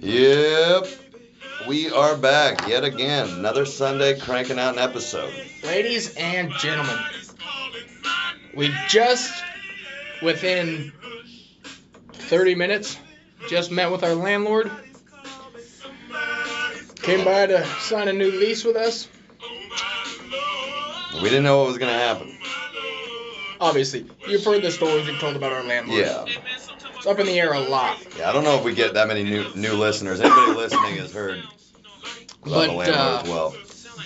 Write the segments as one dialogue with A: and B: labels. A: Yep. We are back yet again. Another Sunday cranking out an episode.
B: Ladies and gentlemen, we just, within 30 minutes, just met with our landlord. Came by to sign a new lease with us.
A: We didn't know what was going to happen.
B: Obviously, you've heard the stories we've told about our landlord.
A: Yeah.
B: It's up in the air a lot.
A: Yeah, I don't know if we get that many new new listeners. Anybody listening has heard about the
B: But,
A: landlord
B: uh,
A: as well.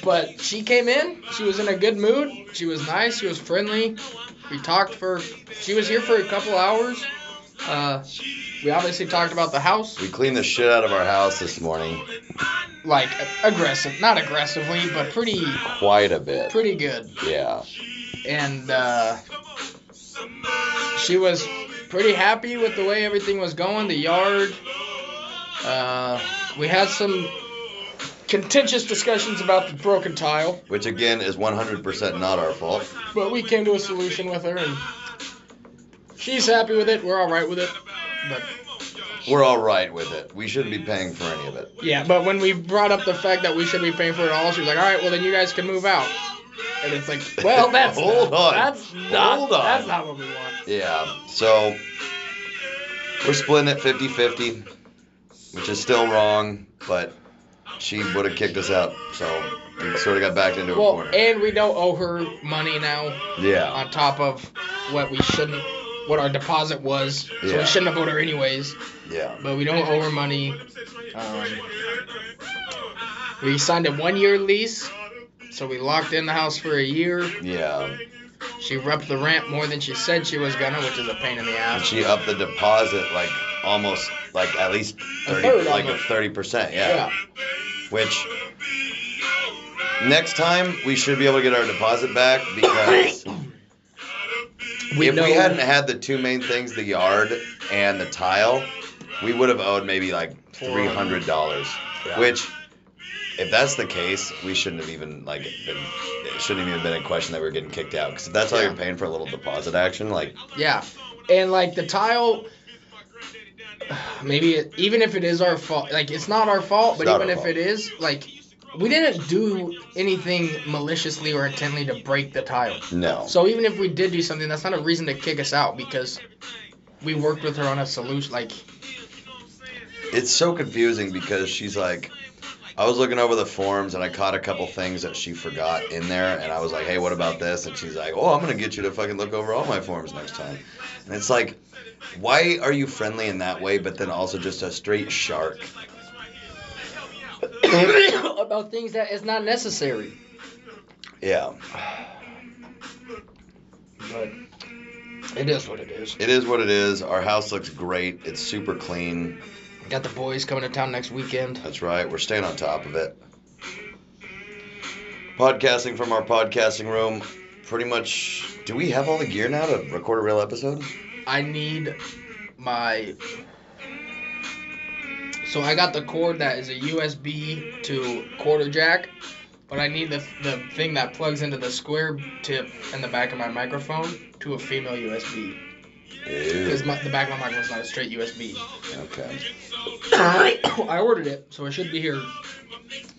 B: But she came in. She was in a good mood. She was nice. She was friendly. We talked for. She was here for a couple hours. Uh, we obviously talked about the house,
A: We cleaned the shit out of our house this morning
B: like aggressive, not aggressively, but pretty,
A: quite a bit.
B: pretty good.
A: Yeah.
B: And uh, she was pretty happy with the way everything was going. The yard. Uh, we had some contentious discussions about the broken tile.
A: Which again is 100% not our fault.
B: But we came to a solution with her, and she's happy with it. We're all right with it. But
A: We're all right with it. We shouldn't be paying for any of it.
B: yeah, but when we brought up the fact that we should be paying for it all, she was like, "All right, well then you guys can move out." And it's like, well, that's
A: Hold
B: not,
A: on.
B: That's not.
A: Hold on.
B: That's not what we want.
A: Yeah. So we're splitting it 50-50, which is still wrong, but she would have kicked us out. So we sort of got backed into a
B: Well,
A: corner.
B: and we don't owe her money now
A: yeah.
B: on top of what we shouldn't, what our deposit was. So
A: Yeah.
B: we shouldn't have owed her anyways.
A: Yeah.
B: But we don't owe her money. Um, we signed a one-year lease, so we locked in the house for a year.
A: Yeah.
B: She repped the rent more than she said she was gonna, which is a pain in the
A: And
B: ass.
A: she upped the deposit like almost like at least
B: A
A: 30
B: third
A: like a
B: almost.
A: 30%. yeah. Which next time we should be able to get our deposit back because
B: We
A: if
B: know-
A: we hadn't had the two main things, the yard and the tile, we would have owed maybe like three hundred dollars.
B: Yeah.
A: Which, if that's the case, we shouldn't have even like been. It shouldn't have even been a question that we were getting kicked out because if that's all
B: Yeah.
A: you're paying for a little deposit action, like
B: Yeah, and like the tile, maybe it, even if it is our fault, like it's not our fault, but
A: not
B: even
A: our
B: if
A: fault.
B: it is, like we didn't do anything maliciously or intently to break the tile.
A: no.
B: So even if we did do something, that's not a reason to kick us out because we worked with her on a solution. Like
A: It's so confusing because she's like, I was looking over the forms and I caught a couple things that she forgot in there, and I was like, hey, what about this? And she's like, oh, I'm gonna get you to fucking look over all my forms next time. And it's like, why are you friendly in that way, but then also just a straight shark?
B: about things that is not necessary.
A: Yeah,
B: But it is what it is.
A: it is what it is. Our house looks great. It's super clean.
B: Got the boys coming to town next weekend.
A: That's right. We're staying on top of it. Podcasting from our podcasting room. Pretty much, do we have all the gear now to record a real episode?
B: I need my. So I got the cord that is a USB to quarter jack, but I need the, the thing that plugs into the square tip in the back of my microphone to a female USB.
A: Ew.
B: Because the back of my microphone's not a straight USB.
A: Okay.
B: I ordered it, so it should be here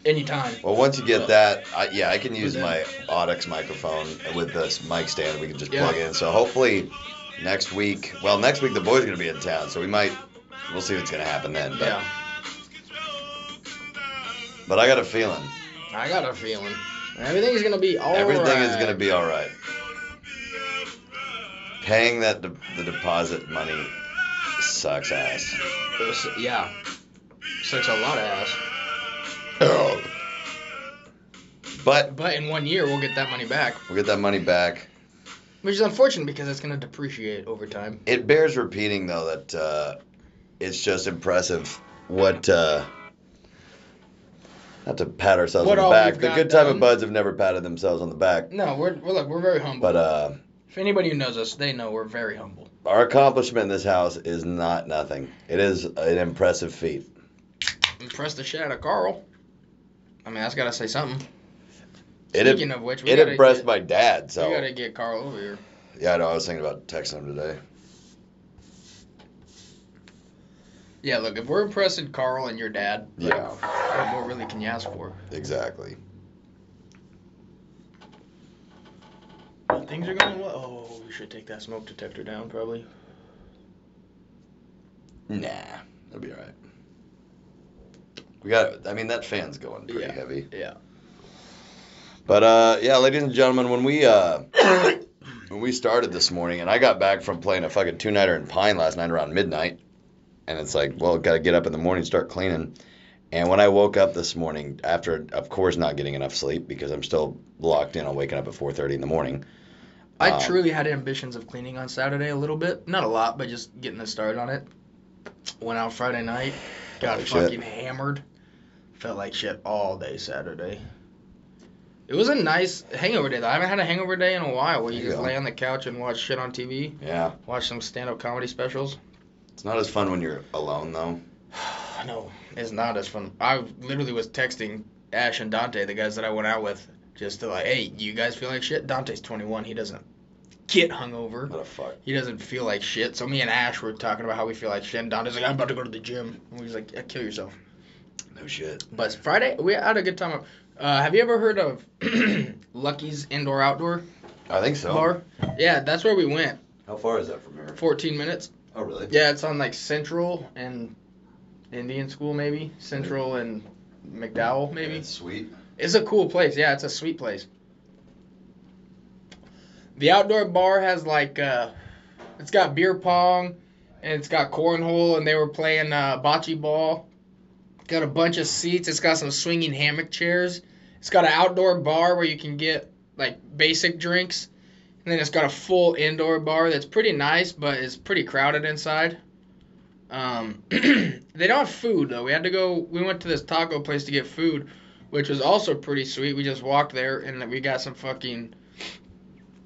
B: anytime.
A: Well, once you get
B: But-
A: that, I, yeah, I can use
B: then-
A: my Audix microphone with this mic stand. We can just
B: Yeah.
A: plug in. So hopefully next week. Well, next week the boys are gonna be in town, so we might. We'll see what's gonna happen then. But,
B: Yeah,
A: But I got a feeling
B: I got a feeling. Everything's gonna be all
A: everything is
B: right.
A: gonna be all right. Paying that de- the deposit money sucks ass.
B: Yeah. Sucks a lot of ass.
A: But
B: But in one year, we'll get that money back.
A: we'll get that money back.
B: Which is unfortunate because it's going to depreciate over time.
A: It bears repeating though that uh, it's just impressive what uh, not to pat ourselves
B: What
A: on
B: all
A: the back.
B: we've
A: The
B: got
A: good time
B: done.
A: of buds have never patted themselves on the back.
B: No, we're, we're look, we're very humble.
A: But uh,
B: if anybody who knows us, they know we're very humble.
A: our accomplishment in this house is not nothing. It is an impressive feat.
B: Impress the shit out of Carl. I mean, that's got to say something.
A: It im-
B: Speaking of which, we
A: it
B: gotta
A: impressed
B: get,
A: my dad. So
B: we got to get Carl over here.
A: yeah, I know. I was thinking about texting him today.
B: Yeah, look, if we're impressing Carl and your dad, like,
A: Yeah.
B: what more really can you ask for?
A: Exactly.
B: Things are going well. Oh, we should take that smoke detector down, probably.
A: Nah, it'll be all right. We got. I mean, that fan's going pretty
B: Yeah.
A: heavy.
B: Yeah.
A: But uh, yeah, ladies and gentlemen, when we uh, when we started this morning, and I got back from playing a fucking two nighter in Pine last night around midnight, and it's like, well, gotta get up in the morning, start cleaning. And when I woke up this morning, after of course not getting enough sleep because I'm still locked in on waking up at 4:30 in the morning.
B: I
A: Um,
B: truly had ambitions of cleaning on Saturday a little bit. Not a lot, but just getting a start on it. Went out Friday night, got
A: Holy shit.
B: fucking hammered. Felt like shit all day Saturday. It was a nice hangover day, though. I haven't had a hangover day in a while where you
A: There you
B: just
A: go.
B: lay on the couch and watch shit on TV,
A: Yeah,
B: watch some stand up comedy specials.
A: it's not as fun when you're alone though.
B: I know. It's not as fun. I literally was texting Ash and Dante, the guys that I went out with, just to like, hey, you guys feel like shit? Dante's 21. He doesn't get hungover.
A: What a fuck.
B: He doesn't feel like shit. So me and Ash were talking about how we feel like shit. And Dante's like, I'm about to go to the gym. And we was like, yeah, kill yourself.
A: No shit.
B: But Friday, we had a good time. Uh, have you ever heard of Lucky's Indoor Outdoor
A: I think so.
B: Bar? Yeah, that's where we went.
A: How far is that from here?
B: 14 minutes.
A: Oh really?
B: Yeah, it's on like Central and Indian School, maybe. Central and McDowell, maybe.
A: It's sweet.
B: It's a cool place. Yeah, it's a sweet place. The outdoor bar has like uh it's got beer pong and it's got cornhole and they were playing uh bocce ball. Got a bunch of seats. It's got some swinging hammock chairs. It's got an outdoor bar where you can get like basic drinks. And then it's got a full indoor bar that's pretty nice, but it's pretty crowded inside. Um, they don't have food though. We had to go. We went to this taco place to get food which was also pretty sweet. We just walked there and we got some fucking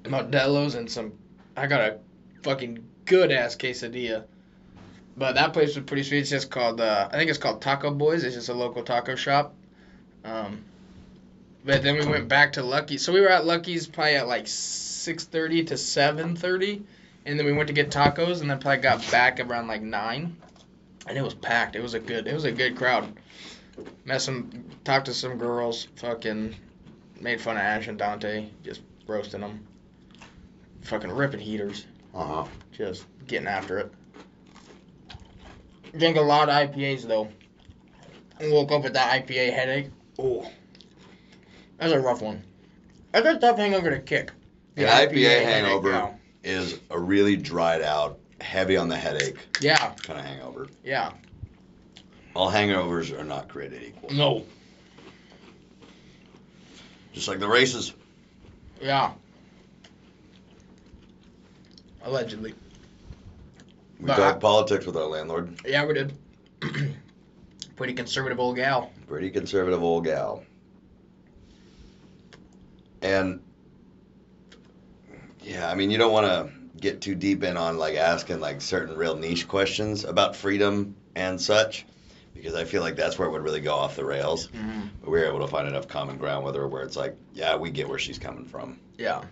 B: Modelo's and some. I got a fucking good ass quesadilla. But that place was pretty sweet. It's just called, uh, I think it's called Taco Boys. It's just a local taco shop. Um, but then we went back to Lucky's. So we were at Lucky's probably at like 6:30 to 7:30, and then we went to get tacos, and then probably got back around like nine. And it was packed. It was a good. It was a good crowd. Met some, talked to some girls. Fucking, made fun of Ash and Dante, just roasting them. Fucking ripping heaters,
A: Uh huh.
B: just getting after it. Drink a lot of IPAs though. And woke up with that IPA headache. Oh, that's a rough one. That's a tough hangover to kick. The
A: An IPA
B: headache,
A: hangover.
B: yeah.
A: Is a really dried out, heavy on the headache
B: Yeah,
A: kind of hangover.
B: yeah.
A: All hangovers are not created equal.
B: No.
A: Just like the races.
B: Yeah. Allegedly.
A: We
B: But
A: talked
B: I-
A: politics with our landlord.
B: Yeah, we did. Pretty conservative old gal.
A: Pretty conservative old gal. And yeah, I mean, you don't want to get too deep in on like asking like certain real niche questions about freedom and such, because I feel like that's where it would really go off the rails. But we were able to find enough common ground with her where it's like, yeah, we get where she's coming from.
B: Yeah.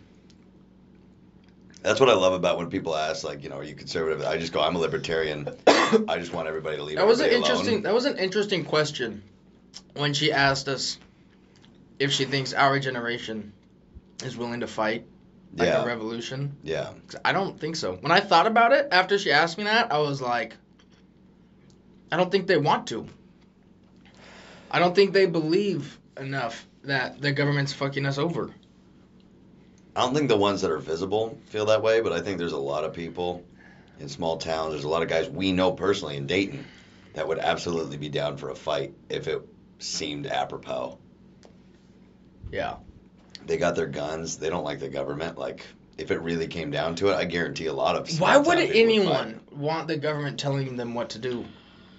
A: That's what I love about when people ask, like, you know, are you conservative? I just go, I'm a libertarian. I just want everybody to leave.
B: That was an
A: everybody
B: interesting.
A: alone.
B: That was an interesting question when she asked us if she thinks our generation is willing to fight like
A: Yeah,
B: a revolution.
A: yeah,
B: 'Cause I don't think so. When I thought about it after she asked me that, I was like, I don't think they want to. I don't think they believe enough that the government's fucking us over.
A: I don't think the ones that are visible feel that way, but I think there's a lot of people in small towns. There's a lot of guys we know personally in Dayton that would absolutely be down for a fight if it seemed apropos.
B: Yeah.
A: They got their guns. They don't like the government. Like, if it really came down to it, I guarantee a lot of. small
B: Why
A: town
B: would
A: people fight.
B: anyone want the government telling them what to do?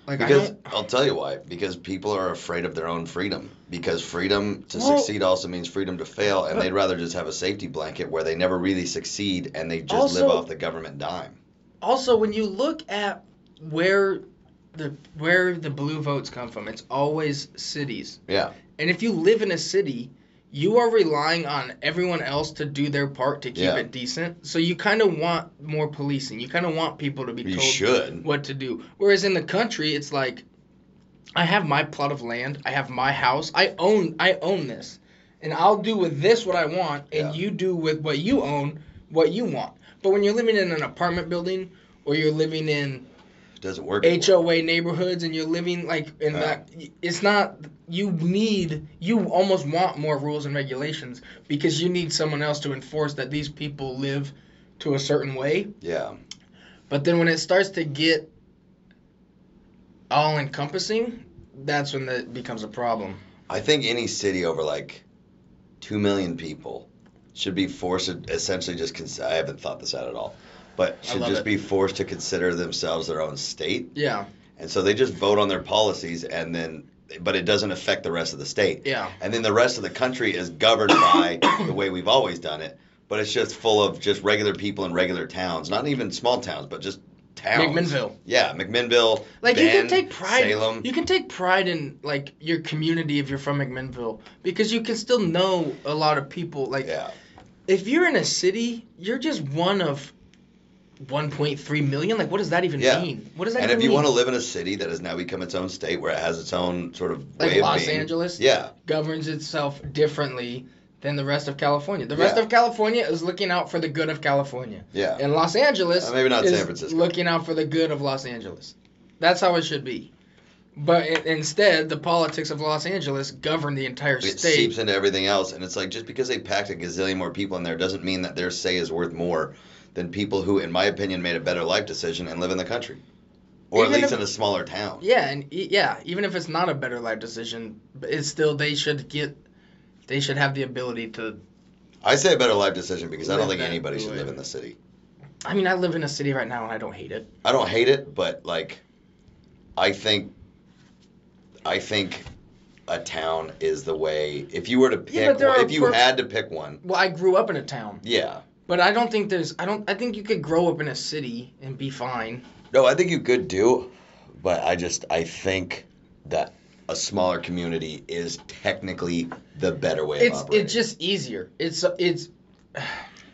B: Like I
A: Because
B: don't.
A: I'll tell you why. Because people are afraid of their own freedom. Because freedom to
B: Well-
A: succeed also means freedom to fail, and they'd rather just have a safety blanket where they never really succeed and they just live
B: Also-
A: off the government dime.
B: Also, when you look at where the where the blue votes come from, it's always cities.
A: Yeah.
B: And if you live in a city, you are relying on everyone else to do their part to keep
A: Yeah.
B: it decent. So you kind of want more policing. You kind of want people to be
A: You
B: told
A: should.
B: what to do. Whereas in the country, it's like, I have my plot of land, I have my house, I own, I own this, and I'll do with this what I want,
A: Yeah.
B: and you do with what you own what you want. But when you're living in an apartment building or you're living in
A: Doesn't work.
B: HOA neighborhoods and you're living like in
A: Yeah.
B: that it's not you need you almost want more rules and regulations because you need someone else to enforce that these people live to a certain way
A: Yeah.
B: but then when it starts to get all encompassing that's when that becomes a problem
A: I think any city over like two million people should be forced to essentially just. Cons- I haven't thought this out at all, but
B: I
A: should
B: love
A: just
B: it.
A: be forced to consider themselves their own state,
B: yeah
A: and so they just vote on their policies, and then but it doesn't affect the rest of the state.
B: yeah
A: And then the rest of the country is governed by the way we've always done it, but it's just full of just regular people in regular towns, not even small towns, but just towns.
B: McMinnville.
A: Yeah, McMinnville.
B: like you can
A: Bend,
B: take pride
A: Salem.
B: you can take pride in like your community if you're from McMinnville because you can still know a lot of people like
A: yeah,
B: if you're in a city, you're just one of 1.3 million. Like, what does that even
A: Yeah.
B: mean? What does that
A: and
B: even
A: if you
B: mean?
A: want to live in a city that has now become its own state, where it has its own sort of
B: like
A: way
B: Los
A: of being,
B: Angeles
A: Yeah,
B: governs itself differently than the rest of California. The rest
A: Yeah.
B: of California is looking out for the good of California,
A: yeah,
B: and Los Angeles
A: Uh, maybe not
B: is
A: San Francisco.
B: looking out for the good of Los Angeles. That's how it should be. But i instead, the politics of Los Angeles govern the entire
A: it
B: state.
A: seeps into everything else, and it's like just because they packed a gazillion more people in there doesn't mean that their say is worth more than people who, in my opinion, made a better life decision and live in the country, or
B: Even
A: at least
B: if-
A: in a smaller town.
B: Yeah, and e- yeah, even if it's not a better life decision, it's still they should get, they should have the ability to.
A: I say a better life decision because I
B: Live
A: don't think
B: that
A: anybody should
B: way.
A: live in the city.
B: I mean, I live in a city right now and I don't hate it.
A: I don't hate it, but like, I think, I think, a town is the way. If you were to pick,
B: Yeah, but there
A: one,
B: are
A: if you
B: per-
A: had to pick one,
B: Well, I grew up in a town,
A: yeah.
B: but I don't think there's. I don't. I think you could grow up in a city and be fine.
A: No, I think you could do, but I just I think that a smaller community is technically the better way
B: It's
A: of operating.
B: it's just easier. It's it's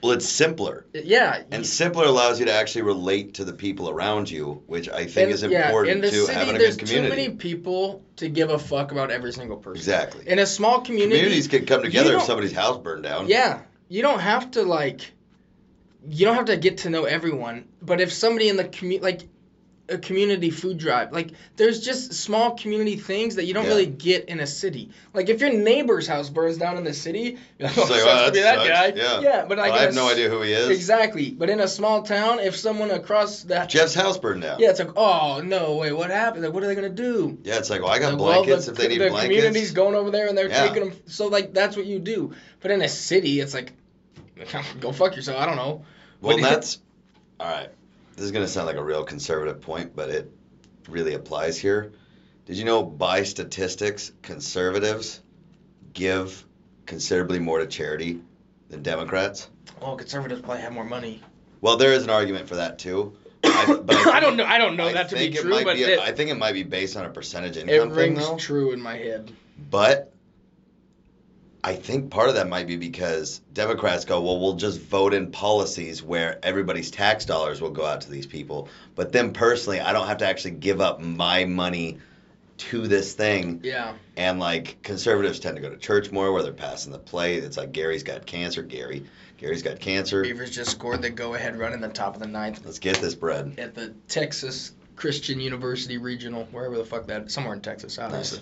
A: well, it's simpler.
B: yeah.
A: And simpler allows you to actually relate to the people around you, which I think
B: And-
A: is
B: yeah,
A: important
B: in the
A: to
B: city,
A: having a
B: there's
A: good community.
B: too many people to give a fuck about every single person.
A: Exactly.
B: In a small community,
A: Communities can come
B: you
A: together if
B: don't-
A: somebody's house burned down.
B: Yeah, you don't have to like, you don't have to get to know everyone. But if somebody in the community, like a community food drive, like there's just small community things that you don't
A: Yeah.
B: really get in a city. Like if your neighbor's house burns down in the city, you're
A: It's
B: like, "Oh,
A: like,
B: sucks
A: "Wow,
B: to
A: that
B: be that
A: sucks."
B: guy.
A: Yeah. Well,
B: but like,
A: Oh, I
B: in a
A: have no
B: s-
A: idea who he is.
B: Exactly, but in a small town, if someone across that,
A: Jeff's house burned down.
B: yeah, it's like, oh no, wait, what happened? Like, what are they gonna do?
A: Yeah, it's like, well, I got
B: Like, well,
A: blankets
B: the,
A: if they need
B: the
A: blankets.
B: community's going over there and they're
A: Yeah.
B: taking them. So like that's what you do. But in a city, it's like, go fuck yourself. I don't know.
A: Well,
B: What-
A: that's all right. This is gonna sound like a real conservative point, but it really applies here. Did you know by statistics, conservatives give considerably more to charity than Democrats?
B: Well, conservatives probably have more money.
A: Well, there is an argument for that too.
B: I,
A: but think-
B: don't know. I don't know
A: I
B: that to be
A: think it
B: true,
A: might
B: but
A: be-
B: it,
A: I think it might be based on a percentage
B: it
A: income thing,
B: rings
A: though.
B: true in my head.
A: But I think part of that might be because Democrats go, well, we'll just vote in policies where everybody's tax dollars will go out to these people. But then personally, I don't have to actually give up my money to this thing.
B: Yeah.
A: And like conservatives tend to go to church more where they're passing the play. It's like Gary's got cancer. Gary, Gary's got cancer.
B: Beavers just scored the go-ahead run in the top of the ninth
A: Let's get this bread.
B: at the Texas Christian University Regional, wherever the fuck that, somewhere in Texas, obviously.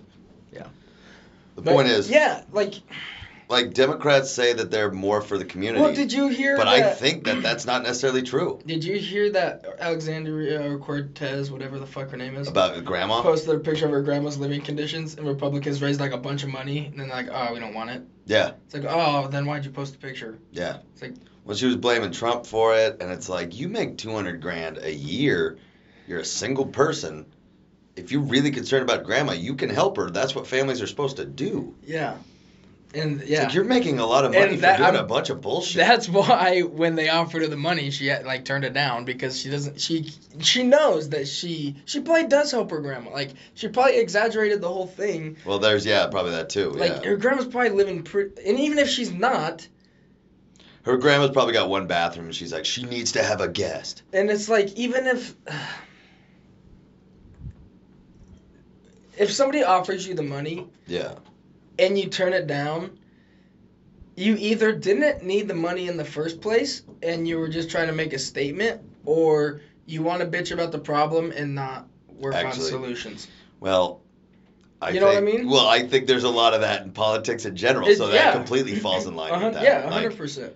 A: The
B: But,
A: point is,
B: yeah, like,
A: like Democrats say that they're more for the community.
B: well, did you hear?
A: but
B: that,
A: I think that that's not necessarily true
B: Did you hear that Alexandria or Cortez, whatever the fuck her name is,
A: about grandma.
B: posted a picture of her grandma's living conditions, and Republicans raised like a bunch of money, and then like, oh, we don't want it.
A: Yeah.
B: It's like, oh, then why'd you post the picture?
A: Yeah.
B: It's like-
A: well, she was blaming Trump for it, and it's like you make two hundred grand a year. You're a single person. If you're really concerned about grandma, you can help her. That's what families are supposed to do.
B: Yeah. And
A: It's
B: yeah,
A: like you're making a lot of money
B: And
A: for
B: that-
A: doing a
B: I'm-
A: bunch of bullshit.
B: that's why when they offered her the money, she had, like turned it down because she doesn't. She she knows that she she probably does help her grandma. Like she probably exaggerated the whole thing.
A: well, there's yeah, probably that too.
B: Like
A: Oh, yeah.
B: her grandma's probably living pretty. And even if she's not,
A: Her grandma's probably got one bathroom, and she's like, she needs to have a guest.
B: and it's like even if if somebody offers you the money
A: Yeah,
B: and you turn it down, you either didn't need the money in the first place and you were just trying to make a statement, or you want to bitch about the problem and not work
A: Actually,
B: on solutions.
A: well, I
B: You know what I
A: think-
B: mean?
A: Well, I think there's a lot of that in politics in general,
B: It-
A: so that
B: yeah.
A: completely falls in line
B: Uh-huh,
A: with that.
B: yeah,
A: Like,
B: 100%.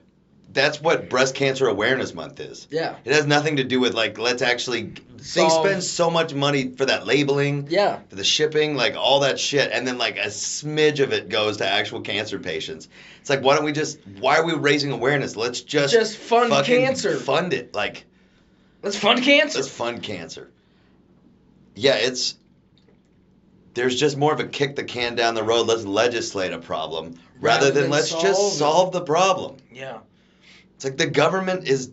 A: that's what Breast Cancer Awareness Month is.
B: yeah,
A: It has nothing to do with like let's actually. They
B: Solve-
A: spend so much money for that labeling,
B: yeah.
A: for the shipping, like all that shit, and then like a smidge of it goes to actual cancer patients. It's like why don't we just? Why are we raising awareness? Let's just
B: Just fund
A: fucking
B: cancer.
A: Fund it like.
B: Let's fund cancer.
A: Let's fund cancer. Yeah, it's there's just more of a kick the can down the road. Let's legislate a problem rather,
B: Rather
A: than,
B: than
A: let's
B: solve it.
A: just solve the problem.
B: yeah.
A: It's like the government is.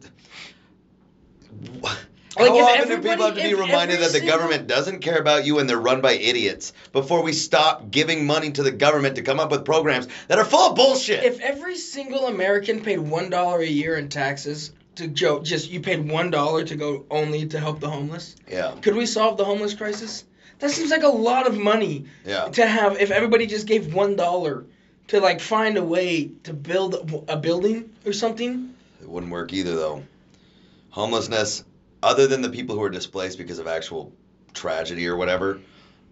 B: Like,
A: How
B: if
A: often do people
B: everybody-
A: have to be
B: if
A: reminded
B: every
A: that the
B: single-
A: government doesn't care about you and they're run by idiots before we stop giving money to the government to come up with programs that are full of bullshit?
B: If every single American paid one dollar a year in taxes to Joe, just you paid one dollar to go only to help the homeless,
A: yeah,
B: could we solve the homeless crisis? That seems like a lot of money
A: yeah.
B: to have if everybody just gave one dollar to like find a way to build a building or something.
A: It wouldn't work either, though. Homelessness, other than the people who are displaced because of actual tragedy or whatever,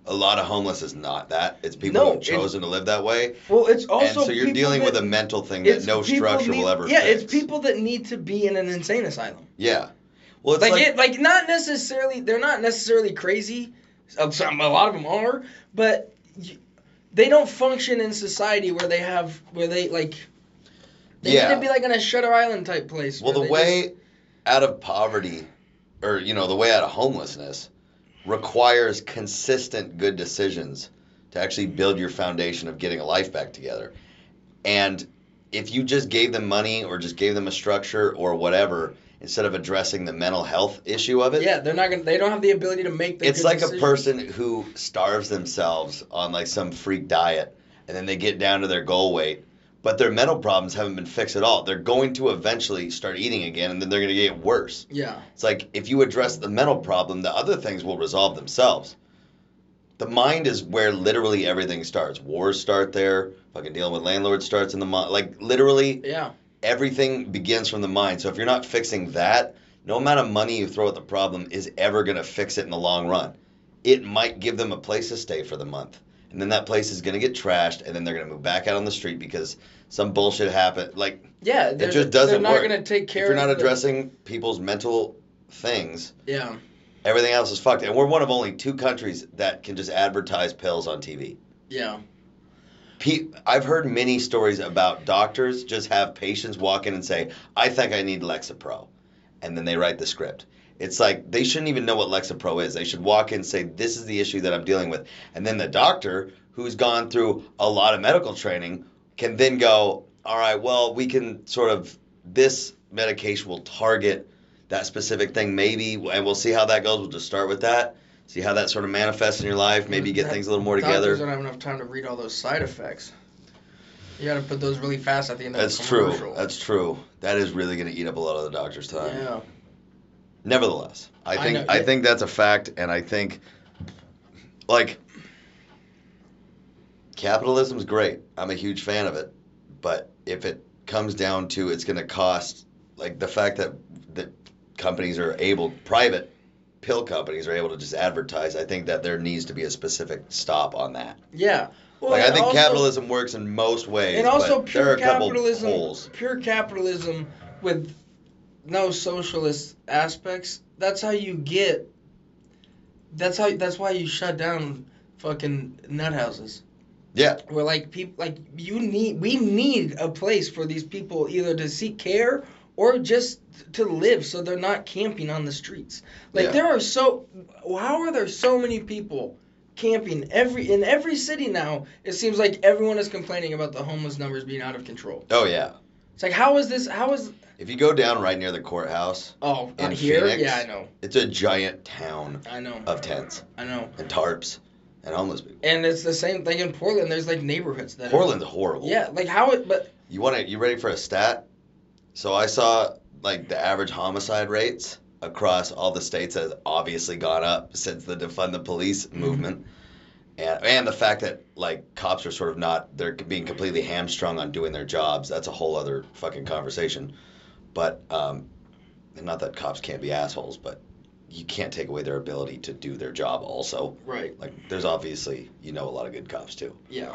A: a lot of homeless is not that. It's people
B: No,
A: who've chosen to live that way.
B: Well, it's also
A: and so you're
B: people
A: dealing
B: that-
A: with a mental thing that
B: it's
A: no
B: people
A: structure
B: need-
A: will ever
B: Yeah,
A: fix.
B: it's people that need to be in an insane asylum.
A: Yeah. Well, it's
B: like,
A: like,
B: it, like not necessarily they're not necessarily crazy. Some, some- a lot of them are, but you, they don't function in society where they have where they like. They
A: Yeah.
B: need to be like in a Shutter Island type place.
A: well,
B: where
A: the
B: they
A: way out of poverty, or, you know, the way out of homelessness requires consistent good decisions to actually build your foundation of getting a life back together. And if you just gave them money or just gave them a structure or whatever, instead of addressing the mental health issue of it,
B: just- yeah, they're not gonna. They don't have the ability to make. The
A: it's
B: good
A: like
B: decisions.
A: a person who starves themselves on like some freak diet and then they get down to their goal weight, but their mental problems haven't been fixed at all. They're going to eventually start eating again and then they're going to get worse.
B: Yeah,
A: It's like if you address the mental problem, the other things will resolve themselves. The mind is where literally everything starts. Wars start there. Fucking dealing with landlords starts in the mind. Like literally
B: yeah,
A: everything begins from the mind. So if you're not fixing that, no amount of money you throw at the problem is ever going to fix it in the long run. It might give them a place to stay for the month. And then that place is going to get trashed and then they're going to move back out on the street because some bullshit happened. Like
B: yeah.
A: it
B: they're-
A: just doesn't
B: They're not
A: work.
B: gonna take care.
A: if you're
B: of
A: not
B: the-
A: addressing people's mental things,
B: Yeah,
A: Everything else is fucked. And we're one of only two countries that can just advertise pills on TV.
B: yeah.
A: Pe- I've heard many stories about doctors just have patients walk in and say, I think I need Lexapro. And then they write the script. It's like they shouldn't even know what Lexapro is. They should walk in and say, This is the issue that I'm dealing with. And then the doctor, who's gone through a lot of medical training, can then go, All right, well, we can sort of, this medication will target that specific thing maybe, and we'll see how that goes. We'll just start with that. See how that sort of manifests in your life. Maybe you get
B: That-
A: things a little more
B: doctors
A: together.
B: don't have enough time to read all those side effects. You gotta put those really fast at the end of
A: That's
B: the
A: true.
B: commercial.
A: That's true. That is really going to eat up a lot of the doctor's time.
B: yeah.
A: Nevertheless, I
B: I
A: think I,
B: know, yeah.
A: think that's a fact, and I think like capitalism's great. I'm a huge fan of it, but if it comes down to it's going to cost, like the fact that that companies are able, private pill companies are able to just advertise, I think that there needs to be a specific stop on that.
B: Yeah. Well,
A: like I
B: and
A: think
B: also-
A: capitalism works in most ways,
B: and also
A: but there are
B: pure
A: a couple
B: capitalism,
A: holes.
B: pure capitalism with no socialist aspects. That's how you get. That's how. That's why you shut down fucking nut houses.
A: Yeah.
B: Where like people like you need we need a place for these people either to seek care or just to live so they're not camping on the streets. Like
A: Yeah.
B: there are so how are there so many people camping every in every city now. It seems like everyone is complaining about the homeless numbers being out of control.
A: Oh yeah.
B: It's like how is this? How is
A: If you go down right near the courthouse,
B: oh
A: In
B: out here?
A: Phoenix?
B: Yeah, I know,
A: it's a giant town
B: I know,
A: of tents
B: I know.
A: and tarps and homeless people.
B: And it's the same thing in Portland. There's like neighborhoods that
A: Portland's horrible.
B: Yeah, like how it, but
A: You want to? You ready for a stat? So I saw like the average homicide rates across all the states has obviously gone up since the defund the police movement, and and the fact that like cops are sort of not they're being completely hamstrung on doing their jobs. That's a whole other fucking conversation. But um, and not that cops can't be assholes, but you can't take away their ability to do their job. Also,
B: right,
A: like there's obviously you know a lot of good cops too
B: yeah,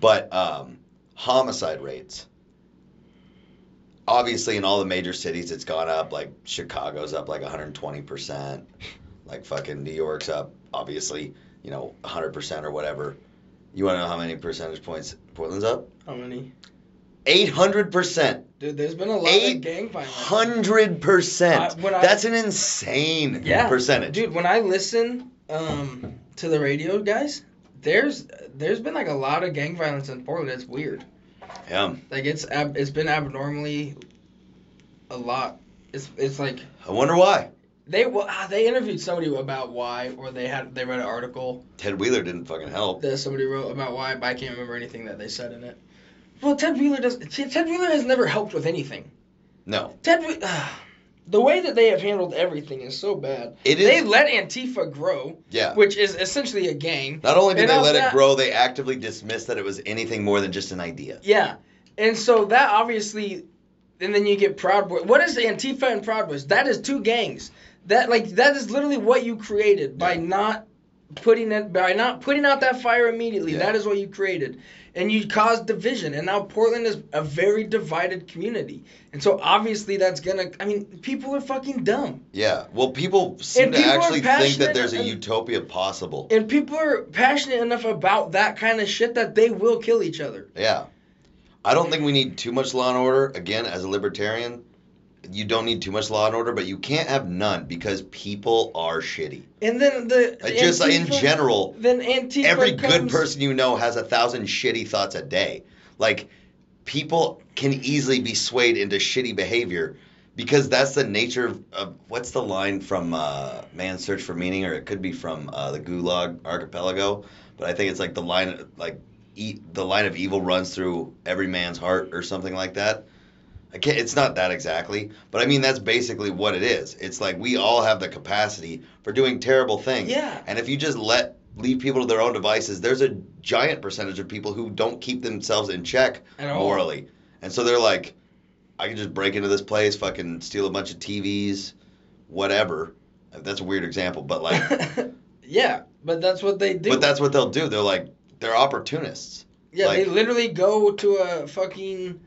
A: but um, homicide rates obviously in all the major cities it's gone up like chicago's up like 120% like fucking new york's up obviously you know 100% or whatever you want to know how many percentage points portland's up
B: how many?
A: 800%
B: Dude, there's been a lot of gang violence.
A: 100%
B: I- when I-
A: that's an insane
B: Yeah,
A: percentage
B: Dude, when I listen um, to the radio guys, there's there's been like a lot of gang violence in Portland. It's weird.
A: yeah
B: Like it's ab- it's been abnormally a lot. It's it's like
A: i wonder why
B: they well, ah, they interviewed somebody about why or they had they read an article
A: ted wheeler didn't fucking help
B: that somebody wrote about why, but I can't remember anything that they said in it. Well, Ted Wheeler does. Ted Wheeler has never helped with anything.
A: no
B: Ted, Whe- ah, the way that they have handled everything is so bad.
A: It
B: they
A: is-
B: let Antifa grow,
A: yeah
B: which is essentially a gang.
A: Not only did
B: And
A: they
B: also
A: let it
B: that-
A: grow, they actively dismissed that it was anything more than just an idea.
B: Yeah, and so that obviously, and then you get Proud Boys. What is Antifa and Proud Boys? That is two gangs. That like that is literally what you created by
A: Yeah.
B: not putting it by not putting out that fire immediately.
A: Yeah.
B: That is what you created, and you caused division. And now Portland is a very divided community, and so obviously that's gonna. I mean, people are fucking dumb.
A: Yeah. Well, people seem
B: And
A: to
B: people are
A: actually think that
B: passionate
A: there's a
B: and-
A: utopia possible.
B: And people are passionate enough about that kind of shit that they will kill each other.
A: Yeah. I don't think we need too much law and order. Again, as a libertarian, you don't need too much law and order, but you can't have none because people are shitty.
B: And then the, the
A: Like, just like, in
B: Antifa-
A: general,
B: then Antifa
A: every good
B: comes-
A: person you know has a thousand shitty thoughts a day. Like people can easily be swayed into shitty behavior because that's the nature of, of what's the line from uh, Man's Search for Meaning, or it could be from uh, the Gulag Archipelago, but I think it's like the line like e- the line of evil runs through every man's heart or something like that. I can't, it's not that exactly, but I mean that's basically what it is. It's like we all have the capacity for doing terrible things.
B: Yeah.
A: And if you just let leave people to their own devices, there's a giant percentage of people who don't keep themselves in check
B: At all.
A: morally. And so they're like, I can just break into this place, fucking steal a bunch of TVs, whatever. That's a weird example, but like
B: yeah, but that's what they do.
A: but that's what they'll do. They're like they're opportunists.
B: yeah, they
A: like-
B: literally go to a fucking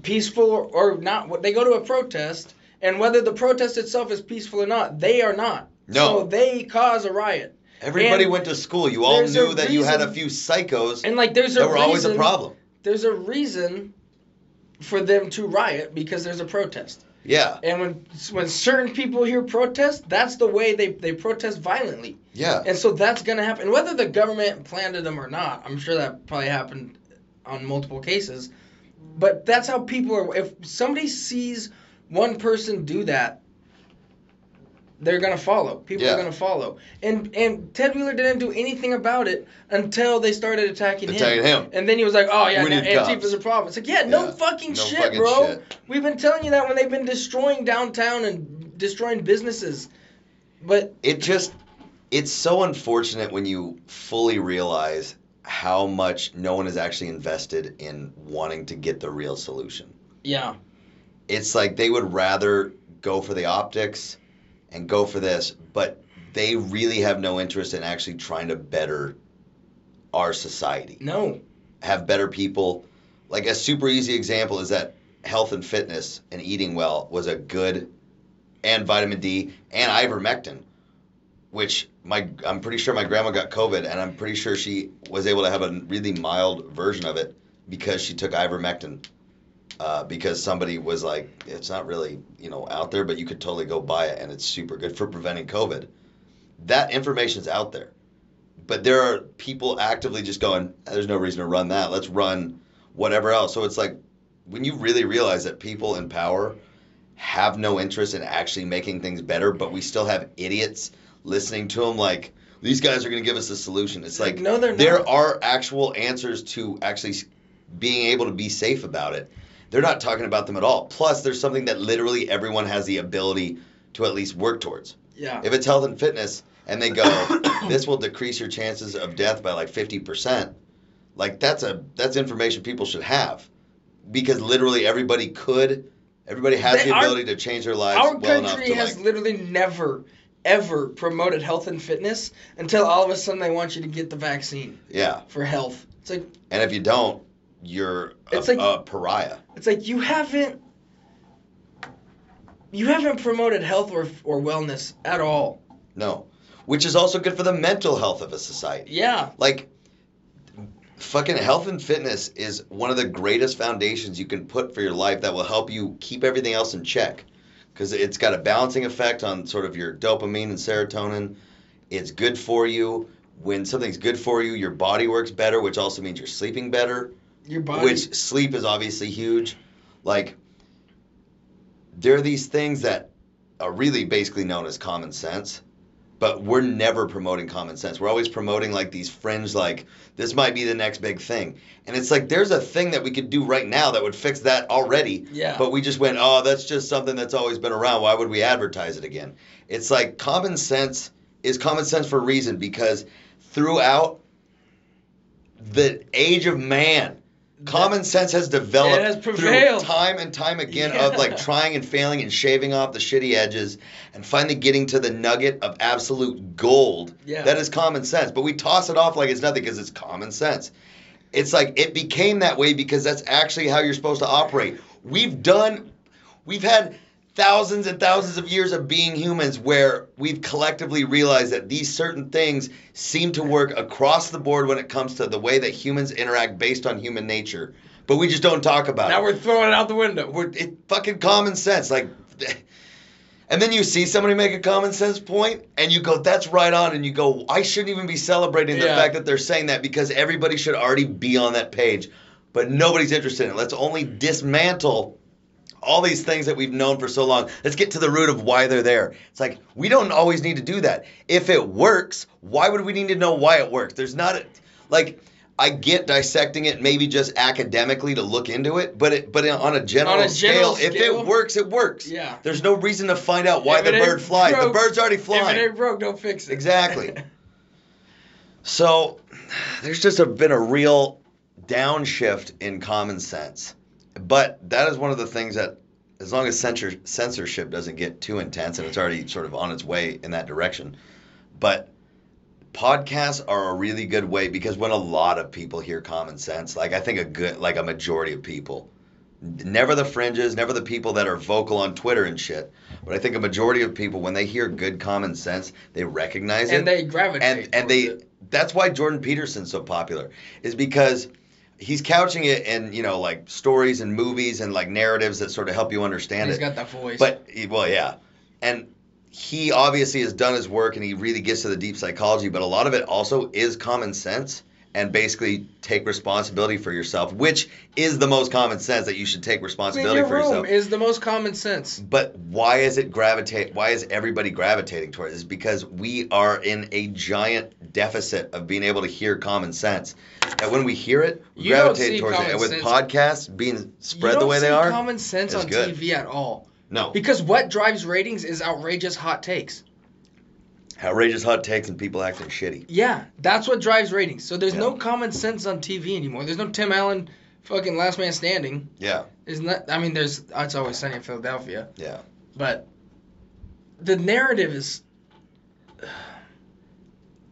B: peaceful or, or not. what- They go to a protest, and whether the protest itself is peaceful or not, they are not.
A: No.
B: So they cause a riot,
A: Everybody
B: And
A: went to school. You all
B: there's a
A: knew that you had a
B: reason-
A: few psychos
B: and like there's a
A: that were
B: reason,
A: always a problem.
B: There's a reason for them to riot because there's a protest.
A: Yeah.
B: And when when certain people hear protest, that's the way they they protest violently.
A: Yeah.
B: And so that's going to happen. And whether the government planted them or not, I'm sure that probably happened on multiple cases. But that's how people are. If somebody sees one person do that, they're going to follow. People
A: Yeah.
B: are going to follow. And and Ted Wheeler didn't do anything about it until they started attacking,
A: Attacking him.
B: And then he was like, oh, yeah,
A: We
B: now
A: need cops."
B: Antifa's a problem. It's like, yeah, no
A: Yeah.
B: fucking
A: No
B: shit,
A: fucking
B: bro.
A: shit.
B: We've been telling you that when they've been destroying downtown and destroying businesses. But
A: it just it's so unfortunate when you fully realize how much no one is actually invested in wanting to get the real solution.
B: yeah,
A: It's like they would rather go for the optics and go for this, but they really have no interest in actually trying to better our society
B: no.
A: have better people. Like a super easy example is that health and fitness and eating well was a good and vitamin D and ivermectin, which my I'm pretty sure my grandma got COVID and I'm pretty sure she was able to have a really mild version of it because she took ivermectin. Uh, because somebody was like, it's not really you know out there, but you could totally go buy it and it's super good for preventing COVID. That information's out there, But there are people actively just going, there's no reason to run that. Let's run whatever else. So it's like when you really realize that people in power have no interest in actually making things better, but we still have idiots listening to them like these guys are going to give us a solution. It's like
B: No, they're
A: there
B: not.
A: are actual answers to actually s- being able to be safe about it. They're not talking about them at all. Plus, there's something that literally everyone has the ability to at least work towards.
B: Yeah.
A: If it's health and fitness and they go, this will decrease your chances of death by like 50%, like that's a that's information people should have because literally everybody could everybody has
B: They-
A: the
B: our-
A: ability to change their lives
B: Our
A: well enough
B: country
A: to
B: has
A: like
B: literally never, ever promoted health and fitness until all of a sudden they want you to get the vaccine
A: yeah.
B: for health. It's like
A: And if you don't, you're a,
B: It's like-
A: a pariah.
B: it's like you haven't you haven't promoted health or, or wellness at all.
A: No. Which is also good for the mental health of a society.
B: Yeah.
A: Like, fucking health and fitness is one of the greatest foundations you can put for your life that will help you keep everything else in check. Because it's got a balancing effect on sort of your dopamine and serotonin. It's good for you. When something's good for you, your body works better, which also means you're sleeping better.
B: Your body
A: which sleep is obviously huge. Like, there are these things that are really basically known as common sense, but we're never promoting common sense. We're always promoting like these fringe, like, this might be the next big thing. And it's like, there's a thing that we could do right now that would fix that already.
B: Yeah.
A: But we just went, oh, that's just something that's always been around. Why would we advertise it again? It's like common sense is common sense for a reason because throughout the age of man, common sense has developed
B: It has
A: through
B: prevailed.
A: time and time again of
B: Yeah.
A: like trying and failing and shaving off the shitty edges and finally getting to the nugget of absolute gold.
B: Yeah.
A: That is common sense, but we toss it off like it's nothing because it's common sense. It's like it became that way because that's actually how you're supposed to operate. We've done we've had thousands and thousands of years of being humans where we've collectively realized that these certain things seem to work across the board when it comes to the way that humans interact based on human nature but we just don't talk about
B: now
A: it
B: we're throwing it out the window.
A: we're it, fucking common sense like and then you see somebody make a common sense point and you go that's right on and you go i shouldn't even be celebrating the
B: Yeah.
A: fact that they're saying that because everybody should already be on that page but nobody's interested in it let's only dismantle all these things that we've known for so long let's get to the root of why they're there it's like we don't always need to do that if it works why would we need to know why it works there's not a, like i get dissecting it maybe just academically to look into it but it but on a general,
B: On a general
A: scale if
B: scale?
A: it works it works
B: Yeah.
A: there's no reason to find out why
B: If
A: the
B: it ain't
A: bird flies the
B: broke-
A: bird's already
B: If
A: flying
B: it ain't broke, don't fix it.
A: Exactly. so there's just a, been a real downshift in common sense. But that is one of the things that, as long as censor, censorship doesn't get too intense, and it's already sort of on its way in that direction, but podcasts are a really good way because when a lot of people hear common sense, like I think a good, like a majority of people, never the fringes, never the people that are vocal on Twitter and shit, but I think a majority of people, when they hear good common sense, they recognize it
B: and they gravitate.
A: and and
B: towards
A: they
B: it.
A: that's why Jordan Peterson's so popular is because he's couching it in you know like stories and movies and like narratives that sort of help you understand
B: He's
A: it.
B: got that voice.
A: But he- well, yeah, and he obviously has done his work and he really gets to the deep psychology. But a lot of it also is common sense and basically take responsibility for yourself, which is the most common sense that you should take
B: I mean,
A: responsibility
B: your
A: for
B: room
A: yourself.
B: is the most common sense.
A: But why is it gravitate? Why is everybody gravitating towards this? Because we are in a giant deficit of being able to hear common sense. That when we hear it, we
B: You don't
A: gravitate
B: see
A: towards it.
B: common
A: And with
B: sense-
A: podcasts being
B: you
A: spread
B: don't
A: the way
B: see
A: they are,
B: common sense
A: is
B: on
A: good.
B: TV at all.
A: no
B: Because what drives ratings is outrageous hot takes.
A: outrageous hot takes and people acting shitty.
B: Yeah, that's what drives ratings. So there's
A: Yeah.
B: no common sense on TV anymore. There's no Tim Allen fucking Last Man Standing.
A: Yeah,
B: There's not. I mean, there's. It's always sunny in Philadelphia.
A: yeah.
B: But the narrative is.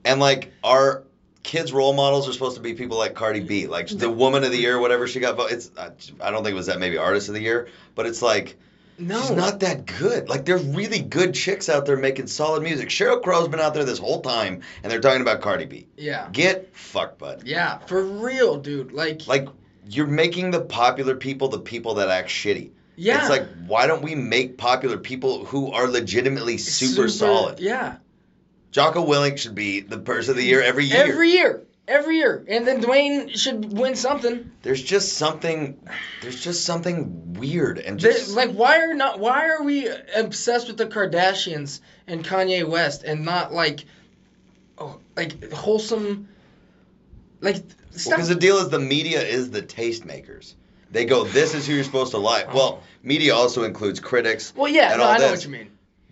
A: And like our kids' role models are supposed to be people like Cardi B, like the Woman of the Year, whatever she got. vo- It's I I don't think it was that maybe Artist of the Year, but it's like.
B: No.
A: She's not that good. Like there's really good chicks out there making solid music. Cheryl Crow's been out there this whole time, and they're talking about Cardi B.
B: Yeah.
A: Get fuck, bud.
B: Yeah, for real, dude. Like.
A: Like you're making the popular people the people that act shitty.
B: yeah.
A: It's like why don't we make popular people who are legitimately super, solid?
B: Yeah.
A: Jocko Willink should be the person of the year every year.
B: Every year. Every year. And then Dwayne should win something.
A: there's just something, there's just something weird and
B: They-
A: just
B: like why are not why are we obsessed with the Kardashians and Kanye West and not like oh, like wholesome like stop
A: Because the deal is the media is the tastemakers. They go, this is who you're supposed to like. Well, media also includes critics.
B: Well yeah,
A: and
B: no,
A: all
B: I know
A: this.
B: what you mean.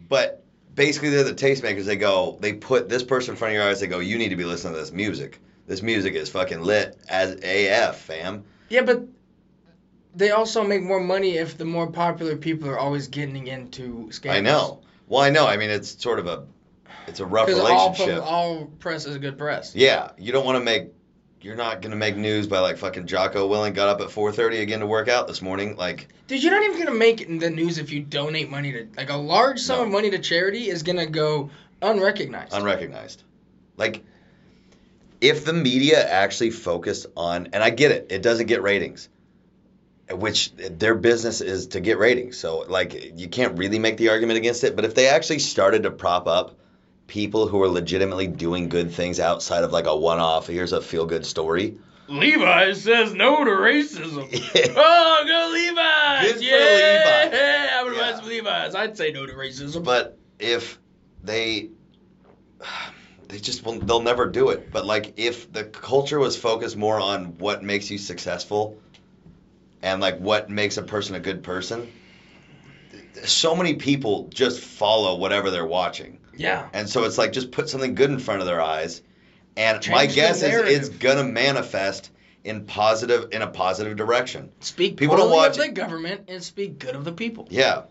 A: But basically, they're the tastemakers. They go, they put this person in front of your eyes. They go, you need to be listening to this music. This music is fucking lit as AF, fam.
B: Yeah, but they also make more money if the more popular people are always getting into scandals.
A: I know. Well, I know. I mean, it's sort of a, it's a rough
B: Because all, pub-
A: relationship.
B: all press is good press.
A: Yeah, you don't want to make. You're not gonna make news by like fucking Jocko Willing got up at 4:30 again to work out this morning. Like,
B: Dude, you're not even gonna make it in the news if you donate money to like a large sum
A: No.
B: of money to charity is gonna go unrecognized.
A: unrecognized. Like, if the media actually focused on, and I get it, it doesn't get ratings, which their business is to get ratings. So, like, you can't really make the argument against it. But if they actually started to prop up people who are legitimately doing good things outside of like a one off, here's a feel good story.
B: Levi says no to racism.
A: Yeah.
B: oh, go Levi's!
A: Good for
B: yeah,
A: Levi's.
B: I would
A: Yeah.
B: buy some Levi's. I'd say no to racism.
A: But if they they just will they'll never do it. But like if the culture was focused more on what makes you successful and like what makes a person a good person, so many people just follow whatever they're watching.
B: yeah,
A: And so it's like just put something good in front of their eyes and my
B: Change the
A: guess is it's
B: narrative.
A: gonna manifest in positive in a positive direction.
B: speak
A: People
B: people
A: don't
B: poorly
A: watch
B: of
A: it.
B: the government and speak good of the people.
A: Yeah.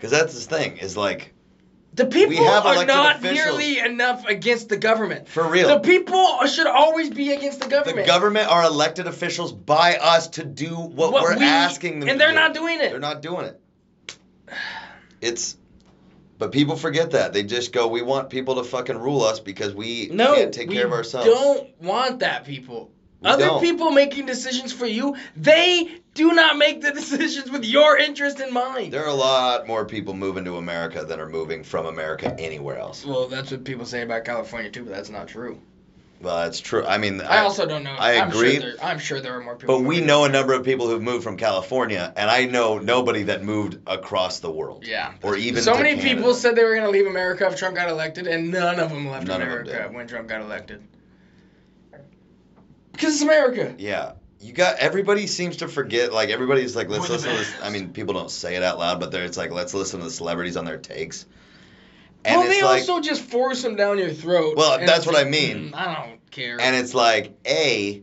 A: Cause that's the thing, is like
B: The people
A: have
B: are
A: elected
B: not
A: officials.
B: nearly enough against the government.
A: for real.
B: The people should always be against the government.
A: The government are elected officials by us to do what,
B: What
A: we're
B: we-
A: asking them
B: and
A: to
B: they're
A: do.
B: not doing it.
A: They're not doing it. It's but people forget that. They just go, We want people to fucking rule us because we
B: no,
A: can't take
B: we
A: care of ourselves.
B: don't want that, people.
A: We
B: Other
A: don't.
B: people making decisions for you, they do not make the decisions with your interest in mind.
A: There are a lot more people moving to America than are moving from America anywhere else.
B: well, that's what people say about California too, but that's not true.
A: Well, that's true. I mean
B: I also don't know.
A: I
B: I'm
A: agree.
B: Sure there, I'm sure there are more people.
A: But we know a number of people who've moved from California, and I know nobody that moved across the world.
B: Yeah.
A: Or even
B: so
A: to
B: many
A: Canada.
B: people said they were going to leave America if Trump got elected, and none of them left
A: None of them
B: America
A: did.
B: when Trump got elected. Because it's America.
A: Yeah. You got everybody seems to forget like everybody's like let's
B: We're the
A: listen to this I
B: best.
A: mean people don't say it out loud but they're it's like let's listen to the celebrities on their takes. And
B: Well,
A: it's
B: they
A: like
B: also just force them down your throat.
A: Well,
B: and
A: that's
B: it's
A: what
B: like,
A: I mean.
B: "Mm, I don't care.
A: and it's like A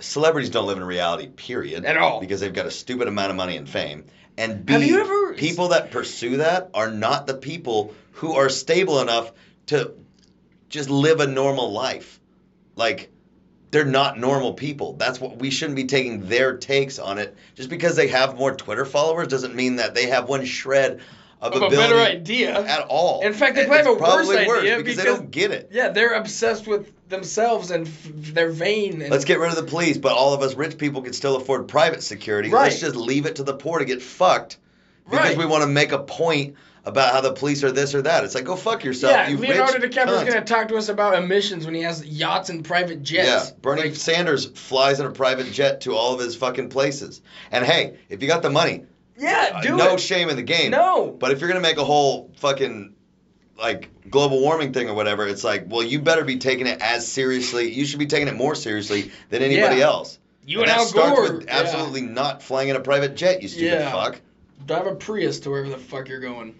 A: celebrities don't live in reality period
B: At all.
A: because they've got a stupid amount of money and fame. And B
B: Have you ever-
A: people that pursue that are not the people who are stable enough to just live a normal life. Like they're not normal people. That's what we shouldn't be taking their takes on it. Just because they have more Twitter followers doesn't mean that they have one shred of,
B: Of a
A: ability
B: better idea.
A: at all.
B: In fact, they
A: It's
B: probably have a worse
A: probably
B: idea
A: because, they
B: because-
A: don't get it.
B: yeah, they're obsessed with themselves and f- their vein. And
A: Let's get rid of the police, but all of us rich people can still afford private security.
B: Right.
A: Let's just leave it to the poor to get fucked because
B: Right.
A: we want to make a point about how the police are this or that. It's like go fuck yourself.
B: yeah,
A: you
B: Leonardo
A: rich
B: DiCaprio's
A: cunt.
B: going to talk to us about emissions when he has yachts and private jets.
A: Yeah, Bernie
B: Like,
A: Sanders flies in a private jet to all of his fucking places. And hey, if you got the money,
B: yeah,
A: uh,
B: do
A: no
B: it.
A: shame in the game.
B: No.
A: But if you're gonna make a whole fucking like global warming thing or whatever, it's like, well, you better be taking it as seriously. You should be taking it more seriously than anybody
B: Yeah.
A: else.
B: you
A: And
B: and
A: that
B: Al
A: starts
B: Gore.
A: with absolutely not flying in a private jet, you stupid
B: Yeah.
A: fuck.
B: Yeah. Drive a Prius to wherever the fuck you're going.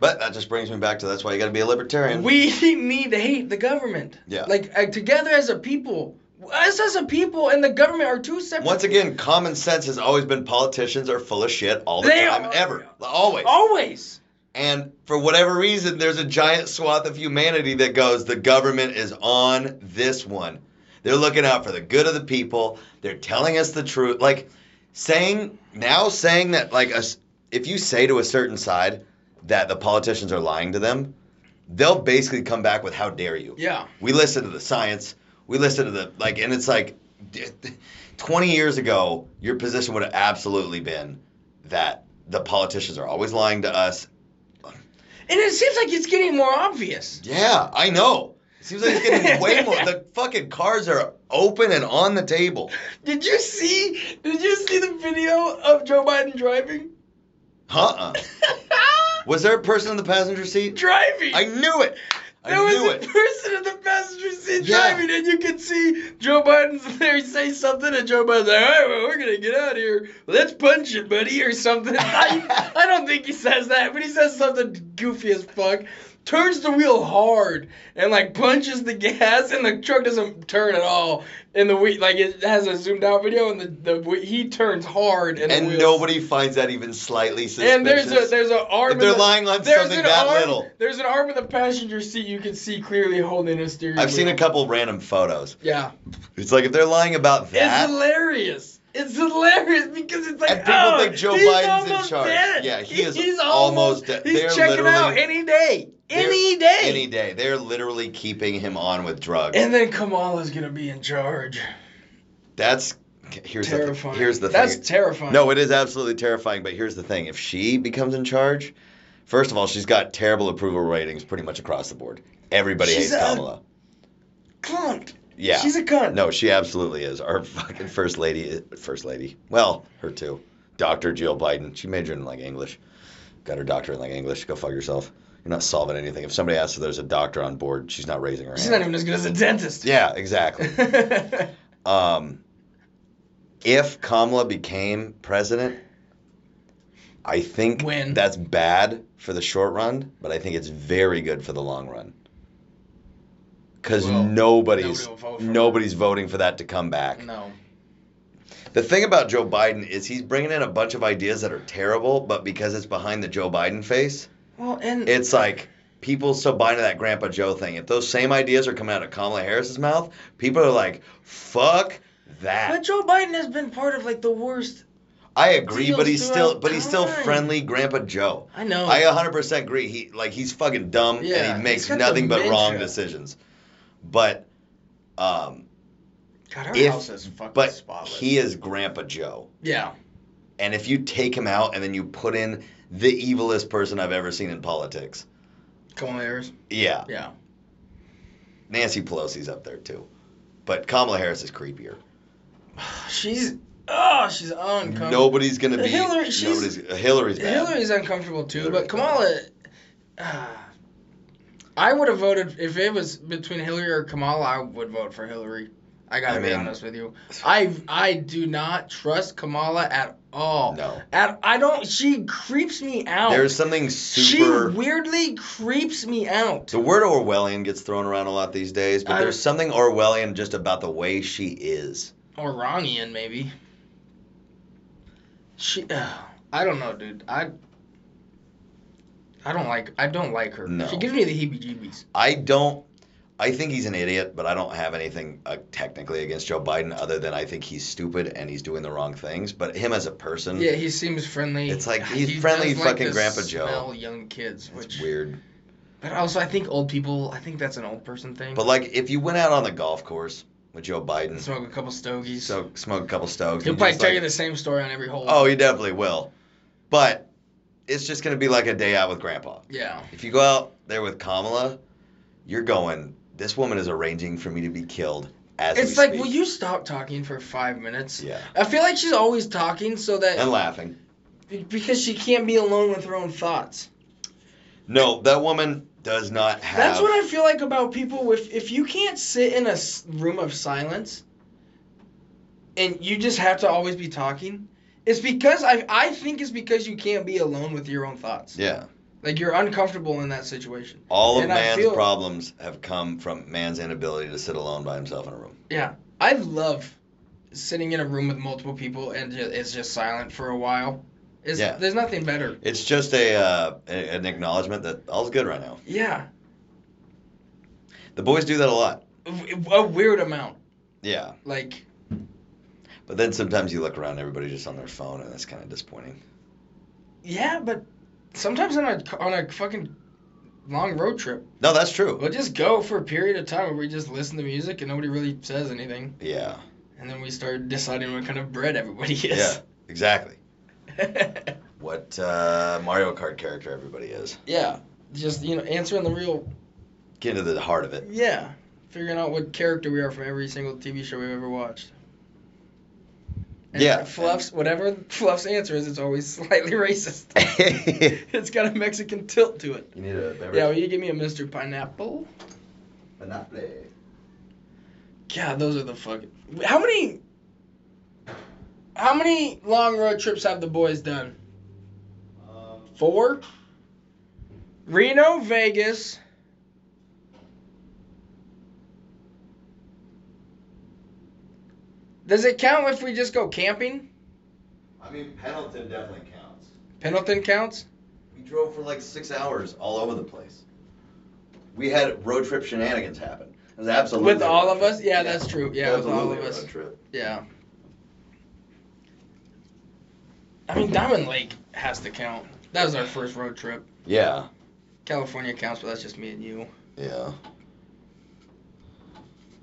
A: But that just brings me back to that's why you got to be a libertarian.
B: We need to hate the government.
A: Yeah.
B: Like uh, together as a people, us as a people and the government are two separate.
A: Once again, common sense has always been politicians are full of shit all the
B: They
A: time,
B: are.
A: ever, always.
B: always.
A: And for whatever reason, there's a giant swath of humanity that goes, the government is on this one. They're looking out for the good of the people. They're telling us the truth. Like saying now, saying that like us, if you say to a certain side that the politicians are lying to them, they'll basically come back with how dare you.
B: Yeah.
A: We listen to the science. We listen to the like, and it's like, 20 years ago, your position would have absolutely been that the politicians are always lying to us.
B: And it seems like it's getting more obvious.
A: Yeah, I know. It seems like it's getting way more. The fucking cars are open and on the table.
B: Did you see? Did you see the video of Joe Biden driving?
A: Huh? Was there a person in the passenger seat?
B: driving.
A: I knew it. I
B: there was
A: knew
B: a
A: it.
B: person in the passenger seat
A: Yeah.
B: driving, and you could see Joe Biden's there. He say something, and Joe Biden's like, "All right, well, we're gonna get out of here. Let's punch it, buddy, or something." I, I don't think he says that, but he says something goofy as fuck. Turns the wheel hard and like punches the gas, and the truck doesn't turn at all. And the wheel like it has a zoomed out video, and the, the whe- he turns hard, and, the
A: And
B: wheels-
A: nobody finds that even slightly suspicious.
B: and there's a there's an
A: If
B: arm. in
A: they're
B: the-
A: lying on
B: there's
A: something
B: an
A: that
B: arm-
A: little.
B: There's an arm in the passenger seat you can see clearly holding a steering
A: I've seen
B: wheel.
A: a couple random photos.
B: Yeah,
A: It's like if they're lying about
B: it's
A: that,
B: hilarious. It's hilarious because it's like
A: And people
B: oh,
A: think Joe
B: he's
A: Biden's in
B: almost
A: charge.
B: Dead.
A: Yeah, he is
B: he's
A: almost
B: almost
A: dead. They're
B: He's checking out
A: literally-
B: any day,
A: they're-
B: any day.
A: any day they're literally keeping him on with drugs.
B: and then Kamala's gonna be in charge.
A: That's here's
B: terrifying.
A: the here's the
B: That's
A: thing.
B: terrifying.
A: No, it is absolutely terrifying. But here's the thing: if she becomes in charge, first of all, she's got terrible approval ratings pretty much across the board. Everybody
B: She's
A: hates
B: a-
A: Kamala.
B: cunt.
A: Yeah,
B: she's a cunt.
A: No, she absolutely is. Our fucking first lady, first lady. Well, her too. Doctor Jill Biden. She majored in like English. Got her doctorate in like English. Go fuck yourself. You're not solving anything. If somebody asks if there's a doctor on board, she's not raising her
B: She's not
A: hand.
B: even as good as a dentist.
A: Yeah, exactly. Um, if Kamala became president, I think
B: Win.
A: that's bad for the short run, but I think it's very good for the long run. Because
B: Well,
A: nobody's
B: nobody will vote for her.
A: nobody's voting for that to come back.
B: no.
A: The thing about Joe Biden is he's bringing in a bunch of ideas that are terrible, but because it's behind the Joe Biden face,
B: Well, and
A: it's like people still buy into that Grandpa Joe thing. If those same ideas are coming out of Kamala Harris's mouth, people are like, "Fuck that."
B: But Joe Biden has been part of like the worst.
A: I agree,
B: deals
A: but he's still
B: throughout
A: but he's still
B: time.
A: friendly Grandpa Joe.
B: I know.
A: I 100% agree. He like he's fucking dumb
B: Yeah,
A: and he
B: he's
A: makes
B: got
A: nothing but wrong
B: dementia.
A: decisions. But um
B: God, her house is fucking
A: if but
B: spotless.
A: he is Grandpa Joe.
B: yeah.
A: And if you take him out and then you put in the evilest person I've ever seen in politics.
B: Kamala Harris.
A: Yeah.
B: Yeah.
A: Nancy Pelosi's up there too. But Kamala Harris is creepier.
B: She's oh, she's uncomfortable.
A: Nobody's going to be
B: Hillary- she's-
A: nobody's Hillary's bad.
B: Hillary's uncomfortable too,
A: Hillary's
B: but Kamala. ah. I would have voted if it was between Hillary or Kamala. I would vote for Hillary. I gotta
A: I
B: be
A: mean-
B: honest with you. I I do not trust Kamala at all.
A: No.
B: At I don't. She creeps me out.
A: There's something
B: she
A: super
B: weirdly creeps me out.
A: The word Orwellian gets thrown around a lot these days, but
B: I-
A: there's something Orwellian just about the way she is.
B: Or Iranian, maybe. She, uh, I don't know, dude. I, I don't like. I don't like her.
A: No.
B: She gives me the heebie-jeebies.
A: I don't. I think he's an idiot, but I don't have anything uh, technically against Joe Biden other than I think he's stupid and he's doing the wrong things. But him as a person,
B: Yeah, he seems friendly.
A: It's like he's
B: He
A: friendly
B: does
A: fucking
B: to
A: Grandpa Joe.
B: Smell young kids,
A: it's
B: which
A: weird.
B: But also, I think old people. I think that's an old person thing.
A: But like, if you went out on the golf course with Joe Biden,
B: smoke a couple stogies.
A: so smoke a couple stoves.
B: He'll
A: and
B: probably
A: just,
B: tell
A: like-
B: you the same story on every hole.
A: Oh, he definitely will. But it's just gonna be like a day out with Grandpa.
B: yeah.
A: If you go out there with Kamala, you're going. This woman is arranging for me to be killed. As
B: It's
A: we
B: like,
A: speak."
B: will you stop talking for five minutes?
A: Yeah.
B: I feel like she's always talking so that
A: And laughing.
B: because she can't be alone with her own thoughts.
A: No, that woman does not have.
B: That's what I feel like about people. If if you can't sit in a s- room of silence, and you just have to always be talking, it's because I I think it's because you can't be alone with your own thoughts.
A: Yeah.
B: Like you're uncomfortable in that situation.
A: All of
B: And I
A: man's
B: feel-
A: problems have come from man's inability to sit alone by himself in a room.
B: I love sitting in a room with multiple people and ju- it's just silent for a while. It's,
A: Yeah.
B: There's nothing better.
A: It's just a uh, a- an acknowledgement that all's good right now.
B: Yeah.
A: The boys do that a lot.
B: W- A weird amount.
A: Yeah.
B: Like
A: But then sometimes you look around, everybody's just on their phone, and that's kind of disappointing.
B: yeah, but sometimes on a on a fucking long road trip.
A: No, that's true.
B: We'll just go for a period of time where we just listen to music and nobody really says anything,
A: Yeah.
B: and then we start deciding what kind of bread everybody
A: Yeah.
B: is.
A: Exactly. what uh, Mario Kart character everybody is.
B: Yeah. Just, you know, answering the real.
A: Get into the heart of it.
B: Yeah. Figuring out what character we are from every single TV show we've ever watched. And
A: Yeah.
B: Fluff's, whatever Fluff's answer is, it's always slightly racist. it's got a Mexican tilt to it.
A: You need a beverage.
B: Yeah, will you give me a Mr. Pineapple?
A: Panoply.
B: God, those are the fucking. How many? How many long road trips have the boys done?
A: Um,
B: Four. Reno, Vegas. Does it count if we just go camping?
A: I mean, Pendleton definitely counts.
B: Pendleton counts.
A: We drove for like six hours all over the place. We had road trip shenanigans happen. It was absolutely
B: With all of us? Yeah, that's true. Yeah, with all
A: Absolutely
B: of
A: a
B: us.
A: road trip.
B: Yeah. I mean, Diamond Lake has to count. That was our first road trip.
A: Yeah,
B: California counts, but that's just me and you.
A: yeah.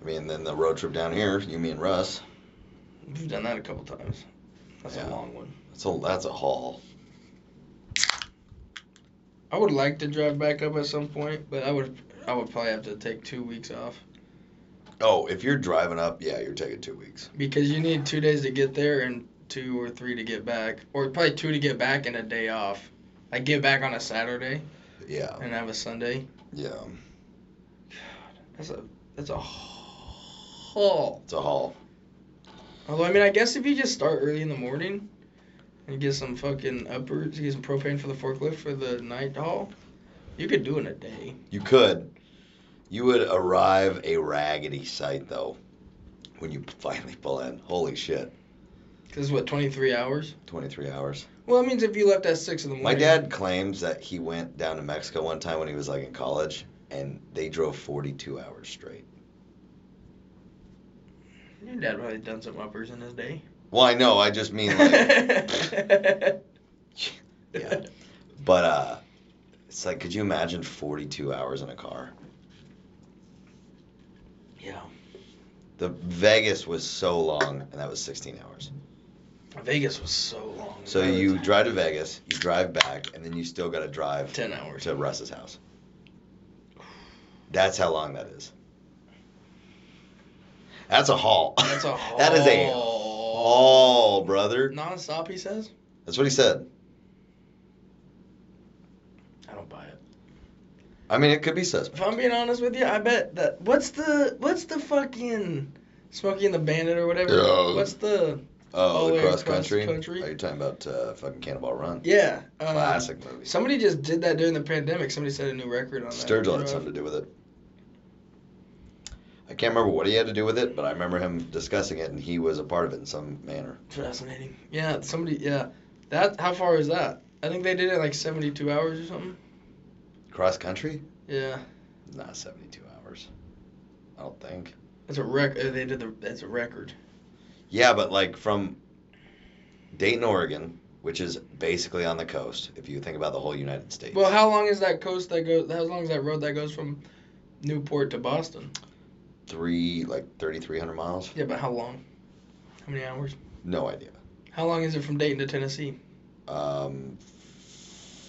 A: I mean, then the road trip down here, you, me, and Russ.
B: We've done that a couple times. That's
A: Yeah.
B: a long one.
A: That's a that's a haul.
B: I would like to drive back up at some point, but I would I would probably have to take two weeks off
A: Oh, if you're driving up, yeah, you're taking two weeks.
B: because you need two days to get there and two or three to get back, or probably two to get back and a day off. I get back on a Saturday
A: Yeah,
B: and have a Sunday.
A: yeah.
B: That's a that's a haul.
A: It's a haul.
B: Although I mean, I guess if you just start early in the morning and get some fucking uppers, get some propane for the forklift for the night haul, you could do it in a day.
A: You could. You would arrive a raggedy sight though, when you finally pull in. Holy shit,
B: Cause what, 23 hours?
A: 23 hours.
B: Well, it means if you left at six in the
A: My
B: morning.
A: dad claims that he went down to Mexico one time when he was like in college, and they drove 42 hours straight.
B: Your dad probably done some uppers in his day.
A: Well, I know, I just mean like, yeah. But uh, it's like, could you imagine 42 hours in a car?
B: Yeah.
A: The Vegas was so long, and that was 16 hours.
B: Vegas was so long.
A: So
B: That
A: you
B: was
A: drive to Vegas, you drive back, and then you still got to drive
B: 10 hours.
A: to Russ's house. That's how long that is. That's a haul.
B: That's a haul.
A: that is a haul, brother.
B: Non-stop, he says?
A: That's what he said.
B: I don't buy it.
A: I mean, it could be
B: If
A: suspect.
B: I'm being honest with you, I bet that... What's the... What's the fucking... Smokey and the Bandit or whatever?
A: Yeah.
B: What's the...
A: Oh,
B: all the
A: the
B: way
A: cross
B: across
A: country.
B: country?
A: Are you talking about uh, fucking Cannonball Run?
B: Yeah. um,
A: Classic movie.
B: Somebody just did that during the pandemic. Somebody set a new record on that.
A: Sturgill had something to do with it. I can't remember what he had to do with it, but I remember him discussing it, and he was a part of it in some manner.
B: Fascinating. Yeah, somebody. Yeah, that. How far is that? I think they did it in, like seventy-two hours or something.
A: Cross country?
B: Yeah,
A: Not 72 hours. I don't think.
B: that's a record. They did the. That's a record.
A: Yeah, but like from Dayton, Oregon, which is basically on the coast, if you think about the whole United States.
B: Well, how long is that coast that goes? How long is that road that goes from Newport to Boston?
A: Three, like 3,300 miles?
B: Yeah, but how long? How many hours?
A: No idea.
B: How long is it from Dayton to Tennessee?
A: Um,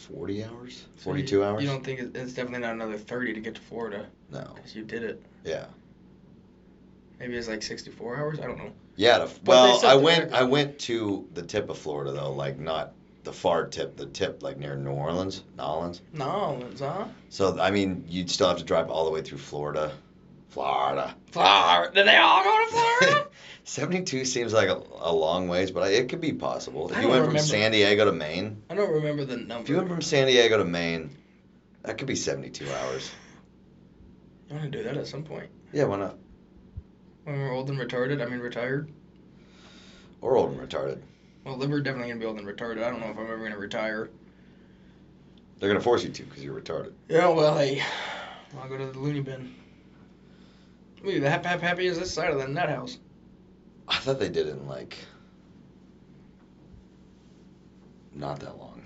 A: 40 hours?
B: So
A: 42
B: you,
A: hours?
B: You don't think it- it's definitely not another thirty to get to Florida?
A: no.
B: 'cause you did it.
A: Yeah.
B: Maybe it's like sixty-four hours. I don't know.
A: Yeah. To,
B: But they
A: well,
B: set
A: I
B: the
A: went.
B: record.
A: I went to the tip of Florida though, like not the far tip, the tip like near New Orleans, Nolans.
B: No, it's huh?
A: So I mean, you'd still have to drive all the way through Florida, Florida.
B: Florida. Did they all go to Florida?
A: Seventy-two seems like a, a long ways, but I, it could be possible. If
B: I
A: you
B: don't
A: went
B: remember.
A: from San Diego to Maine,
B: I don't remember the number.
A: if you went from San Diego to Maine, that could be seventy-two hours.
B: I want to do that at some point.
A: Yeah, why not?
B: When we're old and retarded, I mean retired.
A: Or old and retarded.
B: Well, we're definitely gonna be old and retarded. I don't know if I'm ever gonna retire.
A: They're gonna force you to because you're retarded.
B: Yeah, well, hey, I'll go to the loony bin. Ooh, the hap hap happy is this side of the nut house.
A: I thought they did it in like not that long,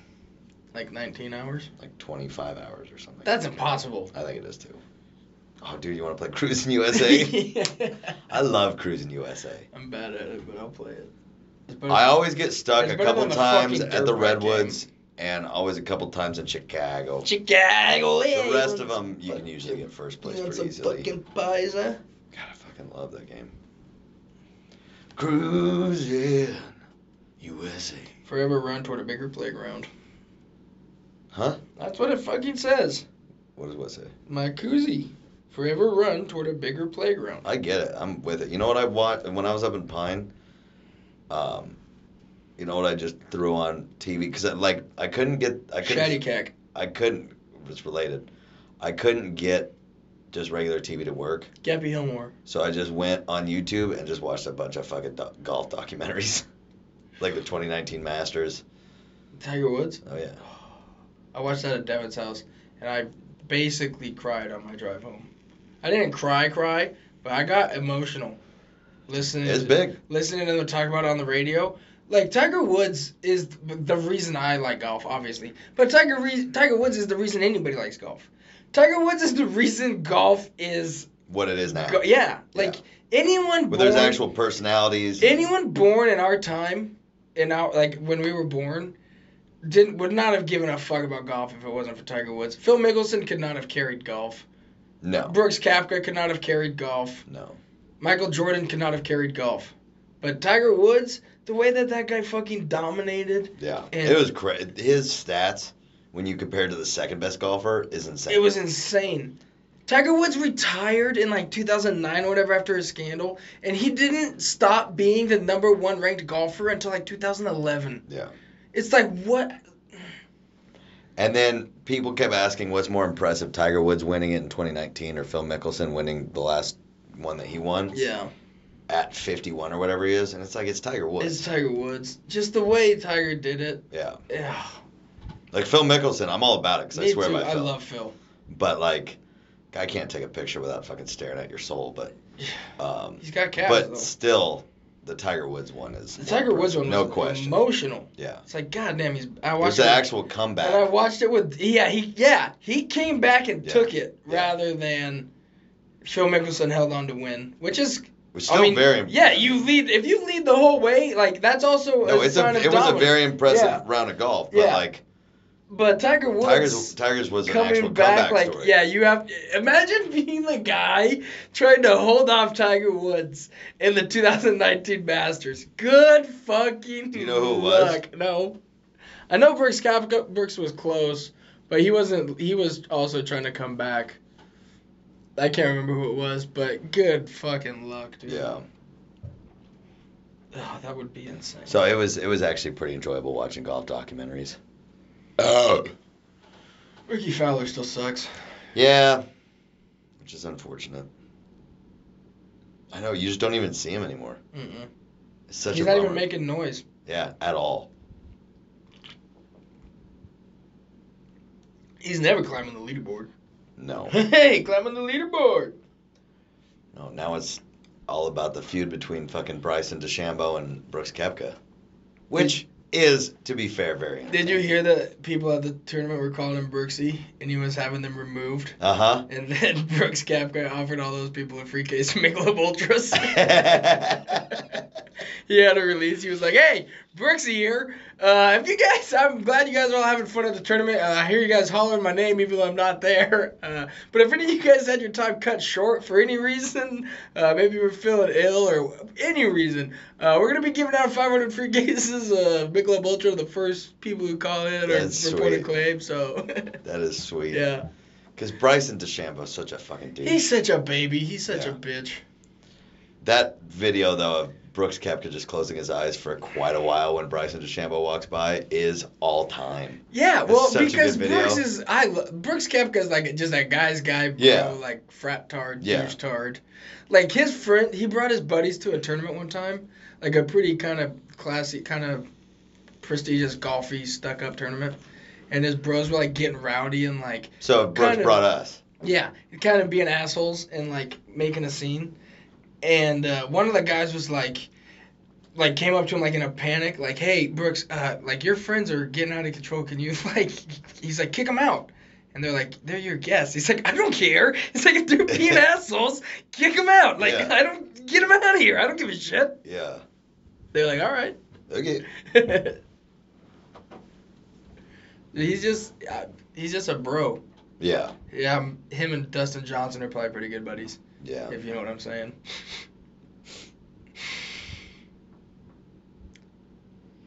B: Like 19 hours.
A: like 25 hours or something.
B: That's impossible.
A: I think it is too. Oh, dude, you want to play Cruising USA? I love Cruising USA.
B: I'm bad at it, but I'll play it. It's better
A: I
B: than-
A: always get stuck
B: It's
A: a
B: better
A: couple
B: than the
A: times
B: fucking
A: at the
B: dirt bike
A: redwoods and always a couple times in Chicago.
B: Chicago.
A: The rest of them you can usually get first place pretty easily. God,
B: fucking pies, huh?
A: I fucking love that game. Cruising USA.
B: Forever run toward a bigger playground.
A: Huh?
B: That's what it fucking says.
A: What does what say?
B: My koozie. Forever run toward a bigger playground.
A: I get it. I'm with it. You know what I watched when I was up in Pine? Um, you know what I just threw on TV because I, like I couldn't get I couldn't
B: Shatty cack.
A: I couldn't it's related. I couldn't get just regular TV to work,
B: Gappy Hillmore.
A: so I just went on YouTube and just watched a bunch of fucking do- golf documentaries, like the 2019 Masters.
B: Tiger Woods.
A: Oh yeah,
B: I watched that at Devin's house, and I basically cried on my drive home. I didn't cry, cry, but I got emotional listening.
A: it's
B: to,
A: big.
B: Listening to them talk about it on the radio. Like Tiger Woods is th- the reason I like golf, obviously, but Tiger re- Tiger Woods is the reason anybody likes golf. Tiger Woods is the reason golf is.
A: What it is now.
B: Go- yeah, like anyone.
A: But there's
B: born-
A: actual personalities.
B: anyone born in our time, in our like when we were born, didn't would not have given a fuck about golf if it wasn't for Tiger Woods. Phil Mickelson could not have carried golf.
A: No,
B: Brooks Koepka could not have carried golf.
A: no.
B: Michael Jordan could not have carried golf. But Tiger Woods, the way that that guy fucking dominated,
A: Yeah,
B: And-
A: it was cra- his stats when you compare to the second best golfer is insane.
B: it was insane. Tiger Woods retired in like 2009 or whatever after his scandal, and he didn't stop being the number one ranked golfer until like 2011.
A: Yeah.
B: It's like what?
A: And then people kept asking what's more impressive, Tiger Woods winning it in 2019 or Phil Mickelson winning the last one that he won
B: Yeah.
A: at 51 or whatever he is, and it's like it's Tiger Woods.
B: It's Tiger Woods. Just the way Tiger did it.
A: yeah,
B: Yeah.
A: like Phil Mickelson, I'm all about it because I
B: Me
A: swear
B: too.
A: by
B: I
A: Phil.
B: love Phil.
A: but like, I can't take a picture without fucking staring at your soul. But, um,
B: He's got calves
A: but
B: though.
A: still, the Tiger Woods one is
B: The
A: more
B: Tiger Woods
A: impressive,
B: one
A: no
B: was
A: question.
B: emotional.
A: Yeah,
B: It's like goddamn, he's.
A: it
B: I watched
A: was
B: it
A: an
B: with-
A: actual comeback.
B: And I watched it with yeah he yeah he came back and
A: Yeah.
B: took it
A: Yeah.
B: rather than Phil Mickelson held on to win, which is
A: was still
B: I mean
A: very
B: yeah you lead if you lead the whole way like that's also
A: No,
B: a
A: it's a,
B: sign
A: it
B: of
A: was a
B: dominance.
A: very impressive
B: Yeah.
A: round of golf, but
B: Yeah.
A: like
B: but Tiger Woods
A: Tigers Tigers was an actual
B: coming back
A: comeback
B: like
A: story.
B: yeah you have imagine being the guy trying to hold off tiger woods in the 2019 masters good fucking
A: Do you know who it was?
B: luck. no i know brooks Koepka, brooks was close but he wasn't he was also trying to come back i can't remember who it was but good fucking luck dude
A: Yeah.
B: oh, that would be insane
A: So it was it was actually pretty enjoyable watching golf documentaries.
B: ricky fowler still sucks
A: Yeah. Which is unfortunate. I know you just don't even see him anymore.
B: Mm-mm.
A: It's such
B: he's
A: a
B: not
A: bummer.
B: even making noise
A: yeah at all.
B: he's never climbing the leaderboard
A: No,
B: hey climbing the leaderboard
A: no. Now it's all about the feud between fucking Bryson DeChambeau and Brooks Koepka, which is to be fair very.
B: Did you hear that people at the tournament were calling him Brooksy and he was having them removed?
A: Uh huh.
B: And then Brooks Kapka offered all those people a free case of Michelob Ultras. he had a release. He was like, "Hey, Brooksy here. Uh, if you guys, I'm glad you guys are all having fun at the tournament. Uh, I hear you guys hollering my name even though I'm not there. Uh, but if any of you guys had your time cut short for any reason, uh, maybe you were feeling ill or any reason, uh, we're gonna be giving out 500 free cases of Michelob Ultra. to The first people who call in or
A: That's
B: report a
A: sweet.
B: claim. So,
A: That is sweet.
B: yeah."
A: Because Bryson DeChambeau is such a fucking dude.
B: He's such a baby. He's such
A: Yeah.
B: a bitch.
A: That video though of Brooks Koepka just closing his eyes for quite a while when Bryson DeChambeau walks by is all time.
B: Yeah,
A: It's
B: well,
A: such a
B: because
A: good video.
B: Brooks is I lo- Brooks Kepka's like just a guy's guy, bro,
A: Yeah.
B: like frat tard,
A: Yeah.
B: douche tard. Like his friend, he brought his buddies to a tournament one time, like a pretty kind of classy, kind of prestigious golfy, stuck up tournament. And his bros were like getting rowdy and like
A: So if Brooks
B: Kind of.
A: brought us.
B: yeah, kind of being assholes and like making a scene. And uh, one of the guys was like, like came up to him like in a panic, like, "Hey Brooks, uh, like your friends are getting out of control. Can you like?" He's like, "Kick them out." And they're like, "They're your guests." He's like, "I don't care." It's like if they're being assholes, kick them out. Like
A: Yeah.
B: I don't get them out of here. I don't give a shit.
A: Yeah.
B: They're like, "All right."
A: Okay.
B: He's just uh, he's just a bro.
A: Yeah.
B: Yeah, um, him and Dustin Johnson are probably pretty good buddies,
A: Yeah.
B: if you know what I'm saying.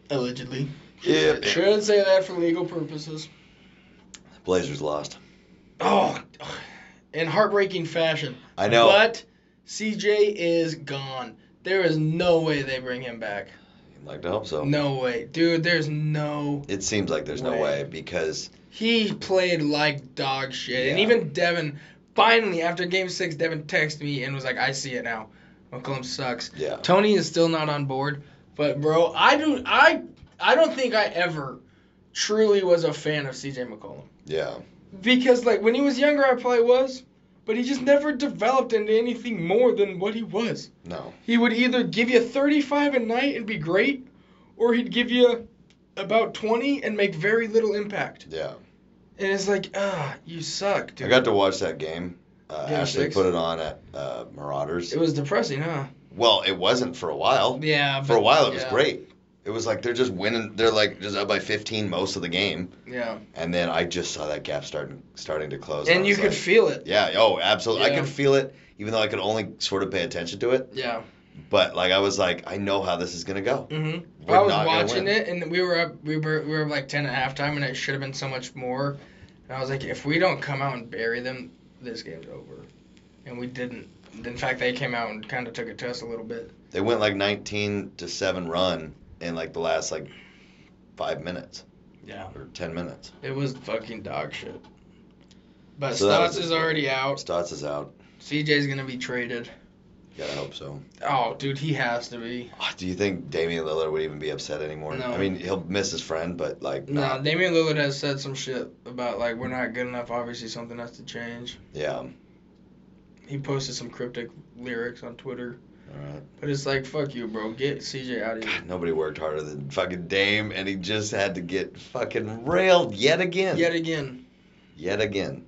B: Allegedly.
A: Yeah.
B: Shouldn't say that for legal purposes.
A: Blazers lost.
B: Oh, in heartbreaking fashion.
A: I know.
B: But CJ is gone. There is no way they bring him back.
A: I'd like to hope so.
B: No way. Dude, there's no.
A: It seems like there's no
B: Way.
A: way because
B: He played like dog shit. And
A: Yeah.
B: even Devin, finally, after game six, Devin texted me and was like, I see it now. McCollum sucks.
A: yeah.
B: Tony is still not on board. But, bro, I do. I. I don't think I ever truly was a fan of CJ McCollum.
A: Yeah.
B: Because like when he was younger, I probably was, but he just never developed into anything more than what he was.
A: No.
B: He would either give you 35 a night and be great, or he'd give you about 20 and make very little impact.
A: Yeah.
B: And it's like, ah, you suck, dude.
A: I got to watch that game. Uh,
B: Game
A: Ashley
B: six?
A: put it on at uh, Marauders.
B: it was depressing, huh?
A: well, it wasn't for a while.
B: Yeah.
A: For a
B: but-
A: while, it was
B: yeah,
A: great. It was like they're just winning. They're like just up by 15 most of the game,
B: Yeah.
A: and then I just saw that gap starting starting to close. I
B: And you
A: was
B: could
A: like,
B: feel it.
A: Yeah. Oh, absolutely. I
B: Yeah.
A: could feel it, even though I could only sort of pay attention to it.
B: Yeah.
A: But like I was like, I know how this is gonna go.
B: Mm-hmm.
A: We're
B: I was
A: not gonna
B: watching
A: win.
B: it, and we were up. We were we were up like ten at halftime, and it should have been so much more. And I was like, if we don't come out and bury them, this game's over. And we didn't. In fact, they came out and kind of took it to us a little bit.
A: They went like 19 to seven run in like the last like five minutes
B: Yeah.
A: or 10 minutes.
B: It was fucking dog shit. But
A: So that was
B: Stotts is
A: it.
B: already out.
A: Stotts is out.
B: CJ's gonna be traded.
A: Gotta hope so.
B: Oh, dude, he has to be.
A: Ah, Do you think Damian Lillard would even be upset anymore?
B: No.
A: I mean, he'll miss his friend, but like,
B: No,
A: not,
B: Damian Lillard has said some shit about like we're not good enough. Obviously, something has to change.
A: yeah. All
B: He posted some cryptic lyrics on Twitter.
A: right.
B: But it's like, fuck you, bro. Get CJ out of here.
A: God, nobody worked harder than fucking Dame, and he just had to get fucking railed yet again.
B: Yet again,
A: Yet again.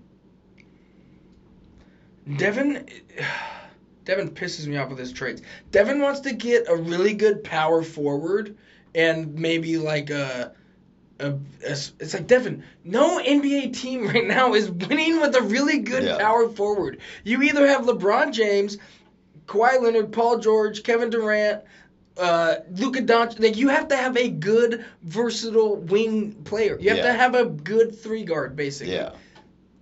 B: Devin. Devin pisses me off with his trades. Devin wants to get a really good power forward and maybe like a. A, a- it's like Devin. No NBA team right now is winning with a really good
A: Yeah.
B: power forward. You either have LeBron James, Kawhi Leonard, Paul George, Kevin Durant, uh, Luka Doncic. Like you have to have a good versatile wing player. You have
A: Yeah.
B: to have a good three guard basically.
A: Yeah.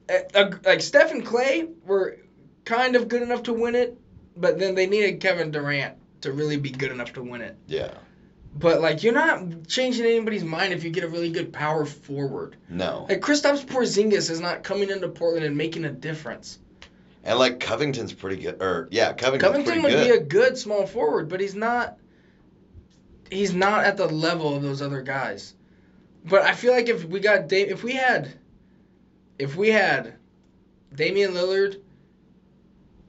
B: a- a- Uh, like Steph and Clay were kind of good enough to win it, but then they needed Kevin Durant to really be good enough to win it.
A: Yeah.
B: But like you're not changing anybody's mind if you get a really good power forward.
A: No.
B: Like Kristaps Porzingis is not coming into Portland and making a difference.
A: And like Covington's pretty good. Or yeah, Covington's
B: Covington
A: pretty
B: would
A: good.
B: be a good small forward, but he's not he's not at the level of those other guys. But I feel like if we got da- if we had if we had Damian Lillard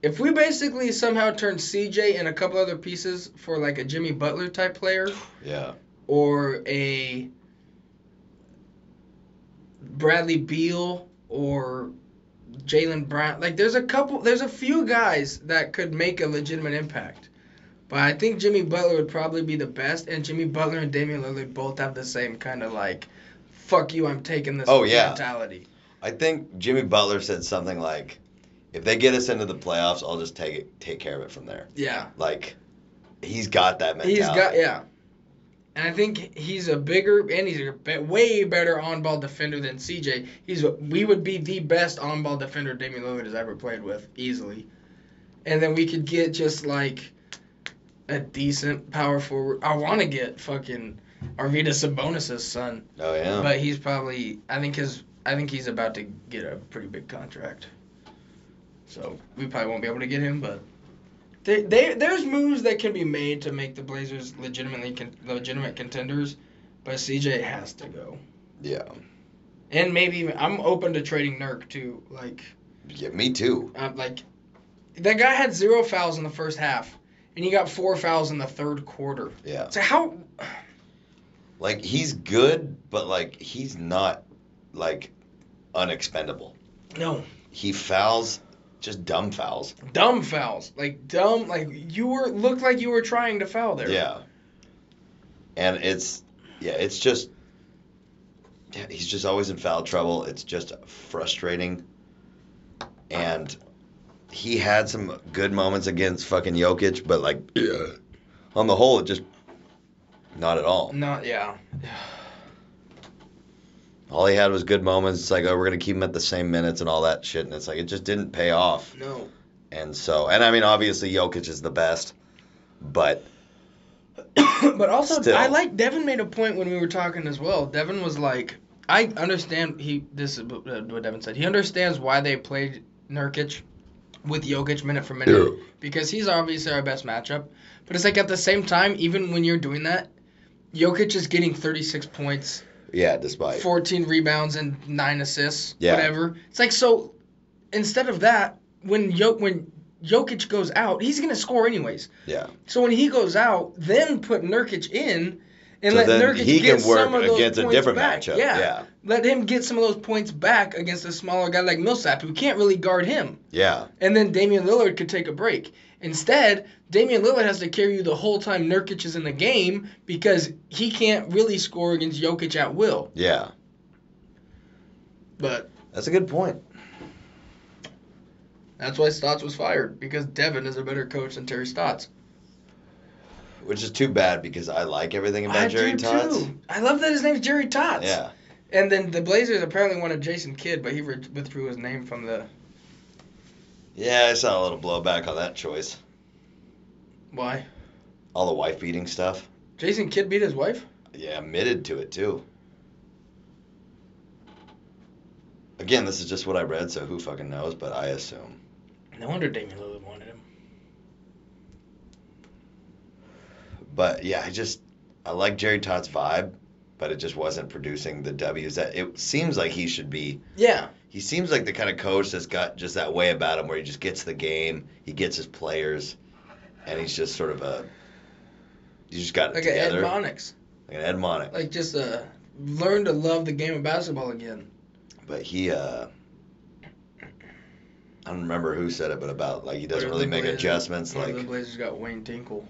B: if we basically somehow turned CJ and a couple other pieces for like a Jimmy Butler type player
A: yeah.
B: or a Bradley Beal or Jalen Brown. Like there's a couple, there's a few guys that could make a legitimate impact. But I think Jimmy Butler would probably be the best, and Jimmy Butler and Damian Lillard both have the same kind of like, "fuck you, I'm taking this"
A: Oh, yeah.
B: mentality.
A: I think Jimmy Butler said something like, "If they get us into the playoffs, I'll just take it, take care of it from there."
B: Yeah,
A: Like, he's got that mentality.
B: he's got yeah, and I think he's a bigger and he's a be- way better on-ball defender than CJ. He's we would be the best on-ball defender Damian Lillard has ever played with easily, and then we could get just like a decent power forward. I want to get fucking Arvita Sabonis' son,
A: Oh yeah.
B: but he's probably I think his I think he's about to get a pretty big contract, so we probably won't be able to get him, but. They, they, there's moves that can be made to make the Blazers legitimately con- legitimate contenders, but CJ has to go.
A: yeah.
B: And maybe even I'm open to trading Nurk too. Like
A: Yeah. Me too.
B: I'm like that guy had zero fouls in the first half, and he got four fouls in the third quarter.
A: Yeah.
B: So how?
A: Like he's good, but like he's not like unexpendable.
B: No,
A: He fouls, just dumb fouls.
B: dumb fouls. Like dumb. Like you were looked like you were trying to foul there.
A: Yeah. And it's yeah, it's just yeah, he's just always in foul trouble. It's just frustrating. And he had some good moments against fucking Jokic, but like on the whole, it just not at all.
B: Not yeah.
A: All he had was good moments. It's like, oh, we're gonna keep him at the same minutes and all that shit, and it's like it just didn't pay off.
B: No.
A: And so, and I mean, obviously Jokic is the best, but
B: but also,
A: Still.
B: I like Devin made a point when we were talking as well. Devin was like, I understand he. This is what uh, what Devin said. He understands why they played Nurkic with Jokic minute for minute
A: Yeah.
B: because he's obviously our best matchup. But it's like at the same time, even when you're doing that, Jokic is getting 36 points,
A: yeah, despite
B: 14 rebounds, and nine assists.
A: Yeah.
B: Whatever. It's like so. Instead of that, when Jok when Jokic goes out, he's gonna score anyways.
A: yeah,
B: So when he goes out, then put Nurkic in, and
A: So
B: let
A: then
B: Nurkic
A: he
B: get
A: can work
B: some of those
A: against a
B: points
A: different
B: back.
A: matchup,
B: Yeah.
A: yeah.
B: let him get some of those points back against a smaller guy like Millsap, who can't really guard him.
A: yeah,
B: And then Damian Lillard could take a break. Instead, Damian Lillard has to carry you the whole time Nurkic is in the game because he can't really score against Jokic at will.
A: yeah.
B: But
A: That's a good point.
B: that's why Stotts was fired because Devin is a better coach than Terry Stotts.
A: Which is too bad because I like everything about
B: I
A: Jerry
B: do
A: Tots.
B: too. I love that his name's Jerry Tots.
A: Yeah,
B: And then the Blazers apparently wanted Jason Kidd, but he re- withdrew his name from the.
A: yeah. I saw a little blowback on that choice.
B: Why?
A: All the wife beating stuff.
B: Jason Kidd beat his wife?
A: Yeah, admitted to it too. Again, this is just what I read, so who fucking knows? But I assume.
B: No wonder Damian Lillard wanted him.
A: But yeah, I just I like Jerry Todd's vibe, but it just wasn't producing the W's that it seems like he should be.
B: Yeah.
A: He seems like the kind of coach that's got just that way about him, where he just gets the game, he gets his players, and he's just sort of a. You just got it
B: Like a Ed
A: together.
B: Monix.
A: like an Ed Monick.
B: Like just uh, learn to love the game of basketball again.
A: but he uh I don't remember who said it, but about like he
B: What
A: doesn't
B: if
A: really
B: the
A: make
B: Blazers-
A: adjustments.
B: what if
A: Like
B: the Blazers got Wayne Tinkle.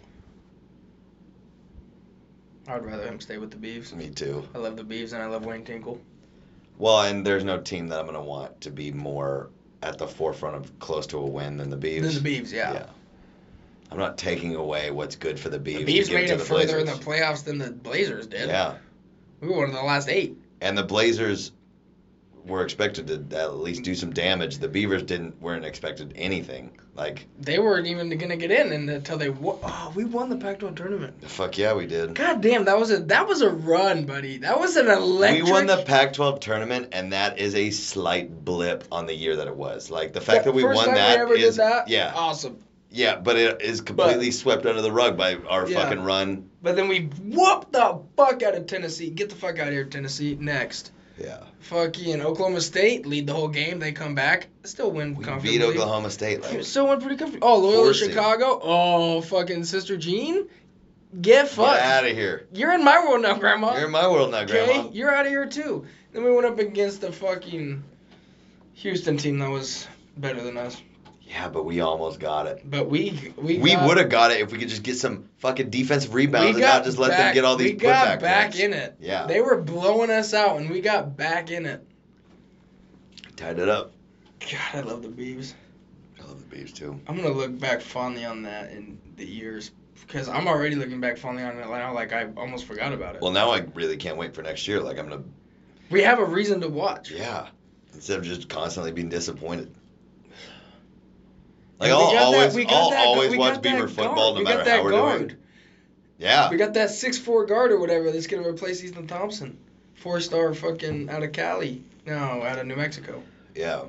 B: I'd rather him stay with the Beavs.
A: me too.
B: I love the Beavs and I love Wayne Tinkle.
A: Well, and there's no team that I'm gonna want to be more at the forefront of close to a win than the Beavs.
B: Then the Beavs, yeah.
A: I'm not taking away what's good for the Beavs.
B: The
A: to
B: Beavs
A: give
B: made
A: to
B: it
A: the
B: further in
A: Blazers.
B: the playoffs than the Blazers did.
A: Yeah,
B: We were one of the last eight.
A: and the Blazers were expected to at least do some damage. The Beavers didn't weren't expected anything. Like
B: They weren't even gonna get in and- until they. Wo- oh, we won the Pac-12 tournament.
A: fuck yeah, we did.
B: God damn, that was a that was a run, buddy. That was an electric.
A: We won the Pac-12 tournament, and that is a slight blip on the year that it was. Like the fact that we
B: first
A: won
B: time
A: that
B: we ever
A: is-
B: did that.
A: yeah,
B: awesome.
A: yeah, but it is completely swept under the rug by our
B: Yeah.
A: fucking run.
B: But then we whooped the fuck out of Tennessee. Get the fuck out of here, Tennessee. Next,
A: Yeah,
B: fucking Oklahoma State lead the whole game. They come back, still win
A: we
B: comfortably.
A: beat Oklahoma State. Like,
B: Still win pretty comfortably. Oh, Loyola
A: Forcing.
B: Chicago. Oh, fucking Sister Jean. Get fucked.
A: get out of here.
B: You're in my world now, Grandma.
A: You're in my world now,
B: Okay,
A: Grandma.
B: you're out of here too. Then we went up against the fucking Houston team that was better than us.
A: Yeah, but we almost got it.
B: But we we
A: We
B: got-
A: would have got it if we could just get some fucking defensive rebounds
B: we
A: and not
B: got
A: just let them
B: back-
A: get all these
B: We got
A: putback
B: back
A: points.
B: in it.
A: Yeah.
B: They were blowing us out, and we got back in it.
A: Tied it up.
B: God, I love the Beavs.
A: I love the Beavs too.
B: I'm gonna look back fondly on that in the years because I'm already looking back fondly on it now. Like I almost forgot about it.
A: Well, now I really can't wait for next year. Like I'm gonna,
B: we have a reason to watch.
A: yeah, instead of just constantly being disappointed.
B: And
A: Like I'll
B: we got
A: always,
B: that, we got
A: I'll
B: that, gu-
A: always
B: we
A: watch
B: got
A: Beaver
B: that
A: football
B: guard.
A: no
B: we
A: matter
B: got that
A: how we're
B: guard.
A: doing. Yeah,
B: We got that six four guard or whatever that's gonna replace Ethan Thompson, four star fucking out of Cali. No, out of New Mexico.
A: yeah.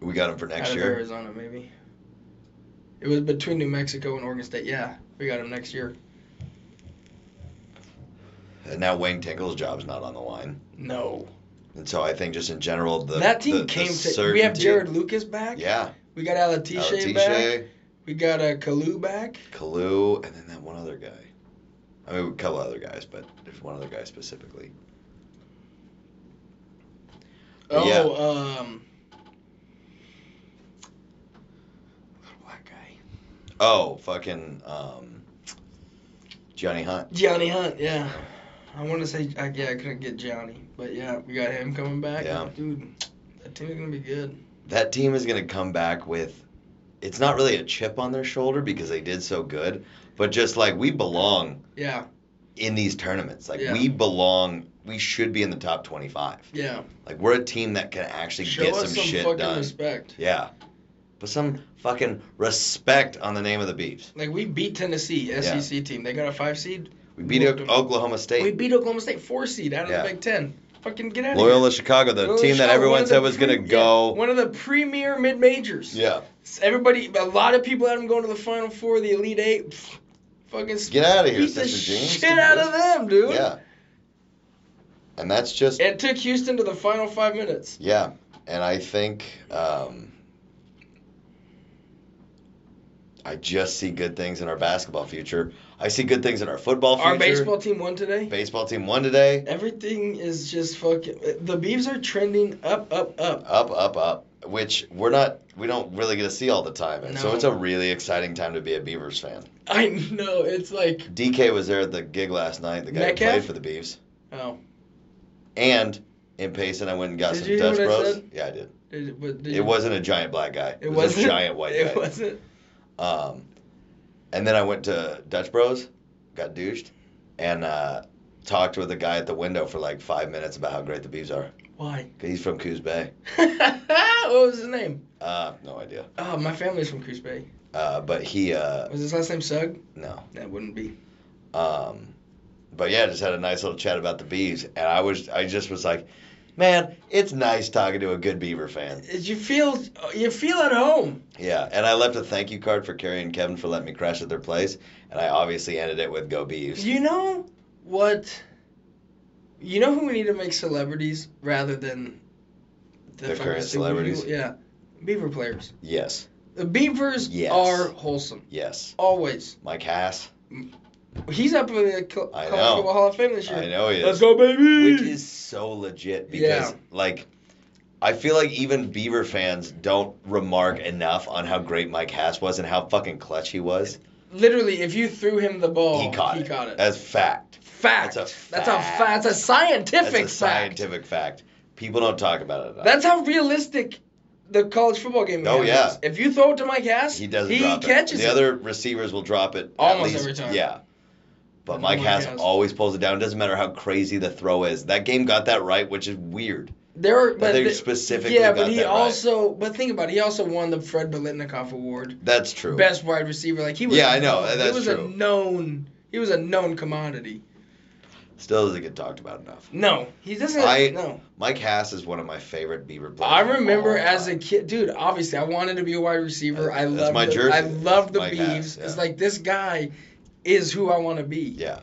A: We got him for
B: out
A: next
B: of
A: year.
B: Arizona maybe. It was between New Mexico and Oregon State. Yeah, we got him next year.
A: And now Wayne Tinkle's job's not on the line.
B: No.
A: And so I think just in general the
B: that team
A: the- the
B: came to. We have
A: certainty-
B: Jared Lucas back.
A: Yeah.
B: We got Alatiche back.
A: Alatiche,
B: We got uh, Kalu back.
A: Kalu, and then that one other guy. I mean a couple other guys, but there's one other guy specifically.
B: Oh,
A: Yeah.
B: um. little black guy.
A: Oh, fucking um Johnny Hunt.
B: Johnny Hunt, yeah. I want to say, I, yeah, I couldn't get Johnny, but yeah, we got him coming back.
A: Yeah.
B: Dude, that team's gonna be good.
A: that team is going to come back with it's not really a chip on their shoulder because they did so good but just like we belong
B: Yeah,
A: in these tournaments like
B: Yeah.
A: we belong we should be in the top 25
B: yeah.
A: like we're a team that can actually
B: Show
A: get
B: us
A: some,
B: some
A: shit
B: fucking
A: done
B: respect.
A: yeah but some fucking respect on the name of the beefs
B: Like we beat Tennessee, SEC team. They got a five seed.
A: we beat
B: Looked 'em.
A: oklahoma state
B: We beat Oklahoma State four seed out of
A: Yeah.
B: the Big Ten. Fucking get out of here.
A: loyola chicago the
B: Loyola
A: team that
B: Chicago, one
A: everyone
B: of the
A: said was going
B: pre-
A: to
B: yeah,
A: go
B: one of the premier mid majors.
A: yeah
B: Everybody, a lot of people had them going to the Final Four, the Elite Eight. Pfft, Fucking
A: get out of here
B: beat the
A: sister Jeans.
B: shit out of them, dude.
A: yeah and that's just
B: It took Houston to the final five minutes.
A: Yeah, and I think um, I just see good things in our basketball future. I see good things in our football future.
B: Our baseball team won today.
A: Baseball team won today.
B: Everything is just fucking. The Beavs are trending up, up, up.
A: Up, up, up. Which we're not, we don't really get to see all the time, and so
B: No.
A: it's a really exciting time to be a Beavers fan.
B: I know. It's like,
A: DK was there at the gig last night. The guy who
B: Metcalf?
A: played for the Beavs,
B: oh,
A: and in Payson, I went and got
B: Did
A: some
B: you hear
A: Dutch
B: what I
A: Bros.
B: said?
A: Yeah, I did.
B: did, it- but did
A: It
B: you-
A: wasn't a giant black guy. It,
B: It
A: was
B: wasn't
A: a giant white guy.
B: It wasn't.
A: Um, and then I went to Dutch Bros, got douched, and uh, talked with a guy at the window for like five minutes about how great the bees are.
B: Why?
A: 'Cause He's from Coos Bay.
B: what was his name?
A: Uh, no idea.
B: Oh, my family's from Coos Bay.
A: Uh, but he, uh,
B: Was his last name Sugg?
A: no.
B: That wouldn't be.
A: Um, but yeah, just had a nice little chat about the bees, and I was, I just was like, man, it's nice talking to a good Beaver fan.
B: You feel, you feel at home.
A: Yeah, and I left a thank you card for Carrie and Kevin for letting me crash at their place, and I obviously ended it with "Go Bees."
B: You know what? You know who we need to make celebrities rather than
A: The
B: fucking
A: current
B: stupid
A: celebrities?
B: people? Yeah, Beaver players.
A: Yes,
B: The Beavers
A: Yes.
B: are wholesome
A: yes.
B: always.
A: Mike Hass,
B: He's up in the Col-
A: I
B: College
A: know.
B: Football Hall of Fame this year.
A: I know he is.
B: Let's go, baby!
A: which is so legit because
B: Yeah.
A: like I feel like even Beaver fans don't remark enough on how great Mike Hass was and how fucking clutch he was.
B: Literally, if you threw him the ball,
A: he caught
B: Oh, he
A: it.
B: caught it.
A: That's fact.
B: fact.
A: That's a
B: That's a
A: fact.
B: fa- That's a scientific
A: That's a
B: fact.
A: scientific fact. People don't talk about it enough.
B: That's how realistic the college football game.
A: Oh,
B: is.
A: yeah.
B: If you throw it to Mike Hass,
A: he doesn't
B: He
A: drop
B: catches
A: it. The
B: it.
A: other receivers will drop it at
B: Almost
A: least-
B: every time.
A: Yeah. But
B: That's
A: Mike
B: Mike
A: Hass
B: Hass.
A: always pulls it down. It doesn't matter how crazy the throw is. That game got that right, which is weird.
B: there, are- but
A: they
B: the-
A: specifically
B: Yeah,
A: got
B: but he
A: that right.
B: also. But think about it. He also won the Fred Belitnikoff Award,
A: That's true.
B: best wide receiver. Like he was.
A: Yeah, I know,
B: known-
A: that's
B: he was
A: true.
B: a known. He was a known commodity.
A: Still doesn't get talked about enough.
B: No, he doesn't.
A: I-
B: no.
A: Mike Hass is one of my favorite Beaver players.
B: I
A: of all
B: remember as
A: time.
B: a kid, dude. Obviously, I wanted to be a wide receiver. I
A: That's
B: love.
A: my
B: the,
A: jersey.
B: I love the
A: Mike
B: Beavs.
A: Hass, yeah.
B: It's like this guy is who I want to be.
A: Yeah.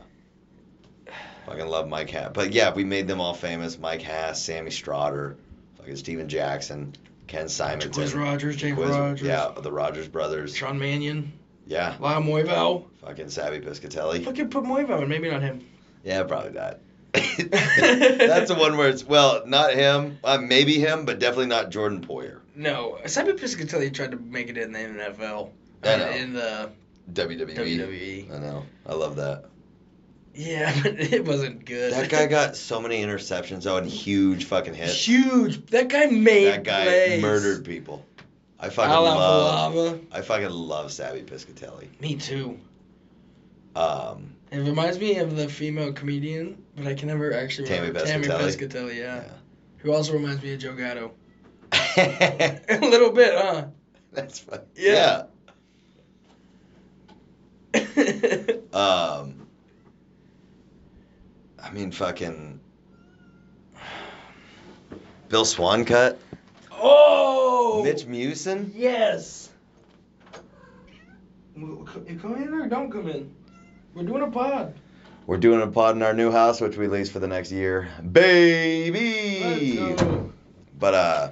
A: Fucking love Mike Hass. But yeah, we made them all famous. Mike Hass, Sammy Strotter, fucking Steven Jackson, Ken Simonton.
B: Quiz Rogers, Jake
A: Quiz-
B: Rogers,
A: Yeah, the Rogers brothers.
B: Sean Mannion,
A: Yeah.
B: Lyle Moivo.
A: Fucking Savvy Piscatelli.
B: Fucking put Moivo in, maybe not him.
A: Yeah, probably not. That's the one where it's, well, not him. Uh, maybe him, but definitely not Jordan Poyer.
B: No, Sammy Piscatelli tried to make it in the NFL.
A: I know.
B: Uh, In the
A: WWE.
B: WWE.
A: I know. I love that.
B: Yeah, but it wasn't good.
A: That guy got so many interceptions, though, and huge fucking hits.
B: huge. That guy made
A: that guy
B: plays.
A: murdered people. I fucking
B: Al
A: love.
B: Alava.
A: I fucking love Savvy Piscatelli.
B: Me too.
A: Um,
B: It reminds me of the female comedian, but I can never actually
A: Tammy
B: remember. Tammy
A: Pescatelli?
B: Pescatelli, yeah.
A: Yeah.
B: Who also reminds me of Joe Gatto. a
A: that's
B: little bit, huh?
A: fun. Yeah.
B: Yeah.
A: Um, I mean, fucking Bill Swancut,
B: oh!
A: Mitch Musin.
B: Yes. Well, c- Come in or don't come in. We're doing a pod.
A: We're doing a pod in our new house, which we lease for the next year, baby.
B: Let's go.
A: But uh,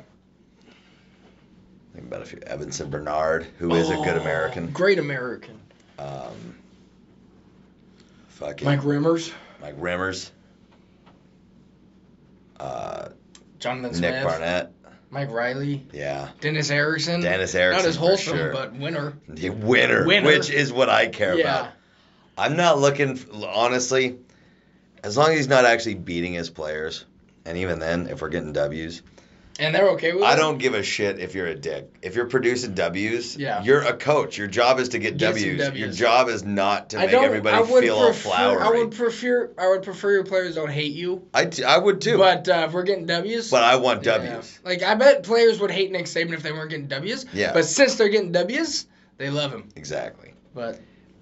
A: think about a few. Evanson Bernard, who is a good
B: Oh,
A: American.
B: Great American.
A: Um, fucking
B: Mike Rimmers.
A: Mike Rimmers. Uh,
B: Jonathan Smith.
A: Nick Barnett.
B: Mike Riley.
A: Yeah.
B: Dennis Erickson.
A: Dennis Erickson.
B: Not as
A: for
B: wholesome,
A: sure.
B: but winner.
A: The winner,
B: Winner.
A: which is what I care about. I'm not looking, f- honestly, as long as he's not actually beating his players, and even then, if we're getting W's,
B: and they're okay with it.
A: I don't give a shit if you're a dick. If you're producing W's,
B: Yeah.
A: you're a coach. Your job is to get,
B: Get some
A: W's. Your
B: Ws.
A: job is not to
B: I
A: make
B: don't-
A: everybody
B: I would
A: feel all
B: prefer-
A: flowery.
B: I would prefer. I would prefer your players don't hate you.
A: I, t- I would too, but,
B: But uh, if we're getting W's,
A: I want
B: yeah.
A: W's.
B: Like I bet players would hate Nick Saban if they weren't getting W's.
A: Yeah.
B: But since they're getting W's, they love him.
A: Exactly.
B: But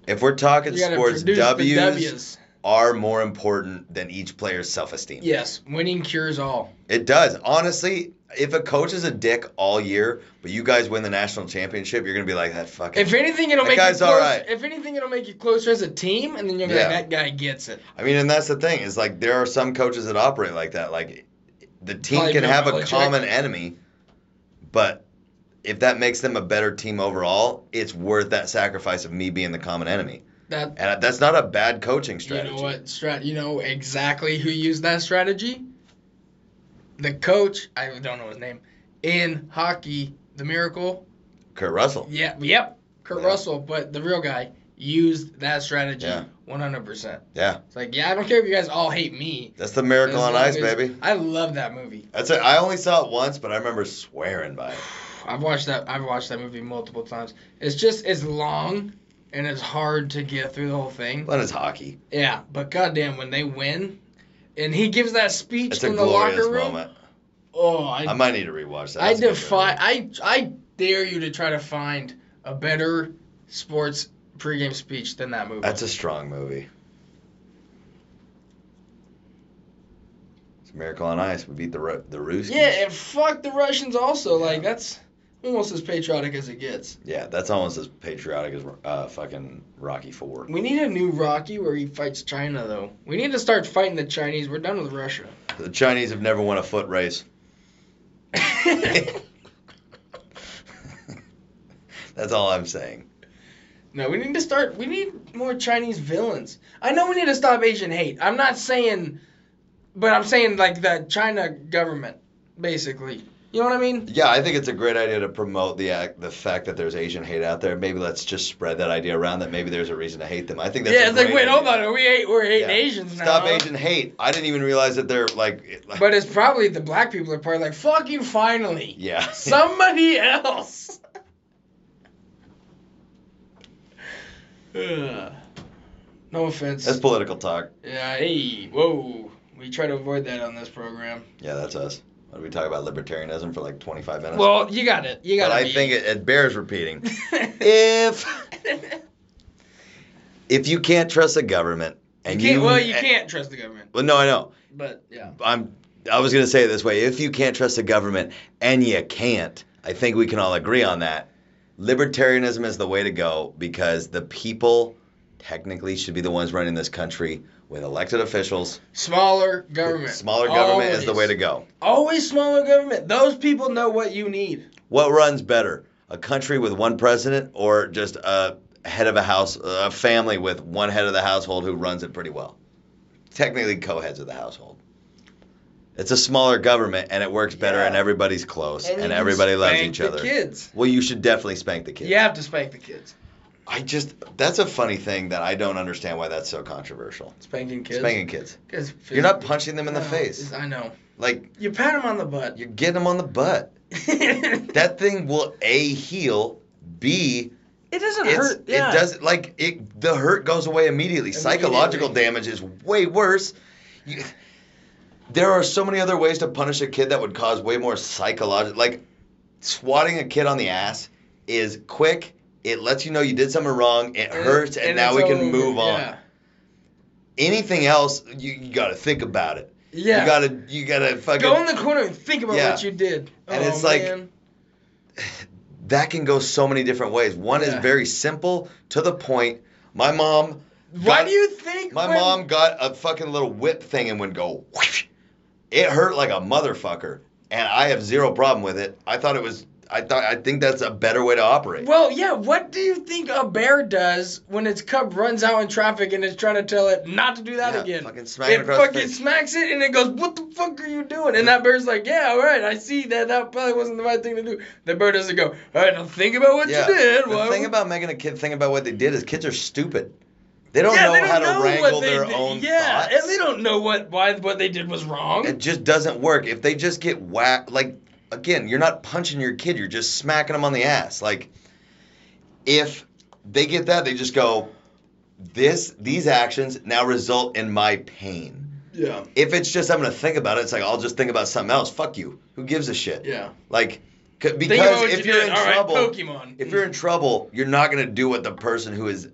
A: If we're talking
B: you gotta
A: sports,
B: produce
A: W's,
B: the W's.
A: are more important than each player's self esteem.
B: Yes, winning cures all.
A: It does. Honestly, if a coach is a dick all year, but you guys win the national championship, you're going to be like, that fucking.
B: If anything, it'll
A: That
B: make
A: guy's
B: you
A: all
B: close,
A: right.
B: If anything, it'll make you closer as a team, and then you'll be
A: Yeah.
B: like, that guy gets it.
A: I mean, and that's the thing is like there are some coaches that operate like that. Like the team
B: Probably
A: can
B: Bill
A: have a
B: Belichick.
A: common enemy, but if that makes them a better team overall, it's worth that sacrifice of me being the common enemy.
B: That
A: And that's not a bad coaching strategy.
B: you know what strat? You know exactly who used that strategy. The coach, I don't know his name, in hockey, the miracle.
A: Kurt Russell.
B: Yeah, yep, Kurt
A: Yeah.
B: Russell, but the real guy used that strategy
A: Yeah.
B: 100%.
A: Yeah.
B: It's like, yeah, I don't care if you guys all hate me.
A: That's the miracle
B: As
A: on
B: long
A: ice,
B: as-
A: baby.
B: I love that movie.
A: That's it. I only saw it once, but I remember swearing by it.
B: I've watched that. I've watched that movie multiple times. It's just it's long, and it's hard to get through the whole thing.
A: But it's hockey.
B: Yeah, but goddamn, when they win, and he gives that speech
A: It's a
B: in the locker
A: glorious
B: room.
A: moment.
B: Oh, I
A: I might need to rewatch that.
B: I
A: That's a good
B: defy. I I dare you to try to find a better sports pregame speech than that movie.
A: That's a strong movie. It's a Miracle on Ice. We beat the Ru- the Ruskies.
B: yeah, and fuck the Russians also. Like that's almost as patriotic as it gets.
A: Yeah, that's almost as patriotic as uh, fucking Rocky Four.
B: We need a new Rocky where he fights China though. We need to start fighting the Chinese. We're done with Russia.
A: The Chinese have never won a foot race. That's all I'm saying.
B: No, we need to start. We need more Chinese villains. I know we need to stop Asian hate. I'm not saying, but I'm saying like the China government, basically. You know what I mean?
A: Yeah, I think it's a great idea to promote the act, the fact that there's Asian hate out there. Maybe let's just spread that idea around that maybe there's a reason to hate them. I think that's
B: yeah,
A: a
B: it's like
A: great
B: wait, hold
A: idea.
B: on, are we hate, we're hating
A: Yeah.
B: Asians now.
A: Stop Asian hate. I didn't even realize that they're like. it- like-
B: But it's probably the black people are probably like, fuck you, finally,
A: yeah.
B: somebody else. Ugh. no offense.
A: That's political talk.
B: yeah, hey, whoa. We try to avoid that on this program.
A: Yeah, that's us. What did we talk about libertarianism for like 25 minutes?
B: Well, you got it. You got
A: but
B: it.
A: I think it, it bears repeating.
B: it.
A: if if you can't trust the government
B: you
A: and
B: can't. well, you
A: eh,
B: can't trust the government,
A: Well, no, I know.
B: but yeah.
A: I'm. I was gonna say it this way. If you can't trust the government and you can't, I think we can all agree on that. Libertarianism is the way to go because the people technically should be the ones running this country with elected officials.
B: Smaller government.
A: Smaller government is the way
B: Always.
A: to go.
B: Always smaller government. Those people know what you need.
A: What runs better, a country with one president or just a head of a house, a family with one head of the household who runs it pretty well? Technically, co-heads of the household. It's a smaller government and it works better
B: Yeah.
A: and everybody's close and,
B: you can
A: everybody loves
B: spank
A: each
B: the
A: other.
B: Kids.
A: Well, you should definitely spank the kids.
B: You have to spank the kids.
A: I just that's a funny thing that I don't understand why that's so controversial.
B: Spanking kids.
A: Spanking kids.
B: Because
A: You're not punching them in the
B: No,
A: face.
B: I know.
A: Like
B: You pat them on the butt.
A: you're getting them on the butt. That thing will a heal, b
B: it doesn't
A: It's-
B: hurt. Yeah.
A: It doesn't like it. The hurt goes away immediately. Psychological damage is way worse. You- there are so many other ways to punish a kid that would cause way more psychological. Like swatting a kid on the ass is quick. It lets you know you did something wrong. It hurts, and, now
B: it's
A: we can
B: over.
A: move on.
B: Yeah.
A: Anything else, you, you got to think about it.
B: yeah.
A: You gotta, you gotta fucking.
B: Go in the corner and think about
A: Yeah.
B: what you did.
A: And
B: oh,
A: it's like-
B: man.
A: that can go so many different ways. One is
B: Yeah.
A: very simple to the point. My mom
B: why
A: got-
B: do you think
A: My
B: when-
A: mom got a fucking little whip thing and would go. whoosh. It hurt like a motherfucker, and I have zero problem with it. I thought it was. I thought. I think that's a better way to operate.
B: Well, yeah. What do you think a bear does when its cub runs out in traffic and it's trying to tell it not to do that
A: Yeah,
B: again?
A: fucking smack it
B: it
A: across the
B: fucking
A: face.
B: smacks it and it goes, "What the fuck are you doing?" And that bear's like, "Yeah, all right. I see that. That probably wasn't the right thing to do." The bear doesn't go, "All right, now think about what
A: Yeah.
B: you did."
A: The
B: Why
A: thing
B: would-"
A: about making a kid think about what they did is kids are stupid. They don't
B: Yeah,
A: know
B: they don't
A: how to
B: know what
A: wrangle
B: they
A: their
B: did.
A: own
B: yeah,
A: thoughts.
B: and they don't know what why what they did was wrong.
A: It just doesn't work. If they just get whacked, like, again, you're not punching your kid, you're just smacking them on the ass. Like, if they get that, they just go, this, these actions now result in my pain.
B: yeah,
A: If it's just, I'm going to think about it, it's like, I'll just think about something else. Fuck you. Who gives a shit?
B: yeah.
A: Like, c-
B: Think about
A: because
B: what
A: if
B: you
A: you are
B: did.
A: in
B: All right,
A: trouble,
B: Pokemon.
A: if you're in trouble, you're not going to do what the person who is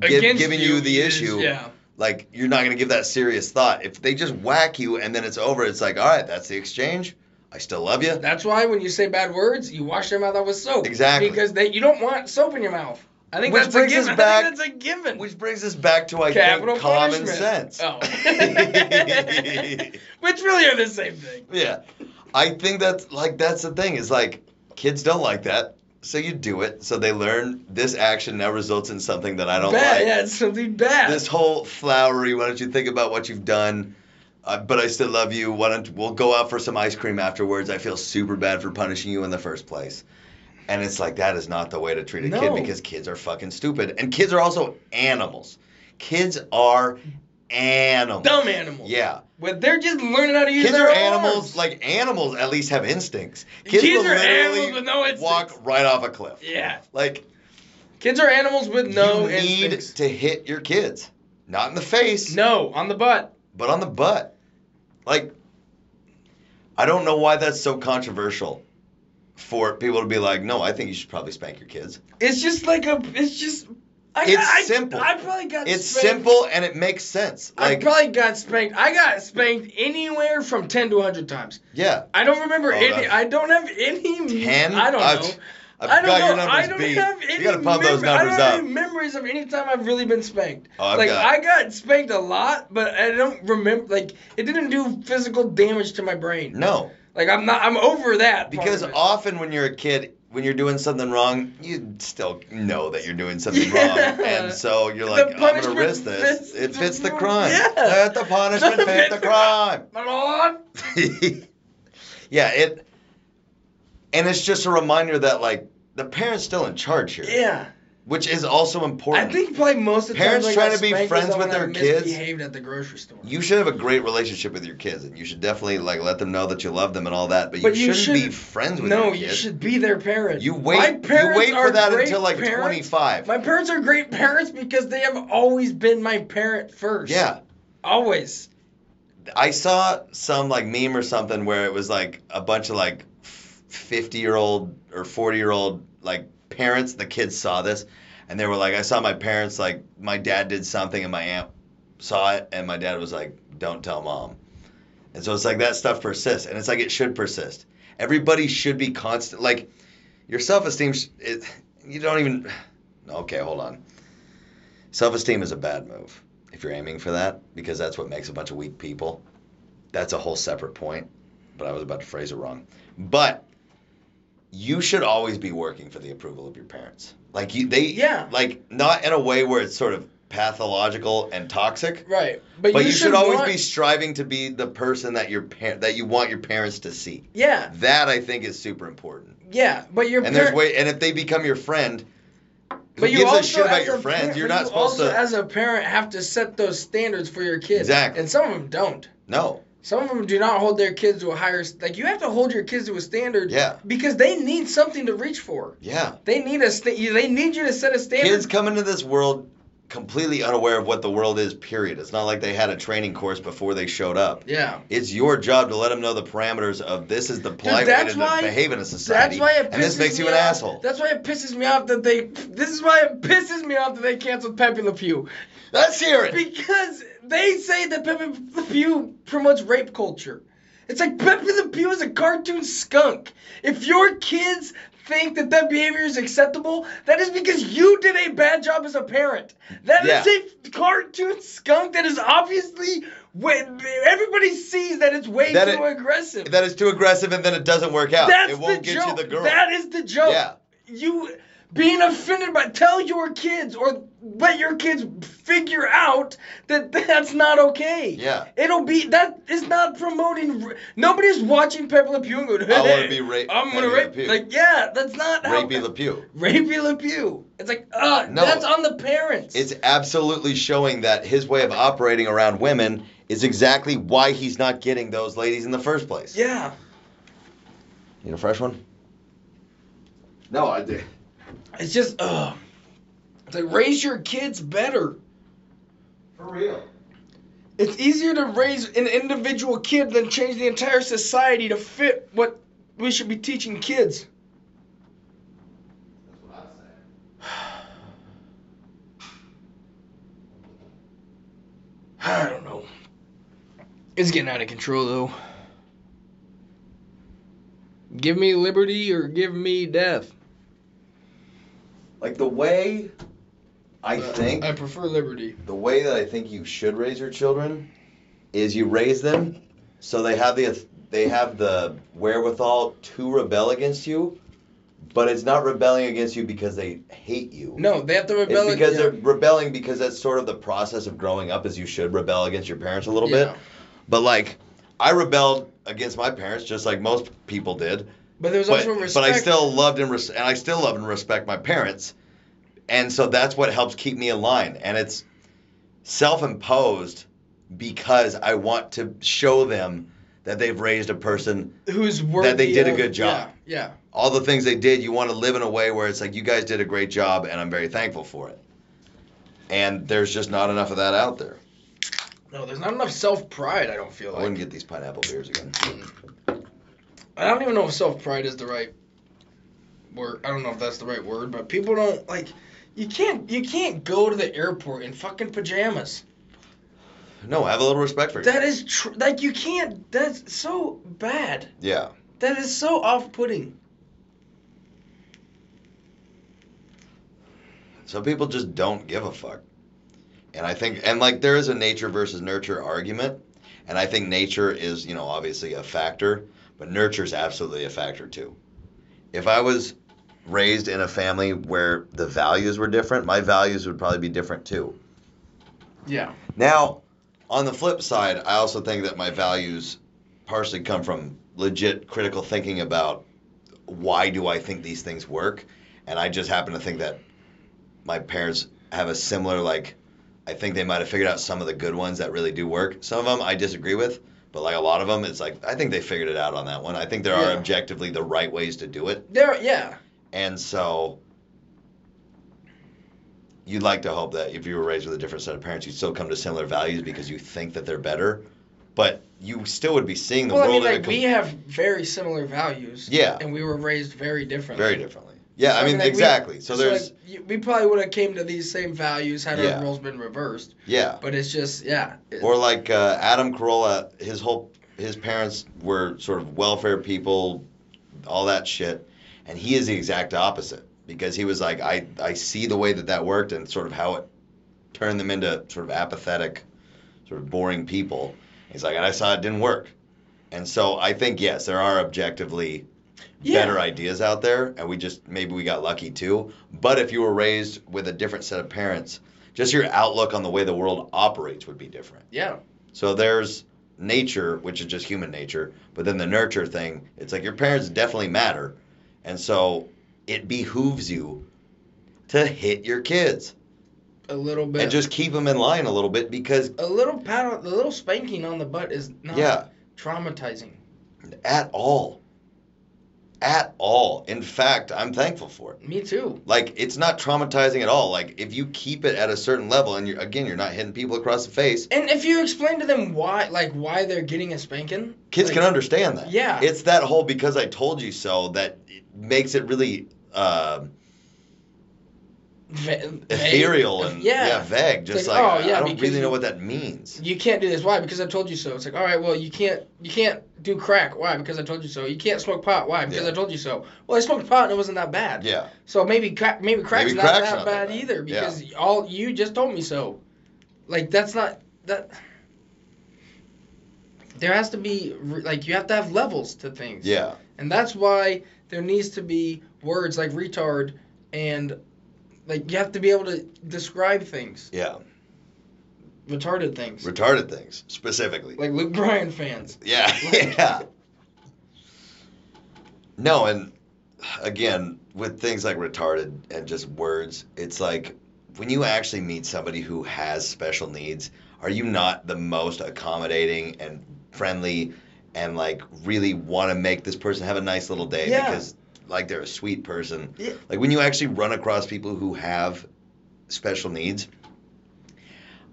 A: give,
B: Against
A: giving you, the
B: is-
A: issue
B: yeah,
A: like you're not going to give that serious thought if they just whack you and then it's over it's like all right that's the exchange i still love you
B: that's why when you say bad words, you wash your mouth out with soap.
A: Exactly.
B: Because they, you don't want soap in your mouth. I think
A: Which
B: that's a
A: brings us
B: given.
A: back-
B: I think that's a given.
A: which brings us back to i
B: Capital
A: think common
B: punishment.
A: sense
B: Oh. Which really are the same thing.
A: yeah i think that's like that's the thing is like kids don't like that so you do it so they learn this action now results in something that i don't
B: bad,
A: like
B: yeah, it's something bad.
A: this whole flowery why don't you think about what you've done uh, but i still love you why don't we'll go out for some ice cream afterwards i feel super bad for punishing you in the first place and it's like that is not the way to treat a
B: No.
A: kid because kids are fucking stupid and kids are also animals kids are animals
B: Dumb animals.
A: yeah
B: But they're just learning how to use
A: kids
B: their
A: are
B: own
A: animals
B: arms.
A: like animals at least have instincts
B: Kids
A: will
B: are animals
A: literally
B: with no
A: walk
B: instincts.
A: right off a cliff
B: Yeah.
A: like
B: Kids are animals with no
A: you need
B: instincts.
A: to hit your kids not in the face
B: No, on the butt.
A: but on the butt. Like, I don't know why that's so controversial for people to be like, no, I think you should probably spank your kids.
B: It's just like a. It's just. I,
A: It's
B: I,
A: simple.
B: I, probably got.
A: It's
B: spanked.
A: simple and it makes sense.
B: I
A: Like,
B: probably got spanked. I got spanked anywhere from ten to hundred times.
A: yeah,
B: I don't remember
A: Oh,
B: any.
A: that's-
B: I don't have any.
A: 10?
B: I don't
A: I've-
B: know.
A: I've
B: I do
A: got
B: not know.
A: your
B: I
A: numbers
B: don't
A: beat.
B: have any.
A: you gotta pump those
B: mem-
A: numbers
B: I don't have
A: up.
B: any memories of any time I've really been spanked.
A: Oh, I've
B: like
A: got-
B: I got spanked a lot, but I don't remember. Like it didn't do physical damage to my brain.
A: No,
B: Like I'm not. I'm over that. part
A: because
B: of it.
A: often when you're a kid, when you're doing something wrong, you still know that you're doing something
B: Yeah.
A: wrong, and so you're
B: The
A: like, "I'm gonna
B: punishment
A: risk this.
B: fits
A: it
B: the
A: fits the
B: crime.
A: crime.
B: Yeah.
A: Let the punishment
B: Doesn't
A: fit
B: fit
A: the
B: the
A: crime."
B: my lord.
A: yeah, it and it's just a reminder that like the parents still in charge here,
B: Yeah.
A: which is also important.
B: I think probably most of the
A: Parents
B: times I
A: trying
B: got
A: to be
B: spanked
A: friends
B: was
A: with
B: when I
A: their kids.
B: Misbehaved at the grocery store.
A: you should have a great relationship with your kids, and you should definitely like let them know that you love them and all that. But you,
B: But you
A: shouldn't be
B: shouldn't-
A: friends with
B: no,
A: your
B: you
A: kids.
B: should be their parent.
A: You
B: My
A: wait. You
B: parents
A: wait for
B: are
A: that
B: great
A: until like
B: parents.
A: 25.
B: My parents are great parents because they have always been my parent first.
A: yeah,
B: Always.
A: I saw some like meme or something where it was like a bunch of like 50 year old or 40 year old like parents. The kids saw this, and they were like, "I saw my parents like my dad did something, and my aunt saw it, and my dad was like, "Don't tell mom." And so it's like that stuff persists, and it's like it should persist. Everybody should be constant. Like your self esteem, it you don't even. Okay, hold on. Self esteem is a bad move if you're aiming for that because that's what makes a bunch of weak people. That's a whole separate point, but I was about to phrase it wrong. But you should always be working for the approval of your parents. Like you, they,
B: Yeah.
A: like not in a way where it's sort of pathological and toxic,
B: Right.
A: but,
B: But,
A: you, should, always
B: want-
A: be striving to be the person that your par- that you want your parents to see.
B: Yeah.
A: That I think is super important.
B: Yeah. But your
A: And
B: parent.
A: there's way, and if they become your friend, who
B: But you
A: gives
B: also,
A: a shit about
B: as
A: your
B: a
A: friends?
B: parent-
A: You're
B: but
A: not
B: you
A: supposed
B: also,
A: to-
B: As a parent, have to set those standards for your kids.
A: Exactly.
B: And some of them don't.
A: no,
B: Some of them do not hold their kids to a higher like you have to hold your kids to a standard.
A: Yeah.
B: Because they need something to reach for.
A: yeah.
B: They need a sta- you- they need you to set a standard.
A: Kids come into this world completely unaware of what the world is. Period. It's not like they had a training course before they showed up.
B: yeah.
A: It's your job to let them know the parameters of this is the polite way
B: that's
A: to
B: why-
A: behave in a
B: That's
A: society,
B: why it pisses
A: and this makes
B: me
A: you an
B: off.
A: asshole.
B: That's why it pisses me off that they. This is why it pisses me off that they canceled Pepe Le Pew
A: Let's hear it.
B: because they say that Pepe Le Pew promotes rape culture. It's like Pepe Le Pew is a cartoon skunk. If your kids think that that behavior is acceptable, that is because you did a bad job as a parent. That is a cartoon skunk that is obviously way, everybody sees that it's way
A: That
B: too
A: it-
B: aggressive.
A: That is too aggressive, and then it doesn't work out.
B: That's
A: it won't
B: the
A: get
B: joke.
A: you the girl.
B: That is the joke.
A: Yeah.
B: You being offended by tell your kids or let your kids figure out that that's not okay.
A: Yeah.
B: It'll be that is not promoting. r- Nobody's watching Pepe Le Pew and going,
A: I wanna
B: "Hey,
A: be ra-
B: I'm gonna
A: Pepe Le
B: rape.
A: Pew."
B: Like yeah, that's not how.
A: Rapey Le Pew.
B: Rapey Le Pew. It's like, uh,
A: No.
B: that's on the parents.
A: It's absolutely showing that his way of operating around women is exactly why he's not getting those ladies in the first place.
B: yeah.
A: You know, fresh one? No, I did.
B: It's just, uh, it's like raise your kids better.
A: For real.
B: It's easier to raise an individual kid than change the entire society to fit what we should be teaching kids.
A: That's what I say.
B: I don't know. It's getting out of control though. Give me liberty or give me death.
A: Like the way I think
B: Uh, I prefer liberty.
A: the way that I think you should raise your children is you raise them so they have the they have the wherewithal to rebel against you, but it's not rebelling against you because they hate you.
B: No, they have to rebel
A: it's because
B: yeah.
A: they're rebelling because that's sort of the process of growing up is you should rebel against your parents a little
B: Yeah.
A: bit. But like I rebelled against my parents just like most people did.
B: But there's
A: But,
B: also respect.
A: but I still loved and res- and I still love and respect my parents. And so that's what helps keep me in line and it's self-imposed because I want to show them that they've raised a person
B: who's worthy
A: did a
B: of-
A: good job.
B: Yeah,
A: all the things they did, you want to live in a way where it's like you guys did a great job and I'm very thankful for it. And there's just not enough of that out there.
B: yeah. No, there's not enough self pride. I don't feel
A: I
B: like.
A: wouldn't get these pineapple beers again.
B: I don't even know if self pride is the right word. I don't know if that's the right word, but people don't like. You can't you can't go to the airport in fucking pajamas.
A: No, have a little respect for you.
B: That is tr- like you can't. That's so bad.
A: Yeah.
B: That is so off putting.
A: Some people just don't give a fuck. And I think, and like there is a nature versus nurture argument. And I think nature is, you know, obviously a factor, but nurture is absolutely a factor too. If I was raised in a family where the values were different, my values would probably be different too.
B: Yeah.
A: Now, on the flip side, I also think that my values partially come from legit critical thinking about why do I think these things work, and I just happen to think that my parents have a similar like. I think they might have figured out some of the good ones that really do work. Some of them I disagree with, but like a lot of them, it's like I think they figured it out on that one. I think there are
B: Yeah.
A: objectively the right ways to do it,
B: There. Yeah.
A: and so you'd like to hope that if you were raised with a different set of parents, you'd still come to similar values because you think that they're better, but you still would be seeing the
B: Well, I mean,
A: world
B: like
A: in a
B: we have very similar values.
A: Yeah.
B: And we were raised very
A: com-
B: differently.
A: very differently. Yeah, I,
B: So,
A: mean,
B: like, we-
A: exactly. so there's
B: like, you- we probably would have came to these same values had
A: Yeah.
B: our roles been reversed.
A: yeah,
B: But it's just yeah. it-
A: or like uh, Adam Carolla, his whole his parents were sort of welfare people, all that shit, and he is the exact opposite because he was like I I see the way that that worked and sort of how it turned them into sort of apathetic, sort of boring people. He's like, and I saw it didn't work. And so I think yes, there are objectively
B: yeah.
A: better ideas out there, and we just maybe we got lucky too. But if you were raised with a different set of parents, just your outlook on the way the world operates would be different.
B: Yeah.
A: So there's nature, which is just human nature, but then the nurture thing, it's like your parents definitely matter. And so it behooves you to hit your kids
B: A little bit.
A: and just keep them in line a little bit because,
B: a little pat, on- a little spanking on the butt is not
A: yeah,
B: traumatizing.
A: at all. At all. In fact, I'm thankful for it.
B: Me too.
A: Like, it's not traumatizing at all. Like, if you keep it at a certain level and you're, again, you're not hitting people across the face,
B: And if you explain to them why, like why they're getting a spanking,
A: kids
B: like,
A: can understand that.
B: Yeah.
A: It's that whole because I told you so that it makes it really. Um,
B: va-
A: ethereal
B: vague.
A: and yeah,
B: yeah.
A: vague.
B: It's
A: Just
B: like,
A: like,
B: oh,
A: I-
B: yeah,
A: I don't
B: because
A: really know
B: you-
A: what that means.
B: You can't do this. Why? Because I told you so. It's like, all right, well, you can't, you can't do crack. Why? Because I told you so. You can't smoke pot. Why? Because
A: Yeah.
B: I told you so. Well, I smoked pot and it wasn't that bad.
A: Yeah,
B: So maybe crack, maybe crack's
A: Maybe
B: not
A: crack's
B: that
A: not that
B: bad,
A: bad.
B: either
A: Yeah.
B: because all you just told me so. Like that's not that. There has to be re- like you have to have levels to things.
A: yeah,
B: And that's why there needs to be words like retard and like you have to be able to describe things,
A: yeah.
B: retarded things.
A: Retarded things specifically.
B: like Luke Bryan fans.
A: yeah,
B: Like-
A: yeah. No, and again, with things like retarded and just words, it's like when you actually meet somebody who has special needs, are you not the most accommodating and friendly and like really want to make this person have a nice little day
B: Yeah.
A: because like they're a sweet person?
B: Yeah.
A: Like when you actually run across people who have special needs,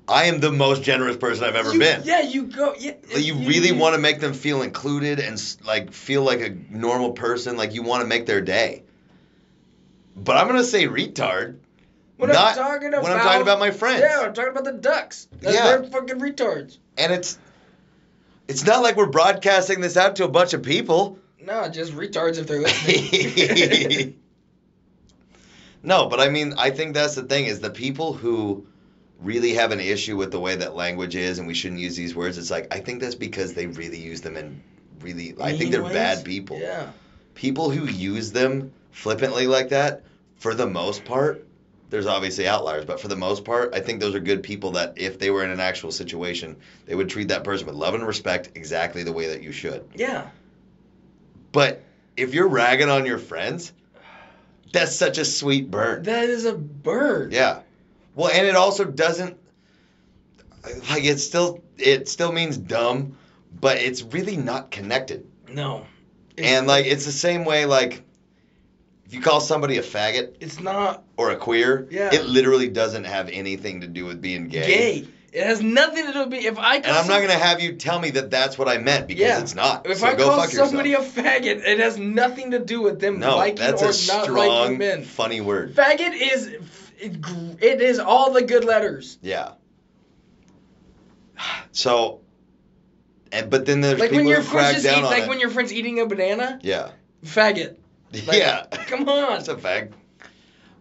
A: I am the most generous person I've ever
B: You-
A: been.
B: Yeah, you go. Yeah,
A: Like, you really want to make them feel included and s- like feel like a normal person. Like you want to make their day. But I'm gonna say retard.
B: When
A: not-
B: I'm talking about
A: when I'm talking about my friends.
B: Yeah, I'm talking about the ducks. They're,
A: Yeah.
B: they're fucking retards.
A: And it's it's not like we're broadcasting this out to a bunch of people.
B: No, just retards if they're listening.
A: no, but I mean, I think that's the thing is the people who really have an issue with the way that language is and we shouldn't use these words. It's like I think that's because they really use them and really I think they're
B: Mean ways?
A: bad people.
B: yeah.
A: people who use them flippantly like that, for the most part, there's obviously outliers, but for the most part, I think those are good people that if they were in an actual situation, they would treat that person with love and respect exactly the way that you should.
B: Yeah.
A: But if you're ragging on your friends, that's such a sweet burn.
B: That is a bird.
A: Yeah. Well, and it also doesn't like it's still it still means dumb, but it's really not connected.
B: No. It's,
A: And like it's the same way like if you call somebody a faggot
B: it's not
A: or a queer,
B: Yeah.
A: it literally doesn't have anything to do with being gay.
B: gay. It has nothing to do with me. If I
A: And I'm not gonna have you tell me that that's what I meant because
B: Yeah.
A: it's not.
B: If
A: so
B: I
A: go
B: call
A: fuck
B: somebody
A: yourself.
B: a faggot, it has nothing to do with them
A: no,
B: liking
A: that's
B: or
A: a
B: not liking
A: strong,
B: men.
A: funny word.
B: Faggot is it, gr- it is all the good letters.
A: Yeah. So, and but then there's
B: Like
A: people
B: when your
A: who
B: friends
A: crack
B: just
A: down
B: eat,
A: on
B: like
A: it.
B: when your friends eating a banana,
A: yeah,
B: faggot. Like,
A: yeah.
B: Come on.
A: That's a fact.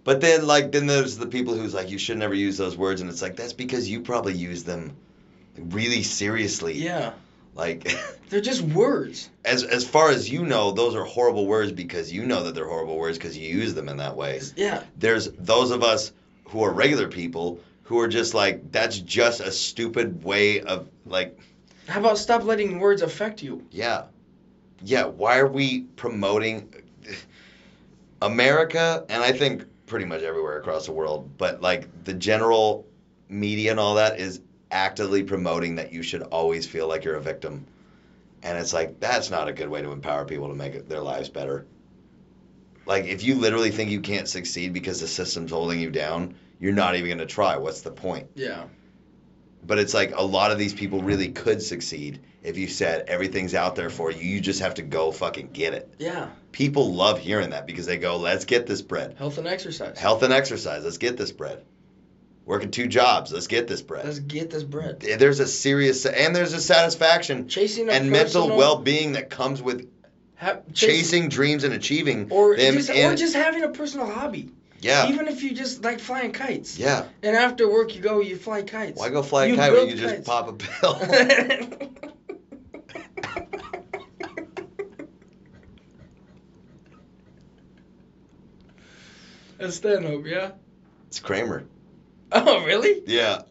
A: But then, like, then there's the people who's like, you should never use those words, and it's like that's because you probably use them really seriously.
B: Yeah.
A: Like,
B: They're just words.
A: as as far as you know, those are horrible words because you know that they're horrible words because you use them in that way.
B: Yeah.
A: There's those of us who are regular people who are just like, that's just a stupid way of like,
B: How about stop letting words affect you?
A: yeah, yeah. Why are we promoting America? And I think pretty much everywhere across the world, but like the general media and all that is actively promoting that you should always feel like you're a victim. And it's like that's not a good way to empower people to make it, their lives better. Like if you literally think you can't succeed because the system's holding you down, you're not even going to try. What's the point?
B: Yeah.
A: But it's like a lot of these people really could succeed if you said everything's out there for you. You just have to go fucking get it.
B: Yeah.
A: People love hearing that because they go, "Let's get this bread.
B: Health and exercise.
A: Health and exercise. Let's get this bread. Working two jobs. Let's get this bread."
B: Let's get this bread.
A: there's a serious and there's a satisfaction
B: Chasing a
A: and
B: personal,
A: mental well-being that comes with
B: ha- chasing
A: chasing dreams and achieving
B: or
A: them
B: just,
A: in-
B: or just having a personal hobby.
A: yeah
B: Even if you just like flying kites.
A: yeah
B: And after work you go you fly kites.
A: why go fly a
B: You
A: kite when
B: build
A: you just
B: kites.
A: pop a pill
B: That's Stanhope, yeah.
A: it's kramer
B: Oh really?
A: yeah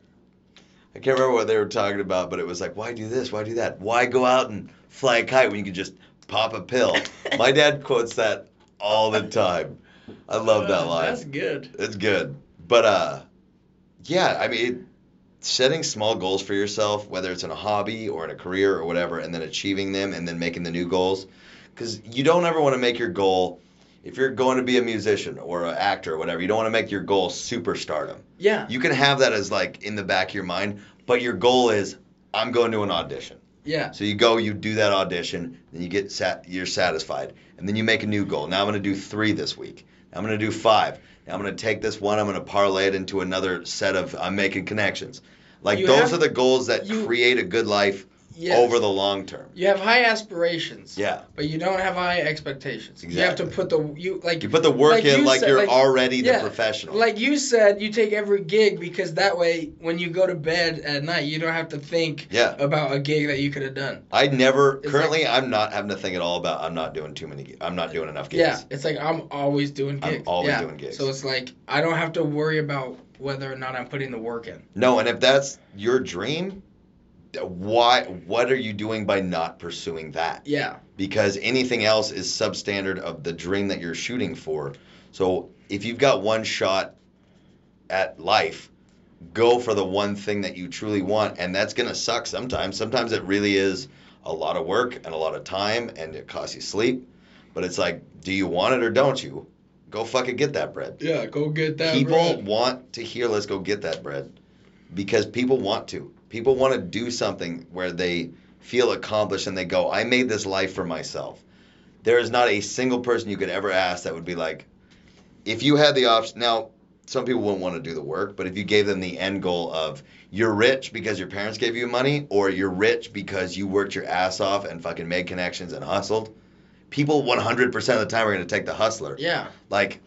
A: i can't remember what they were talking about but it was like why do this why do that why go out and fly a kite when you can just pop a pill my dad quotes that all the time i love that
B: Uh,
A: line
B: That's good.
A: It's good. But uh yeah, I mean it, setting small goals for yourself, whether it's in a hobby or in a career or whatever, and then achieving them and then making the new goals cuz you don't ever want to make your goal if you're going to be a musician or an actor or whatever, you don't want to make your goal superstardom.
B: Yeah.
A: You can have that as like in the back of your mind, but your goal is I'm going to an audition.
B: Yeah.
A: So you go, you do that audition, then you get sat, you're satisfied, and then you make a new goal. Now I'm going to do three this week. Now I'm going to do five. Now I'm going to take this one. I'm going to parlay it into another set of I'm making connections. Like
B: You
A: those
B: have-
A: are the goals that
B: you-
A: create a good life
B: Yes.
A: over the long term.
B: You have high aspirations.
A: Yeah.
B: But you don't have high expectations. You have to put the you like
A: You put the work
B: Like
A: in
B: you
A: like
B: said-
A: you're
B: like-
A: already the
B: yeah,
A: professional.
B: like you said, you take every gig because that way when you go to bed at night you don't have to think
A: Yeah.
B: about a gig that you could have done.
A: I never
B: It's
A: currently I'm not having to think at all about I'm not doing too many gi- I'm not doing enough gigs.
B: Yeah. It's like I'm always doing
A: I'm
B: gigs.
A: always
B: Yeah.
A: doing gigs.
B: So it's like I don't have to worry about whether or not I'm putting the work in.
A: No, and if that's your dream, why what are you doing by not pursuing that?
B: Yeah.
A: because anything else is substandard of the dream that you're shooting for. So if you've got one shot at life, go for the one thing that you truly want, and that's gonna suck sometimes. Sometimes it really is a lot of work and a lot of time, and it costs you sleep. But it's like, do you want it or don't you? Go fucking get that bread.
B: Yeah, go get that.
A: people
B: bread.
A: want to hear let's go get that bread because people want to people want to do something where they feel accomplished and they go i made this life for myself there is not a single person you could ever ask that would be like if you had the option now some people wouldn't want to do the work but if you gave them the end goal of you're rich because your parents gave you money or you're rich because you worked your ass off and fucking made connections and hustled people 100% of the time are going to take the hustler
B: Yeah,
A: like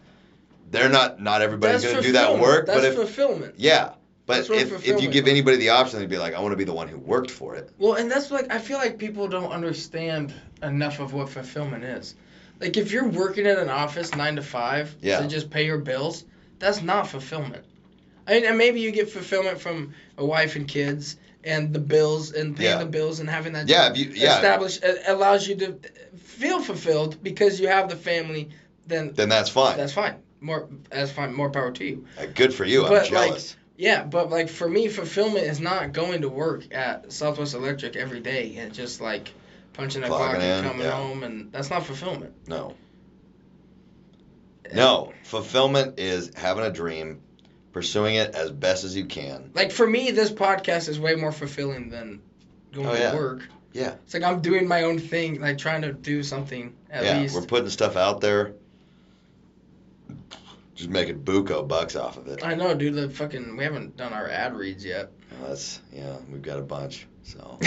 A: they're not not everybody's
B: that's
A: going to do that work
B: That's
A: but if
B: fulfillment.
A: yeah but
B: That's what
A: if, if you
B: fulfillment
A: give
B: is.
A: anybody the option they'd be like i want to be the one who worked for it
B: Well, and that's like I feel like people don't understand enough of what fulfillment is. Like if you're working at an office nine to five
A: Yeah.
B: to just pay your bills, that's not fulfillment. I mean, and maybe you get fulfillment from a wife and kids and the bills and paying
A: Yeah.
B: the bills and having that
A: yeah if you yeah
B: established it allows you to feel fulfilled because you have the family. Then
A: then that's fine
B: that's fine. More that's fine. More power to you.
A: Uh, good for you i'm
B: But, like,
A: jealous
B: Yeah, but like for me, fulfillment is not going to work at Southwest Electric every day and just like punching a clock
A: Clocking in,
B: and coming
A: yeah.
B: home, and that's not fulfillment.
A: no no fulfillment is having a dream pursuing it as best as you can
B: Like for me, this podcast is way more fulfilling than going
A: Oh,
B: to
A: yeah.
B: work.
A: Yeah.
B: It's like I'm doing my own thing, like trying to do something at
A: yeah
B: least.
A: we're putting stuff out there just making buco bucks off of it
B: I know, dude. The fucking we haven't done our ad reads yet.
A: that's yeah we've got a bunch so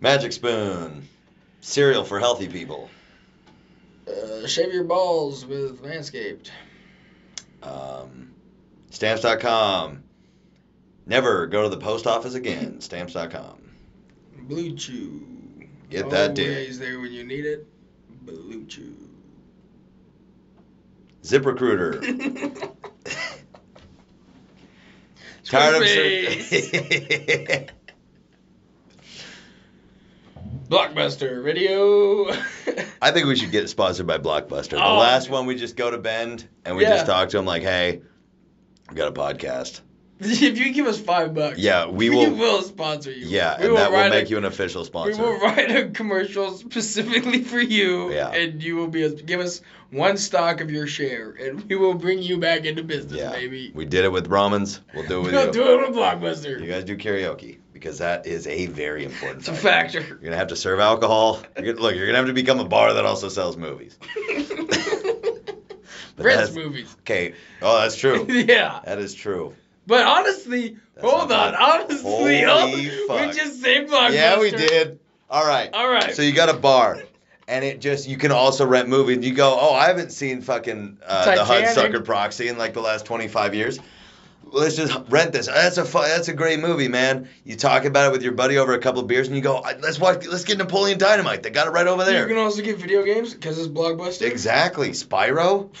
A: magic spoon cereal for healthy people
B: uh, shave your balls with Manscaped.
A: Um, stamps.com. Never go to the post office again. Stamps.com.
B: Blue Chew.
A: Get that dick.
B: Always there when you need it. Blue Chew.
A: ZipRecruiter. Tired of ser-
B: Blockbuster video.
A: I think we should get sponsored by Blockbuster. The
B: Oh.
A: last one we just go to Bend and we
B: Yeah.
A: just talk to him like, hey, we got a podcast.
B: if you give us five bucks,
A: Yeah, we
B: we
A: will.
B: will sponsor you.
A: Yeah,
B: we
A: and that will
B: write
A: make
B: a,
A: you an official sponsor.
B: We will write a commercial specifically for you,
A: Yeah.
B: and you will be a, give us one stock of your share, and we will bring you back into business,
A: Yeah.
B: baby.
A: We did it with Brahmins. We'll do it with
B: We'll
A: you.
B: do it with Blockbuster.
A: You guys do karaoke because that is a very important
B: It's a
A: factor.
B: factor.
A: You're gonna have to serve alcohol. You're gonna, look, you're gonna have to become a bar that also sells movies. But
B: Rent's
A: that's-
B: movies.
A: Okay. Oh, that's true.
B: yeah.
A: That is true.
B: But honestly,
A: That's
B: hold
A: not
B: on. Honestly,
A: Holy
B: oh,
A: fuck.
B: we just saved Blockbuster.
A: Yeah, we did. All right.
B: All right.
A: So you got a bar, and it just you can also rent movies. You go, oh, I haven't seen fucking uh, the
B: Titanic.
A: Hudsucker Proxy in like the last 25 years. Let's just rent this. That's a fu- that's a great movie, man. You talk about it with your buddy over a couple of beers, and you go, "I- let's watch. Let's get Napoleon Dynamite. They got it right over
B: You
A: there.
B: can also get video games because it's Blockbuster.
A: Exactly. Spyro?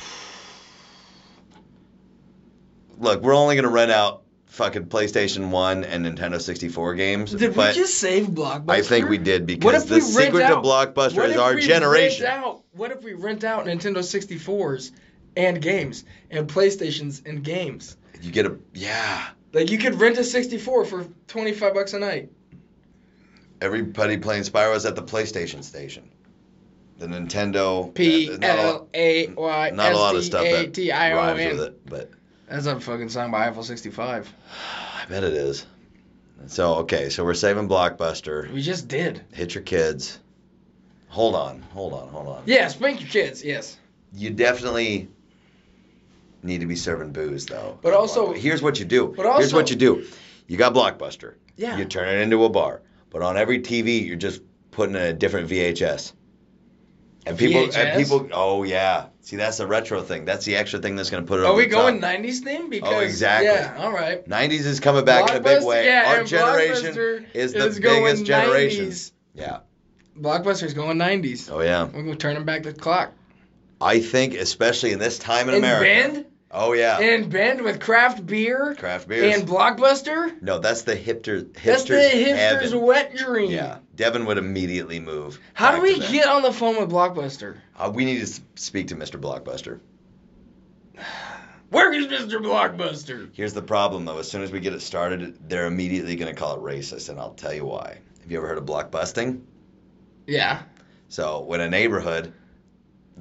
A: Look, we're only going to rent out fucking PlayStation 1 and Nintendo 64 games.
B: Did we
A: but
B: just save Blockbuster?
A: I think we did
B: What
A: because
B: if
A: the
B: we rent
A: secret to
B: out-
A: Blockbuster
B: What
A: is
B: if
A: our
B: we
A: generation.
B: Rent out, what if we rent out Nintendo 64s and games and PlayStations and games?
A: You get a. Yeah.
B: Like you could rent a 64 for 25 bucks a night.
A: Everybody playing Spyro is at the PlayStation station. The Nintendo.
B: P
A: there's not a lot-
B: L A Y
A: Not a lot of
B: S T
A: stuff
B: A
A: that
B: T I O
A: rhymes with
B: N.
A: it, but
B: That's a fucking song by Eiffel 65.
A: I bet it is. So, okay, so we're saving Blockbuster.
B: We just did.
A: Hit your kids. Hold on, hold on, hold on.
B: Yeah, spank your kids. Yes.
A: you definitely need to be serving booze though.
B: But also-
A: here's what you do.
B: but
A: here's what
B: also-
A: you do. You got Blockbuster.
B: Yeah.
A: You turn it into a bar. But on every TV, you're just putting in a different VHS. And people and
B: VHS?
A: people oh yeah. See that's the retro thing. That's the extra thing that's going to put it
B: Are
A: over
B: we
A: the
B: going
A: top. Oh,
B: 90s theme? Because
A: exactly.
B: Yeah. All right.
A: 90s is coming back in a big
B: Blockbuster-
A: way.
B: yeah,
A: Our
B: and
A: generation
B: Blockbuster
A: is the
B: is going
A: biggest generation.
B: 90s.
A: Yeah.
B: Blockbuster's going 90s.
A: Oh yeah.
B: We're going to turn them back the clock.
A: I think especially in this time in
B: And
A: America.
B: Bend?
A: Oh yeah.
B: and Bend with craft beer
A: Craft beers.
B: and Blockbuster.
A: no, that's the hipster. Hipsters
B: That's the hipster's
A: heaven.
B: wet dream.
A: Yeah, Devin would immediately move.
B: How
A: back
B: do
A: to
B: we
A: them.
B: get on the phone with Blockbuster?
A: Uh, we need to s- speak to Mr. Blockbuster.
B: Where is Mr. Blockbuster?
A: Here's the problem though. As soon as we get it started, they're immediately going to call it racist, and I'll tell you why. Have you ever heard of blockbusting?
B: Yeah.
A: So when a neighborhood,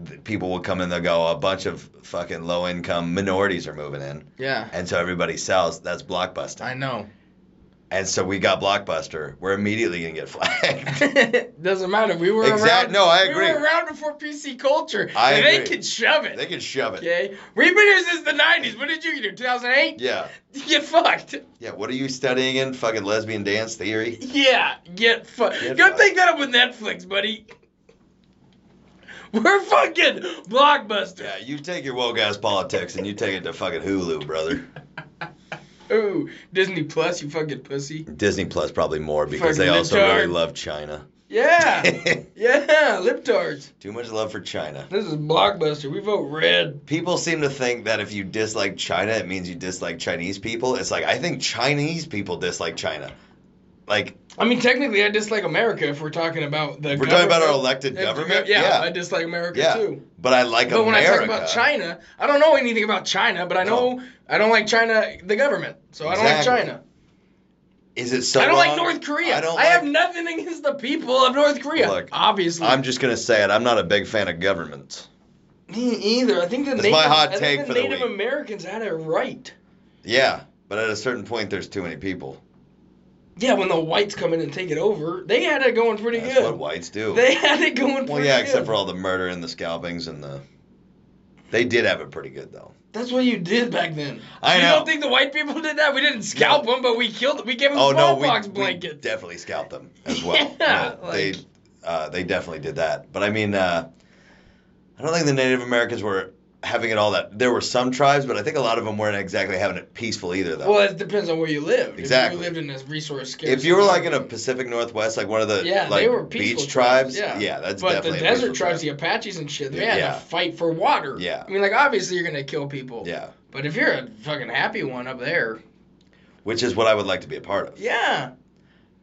A: th- people will come in, they'll go, a bunch of fucking low income minorities are moving in.
B: Yeah.
A: And so everybody sells. That's blockbuster.
B: I know.
A: And so we got blockbuster. We're immediately going to get flagged.
B: Doesn't matter. We were
A: Exact-
B: around.
A: no, I
B: We were
A: agree.
B: around before PC culture.
A: I
B: and They
A: agree.
B: can shove it.
A: they can shove it.
B: Okay. We've been here since the '90s. What did you get here? 2008?
A: Yeah.
B: Get fucked.
A: Yeah. What are you studying in? Fucking lesbian dance theory?
B: Yeah. Get fucked.
A: Get
B: Go
A: fucked.
B: take that up with Netflix, buddy. We're fucking blockbuster.
A: Yeah. You take your woke ass politics and you take it to fucking Hulu, brother.
B: Ooh, Disney Plus, you fucking pussy.
A: Disney Plus probably more because
B: Fucking
A: they also
B: retard.
A: really love China.
B: Yeah. yeah, lip tarts.
A: Too much love for China.
B: This is blockbuster. We vote red.
A: People seem to think that if you dislike China, it means you dislike Chinese people. It's like I think Chinese people dislike China. Like
B: I mean, technically, I dislike America if we're talking about the.
A: we're talking about our
B: government.
A: elected
B: If-
A: government.
B: Yeah,
A: Yeah,
B: I dislike America
A: Yeah.
B: too.
A: but I like
B: But when I
A: America.
B: talk about China, I don't know anything about China, but I know I don't like China, the government. So I don't
A: Exactly.
B: like China.
A: is it so?
B: I don't like
A: wrong?
B: North Korea.
A: I
B: I,
A: don't.
B: have
A: like-
B: nothing against the people of North Korea.
A: Look,
B: Obviously.
A: I'm just gonna say it. I'm not a big fan of government.
B: Me either. I think the
A: That's
B: Native,
A: my hot
B: I think
A: take
B: the
A: for the
B: Native
A: week.
B: Americans had it right.
A: Yeah, but at a certain point, there's too many people.
B: Yeah, when the whites come in and take it over, they had it going pretty
A: That's what
B: good.
A: whites do.
B: They had it going pretty
A: well, yeah,
B: good.
A: except for all the murder and the scalpings and the. They did have it pretty good though.
B: That's what you did back then.
A: I
B: you
A: know.
B: don't think the white people did that? We didn't scalp them, but we killed them. We gave them
A: Oh no, we,
B: smallpox
A: we
B: blankets.
A: definitely scalped them as well.
B: Yeah,
A: No, they
B: like-
A: uh, they definitely did that. But I mean, uh, I don't think the Native Americans were having it all that. There were some tribes, but I think a lot of them weren't exactly having it peaceful either, though.
B: well, it depends on where you lived.
A: Exactly.
B: If you lived in this resource scarce.
A: if you were like in
B: environment.
A: a Pacific Northwest, like one of the
B: yeah,
A: like
B: they were peaceful
A: beach tribes,
B: Yeah,
A: yeah, that's
B: but
A: definitely
B: the
A: a
B: desert
A: peaceful
B: tribes, the
A: tribe.
B: Apaches and shit, they
A: Yeah,
B: had
A: yeah.
B: to fight for water.
A: Yeah.
B: I mean, like obviously you're gonna kill people.
A: Yeah,
B: But if you're a fucking happy one up there,
A: which is what I would like to be a part of.
B: yeah,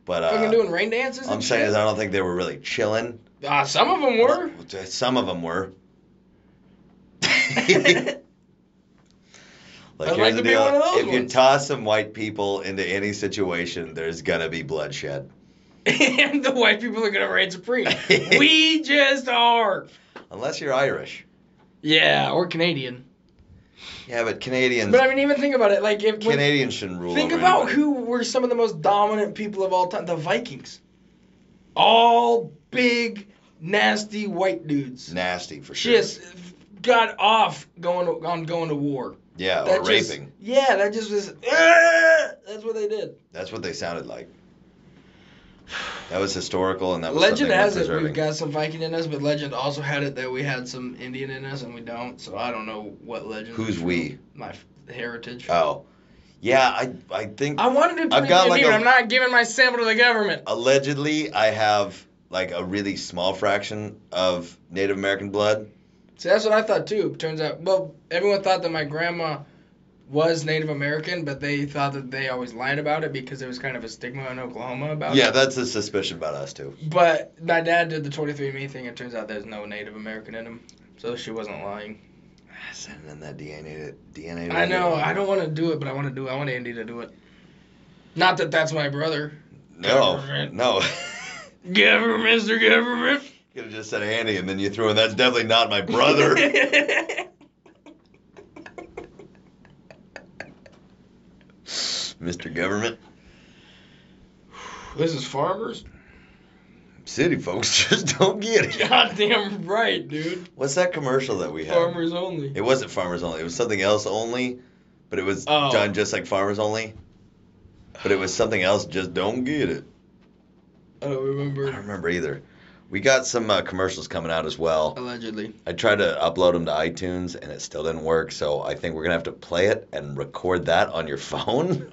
A: But
B: fucking
A: uh,
B: doing rain dances. And
A: I'm saying
B: shit.
A: is I don't think they were really chilling.
B: Ah, some of them were.
A: Some of them were. Like,
B: I'd
A: here's
B: like
A: the
B: to be
A: deal.
B: one of those
A: If you
B: ones.
A: toss some white people into any situation, there's gonna be bloodshed.
B: and the white people are gonna reign supreme. we just are.
A: Unless you're Irish.
B: Yeah, or Canadian.
A: Yeah, but Canadians
B: But I mean, even think about it. Like, if when,
A: Canadians shouldn't rule.
B: think
A: over
B: about
A: anybody.
B: who were some of the most dominant people of all time, the Vikings. All big, nasty white dudes.
A: nasty for sure.
B: Just got off going to, on going to war.
A: Yeah, or
B: That just-
A: Oh, raping.
B: Yeah, that just was. "Ah!" that's what they did.
A: That's what they sounded like. That was historical, and that was
B: Legend
A: something
B: has
A: worth
B: it we've
A: preserving.
B: got some Viking in us, but legend also had it that we had some Indian in us and we don't. So I don't know what legend.
A: Who's we?
B: My f- heritage.
A: Oh, yeah. I I think
B: I wanted to.
A: I've
B: I've
A: got, like, a-
B: I'm not giving my sample to the government.
A: allegedly I have like a really small fraction of Native American blood.
B: See, that's what I thought too. Turns out, well, everyone thought that my grandma was Native American, but they thought that they always lied about it because there was kind of a stigma in Oklahoma about
A: Yeah,
B: it.
A: that's a suspicion about us too.
B: But my dad did the 23andMe thing, and turns out there's no Native American in him, so she wasn't lying.
A: Sending in that DNA. DNA.
B: I know. I don't want to do it, but I want to do it. I want Andy to do it. Not that that's my brother.
A: No,
B: Government.
A: no.
B: Government, Mr. Government.
A: Could have just said Andy, and then you threw in that's definitely not my brother. Mr. Government.
B: this is farmers.
A: City folks just don't get it.
B: Goddamn right, dude.
A: What's that commercial that we had?
B: Farmers only.
A: It wasn't farmers only. It was something else only, but it was
B: Oh.
A: done just like farmers only. But it was something else. Just don't get it.
B: I don't
A: I don't
B: remember.
A: remember either. We got some uh, commercials coming out as well.
B: Allegedly.
A: I tried to upload them to iTunes and it still didn't work, so I think we're gonna have to play it and record that on your phone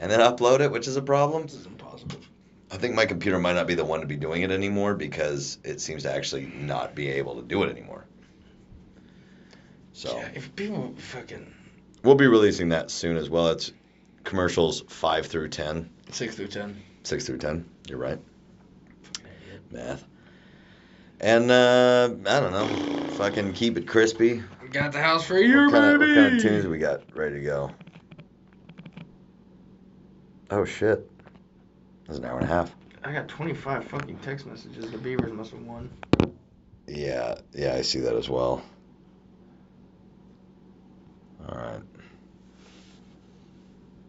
A: and then upload it, which is a problem.
B: This is impossible.
A: I think my computer might not be the one to be doing it anymore because it seems to actually not be able to do it anymore. So
B: Yeah, if people fucking
A: we'll be releasing that soon as well. It's commercials five through ten,
B: six through ten.
A: six through ten. You're right. Math. And uh, I don't know. Fucking keep it crispy.
B: Got the house for you,
A: what kind
B: baby.
A: Of, what kind of tunes we got ready to go? Oh shit. That's an hour and a half.
B: I got 25 fucking text messages. The Beavers must have won.
A: Yeah, yeah, I see that as well. All right.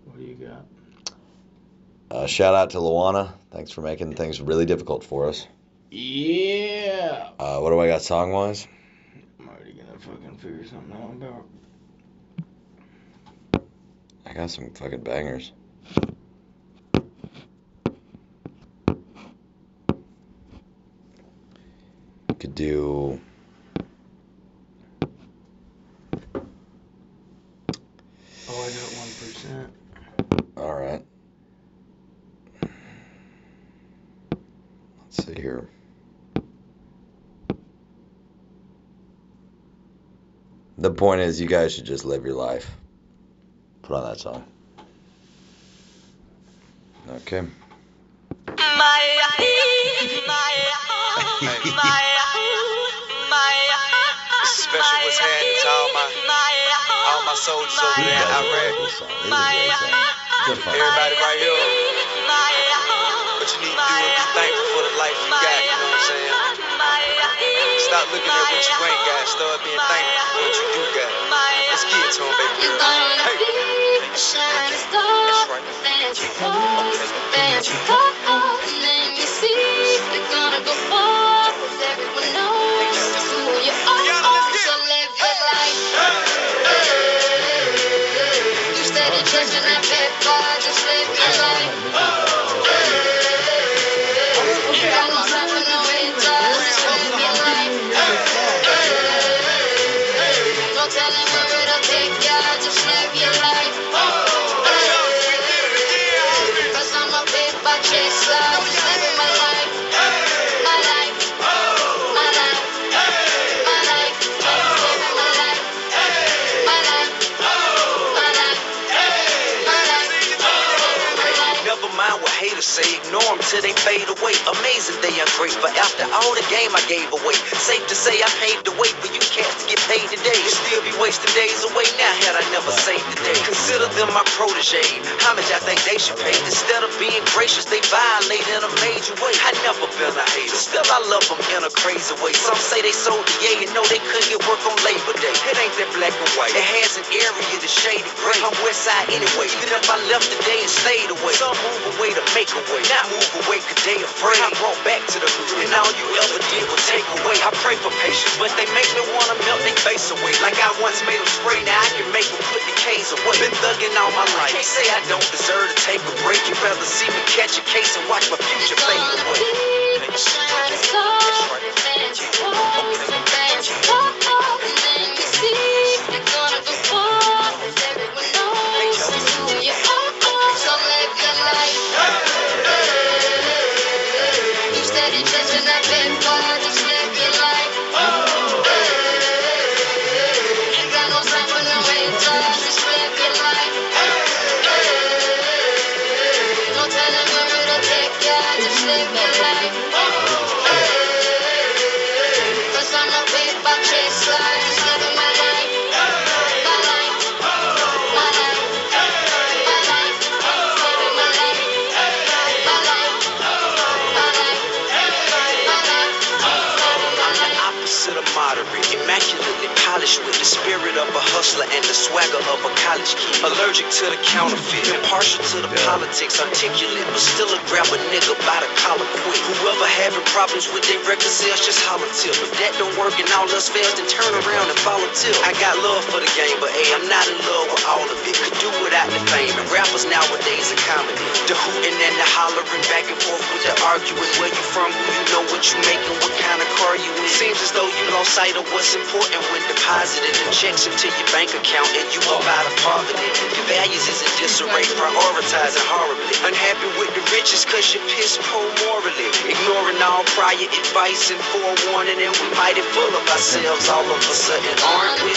B: What do you got?
A: Uh, shout out to Luana. Thanks for making things really difficult for us.
B: Yeah.
A: Uh, what do I got song wise?
B: I'm already gonna fucking figure something out about.
A: I got some fucking bangers. Could do.
B: Oh, I got one percent.
A: All right. Let's see here. The point is, you guys should just live your life. Put on that song. Okay.
C: Special was handed to all my, all my soldiers
A: Who
C: over there in
A: doesn't love
C: Iraq.
A: this song? This is a great song. It's a fun song.
C: Everybody right here. What you need to do is be thankful for the life you got, you know what I'm saying? Stop looking at what you ain't got, start being thankful for what you do got. Let's get to 'em, baby.
D: You're gonna
C: Hey.
D: be a shining
C: That's
D: star.
C: right.
D: Fancy clothes, fancy cars, and then you see you're gonna go far. 'cause everyone knows who you are. So live your life. You steady chasing that big car, just live your life. You got no time for no haters, just live your life. Don't tell him where it'll take ya, just live your life. Cause I'm a paper chaser, just living my life. My life, my life, my life. Just living my life. My life, my life, my life. Living my life.
C: Never mind what haters say, ignore 'em till they fade away. Amazing they ungrateful. After all the game I gave away, safe to say I paved the way for you cats to get paid today. You'd still be wasting days away now had I never saved the day. Consider them my protege. How much I think they should pay? Instead of being gracious, they violate in a major way. I never been a hater, still I love 'em in a crazy way. Some say they sold the yay and know they couldn't get work on Labor Day. It ain't that black and white. It has an area that's shaded gray. I'm west side anyway. Even if I left today and stayed away, some move away to make a way. Not move away 'cause they afraid. I brought back to the hood, and all you ever did was take away. I pray for patience, but they make me wanna melt their face away. Like I once made 'em spray, now I can make 'em put the K's away. Been thugging all my life. Can't say I don't deserve to take a break. You'd rather see me catch a case and watch my future fade away.
D: Don't tell them where it'll take ya, just live your life. Cause I'm a paper chaser, just living my life. My life, my life, my life. Living my life, my life, my life, my life. Living my
C: I'm the
D: life.
C: opposite of moderate, immaculately polished with the spirit of a hustler and the swagger of a college kid. Allergic to the counterfeit, impartial to the politics, articulate, but still a grab a nigga by the collar quick. Whoever having problems with their record sales, just holler till. If that don't work and all us fails, then turn around and volunteer. I got love for the game, but hey, I'm not in love with all of it. Could do without the fame. And rappers nowadays are comedy. The hooting and the hollering back and forth with the arguing. Where you from, who you know, what you making, what kind of car you in. Seems as though you lost sight of what's important when depositing the checks into your bank account and you up out of poverty. Your values is in disarray, prioritizing horribly. Unhappy with the riches cause you're pissed poor morally. Ignore ignoring all prior advice and forewarning, and we mighty full of ourselves all of a sudden, aren't we?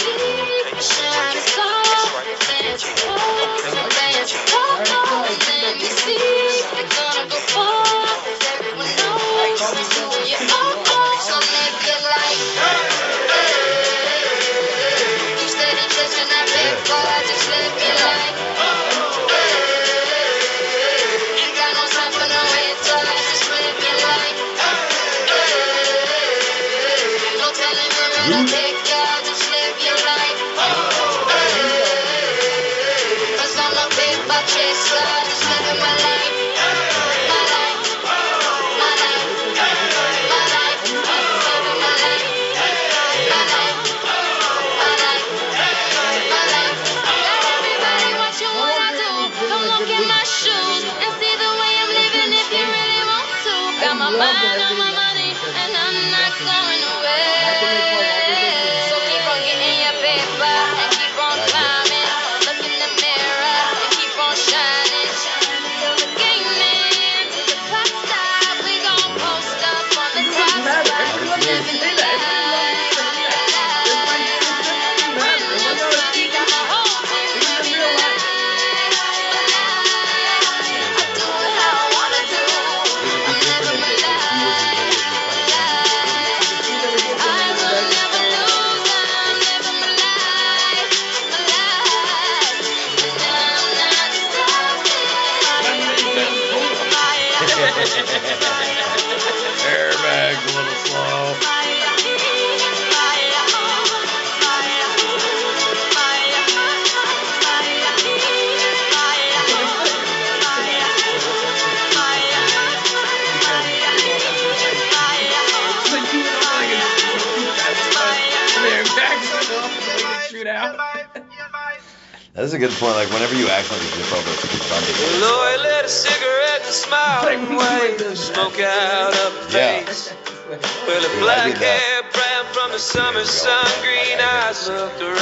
D: That's a good point. Like whenever you accidentally zip over something bumpy.
E: Lloyd lit a cigarette and smiled and waved the smoke out of her
D: Yeah.
E: face. Well, the
D: Dude, I
E: black
D: did that.
E: hair brown from the summer sun, green eyes looked around.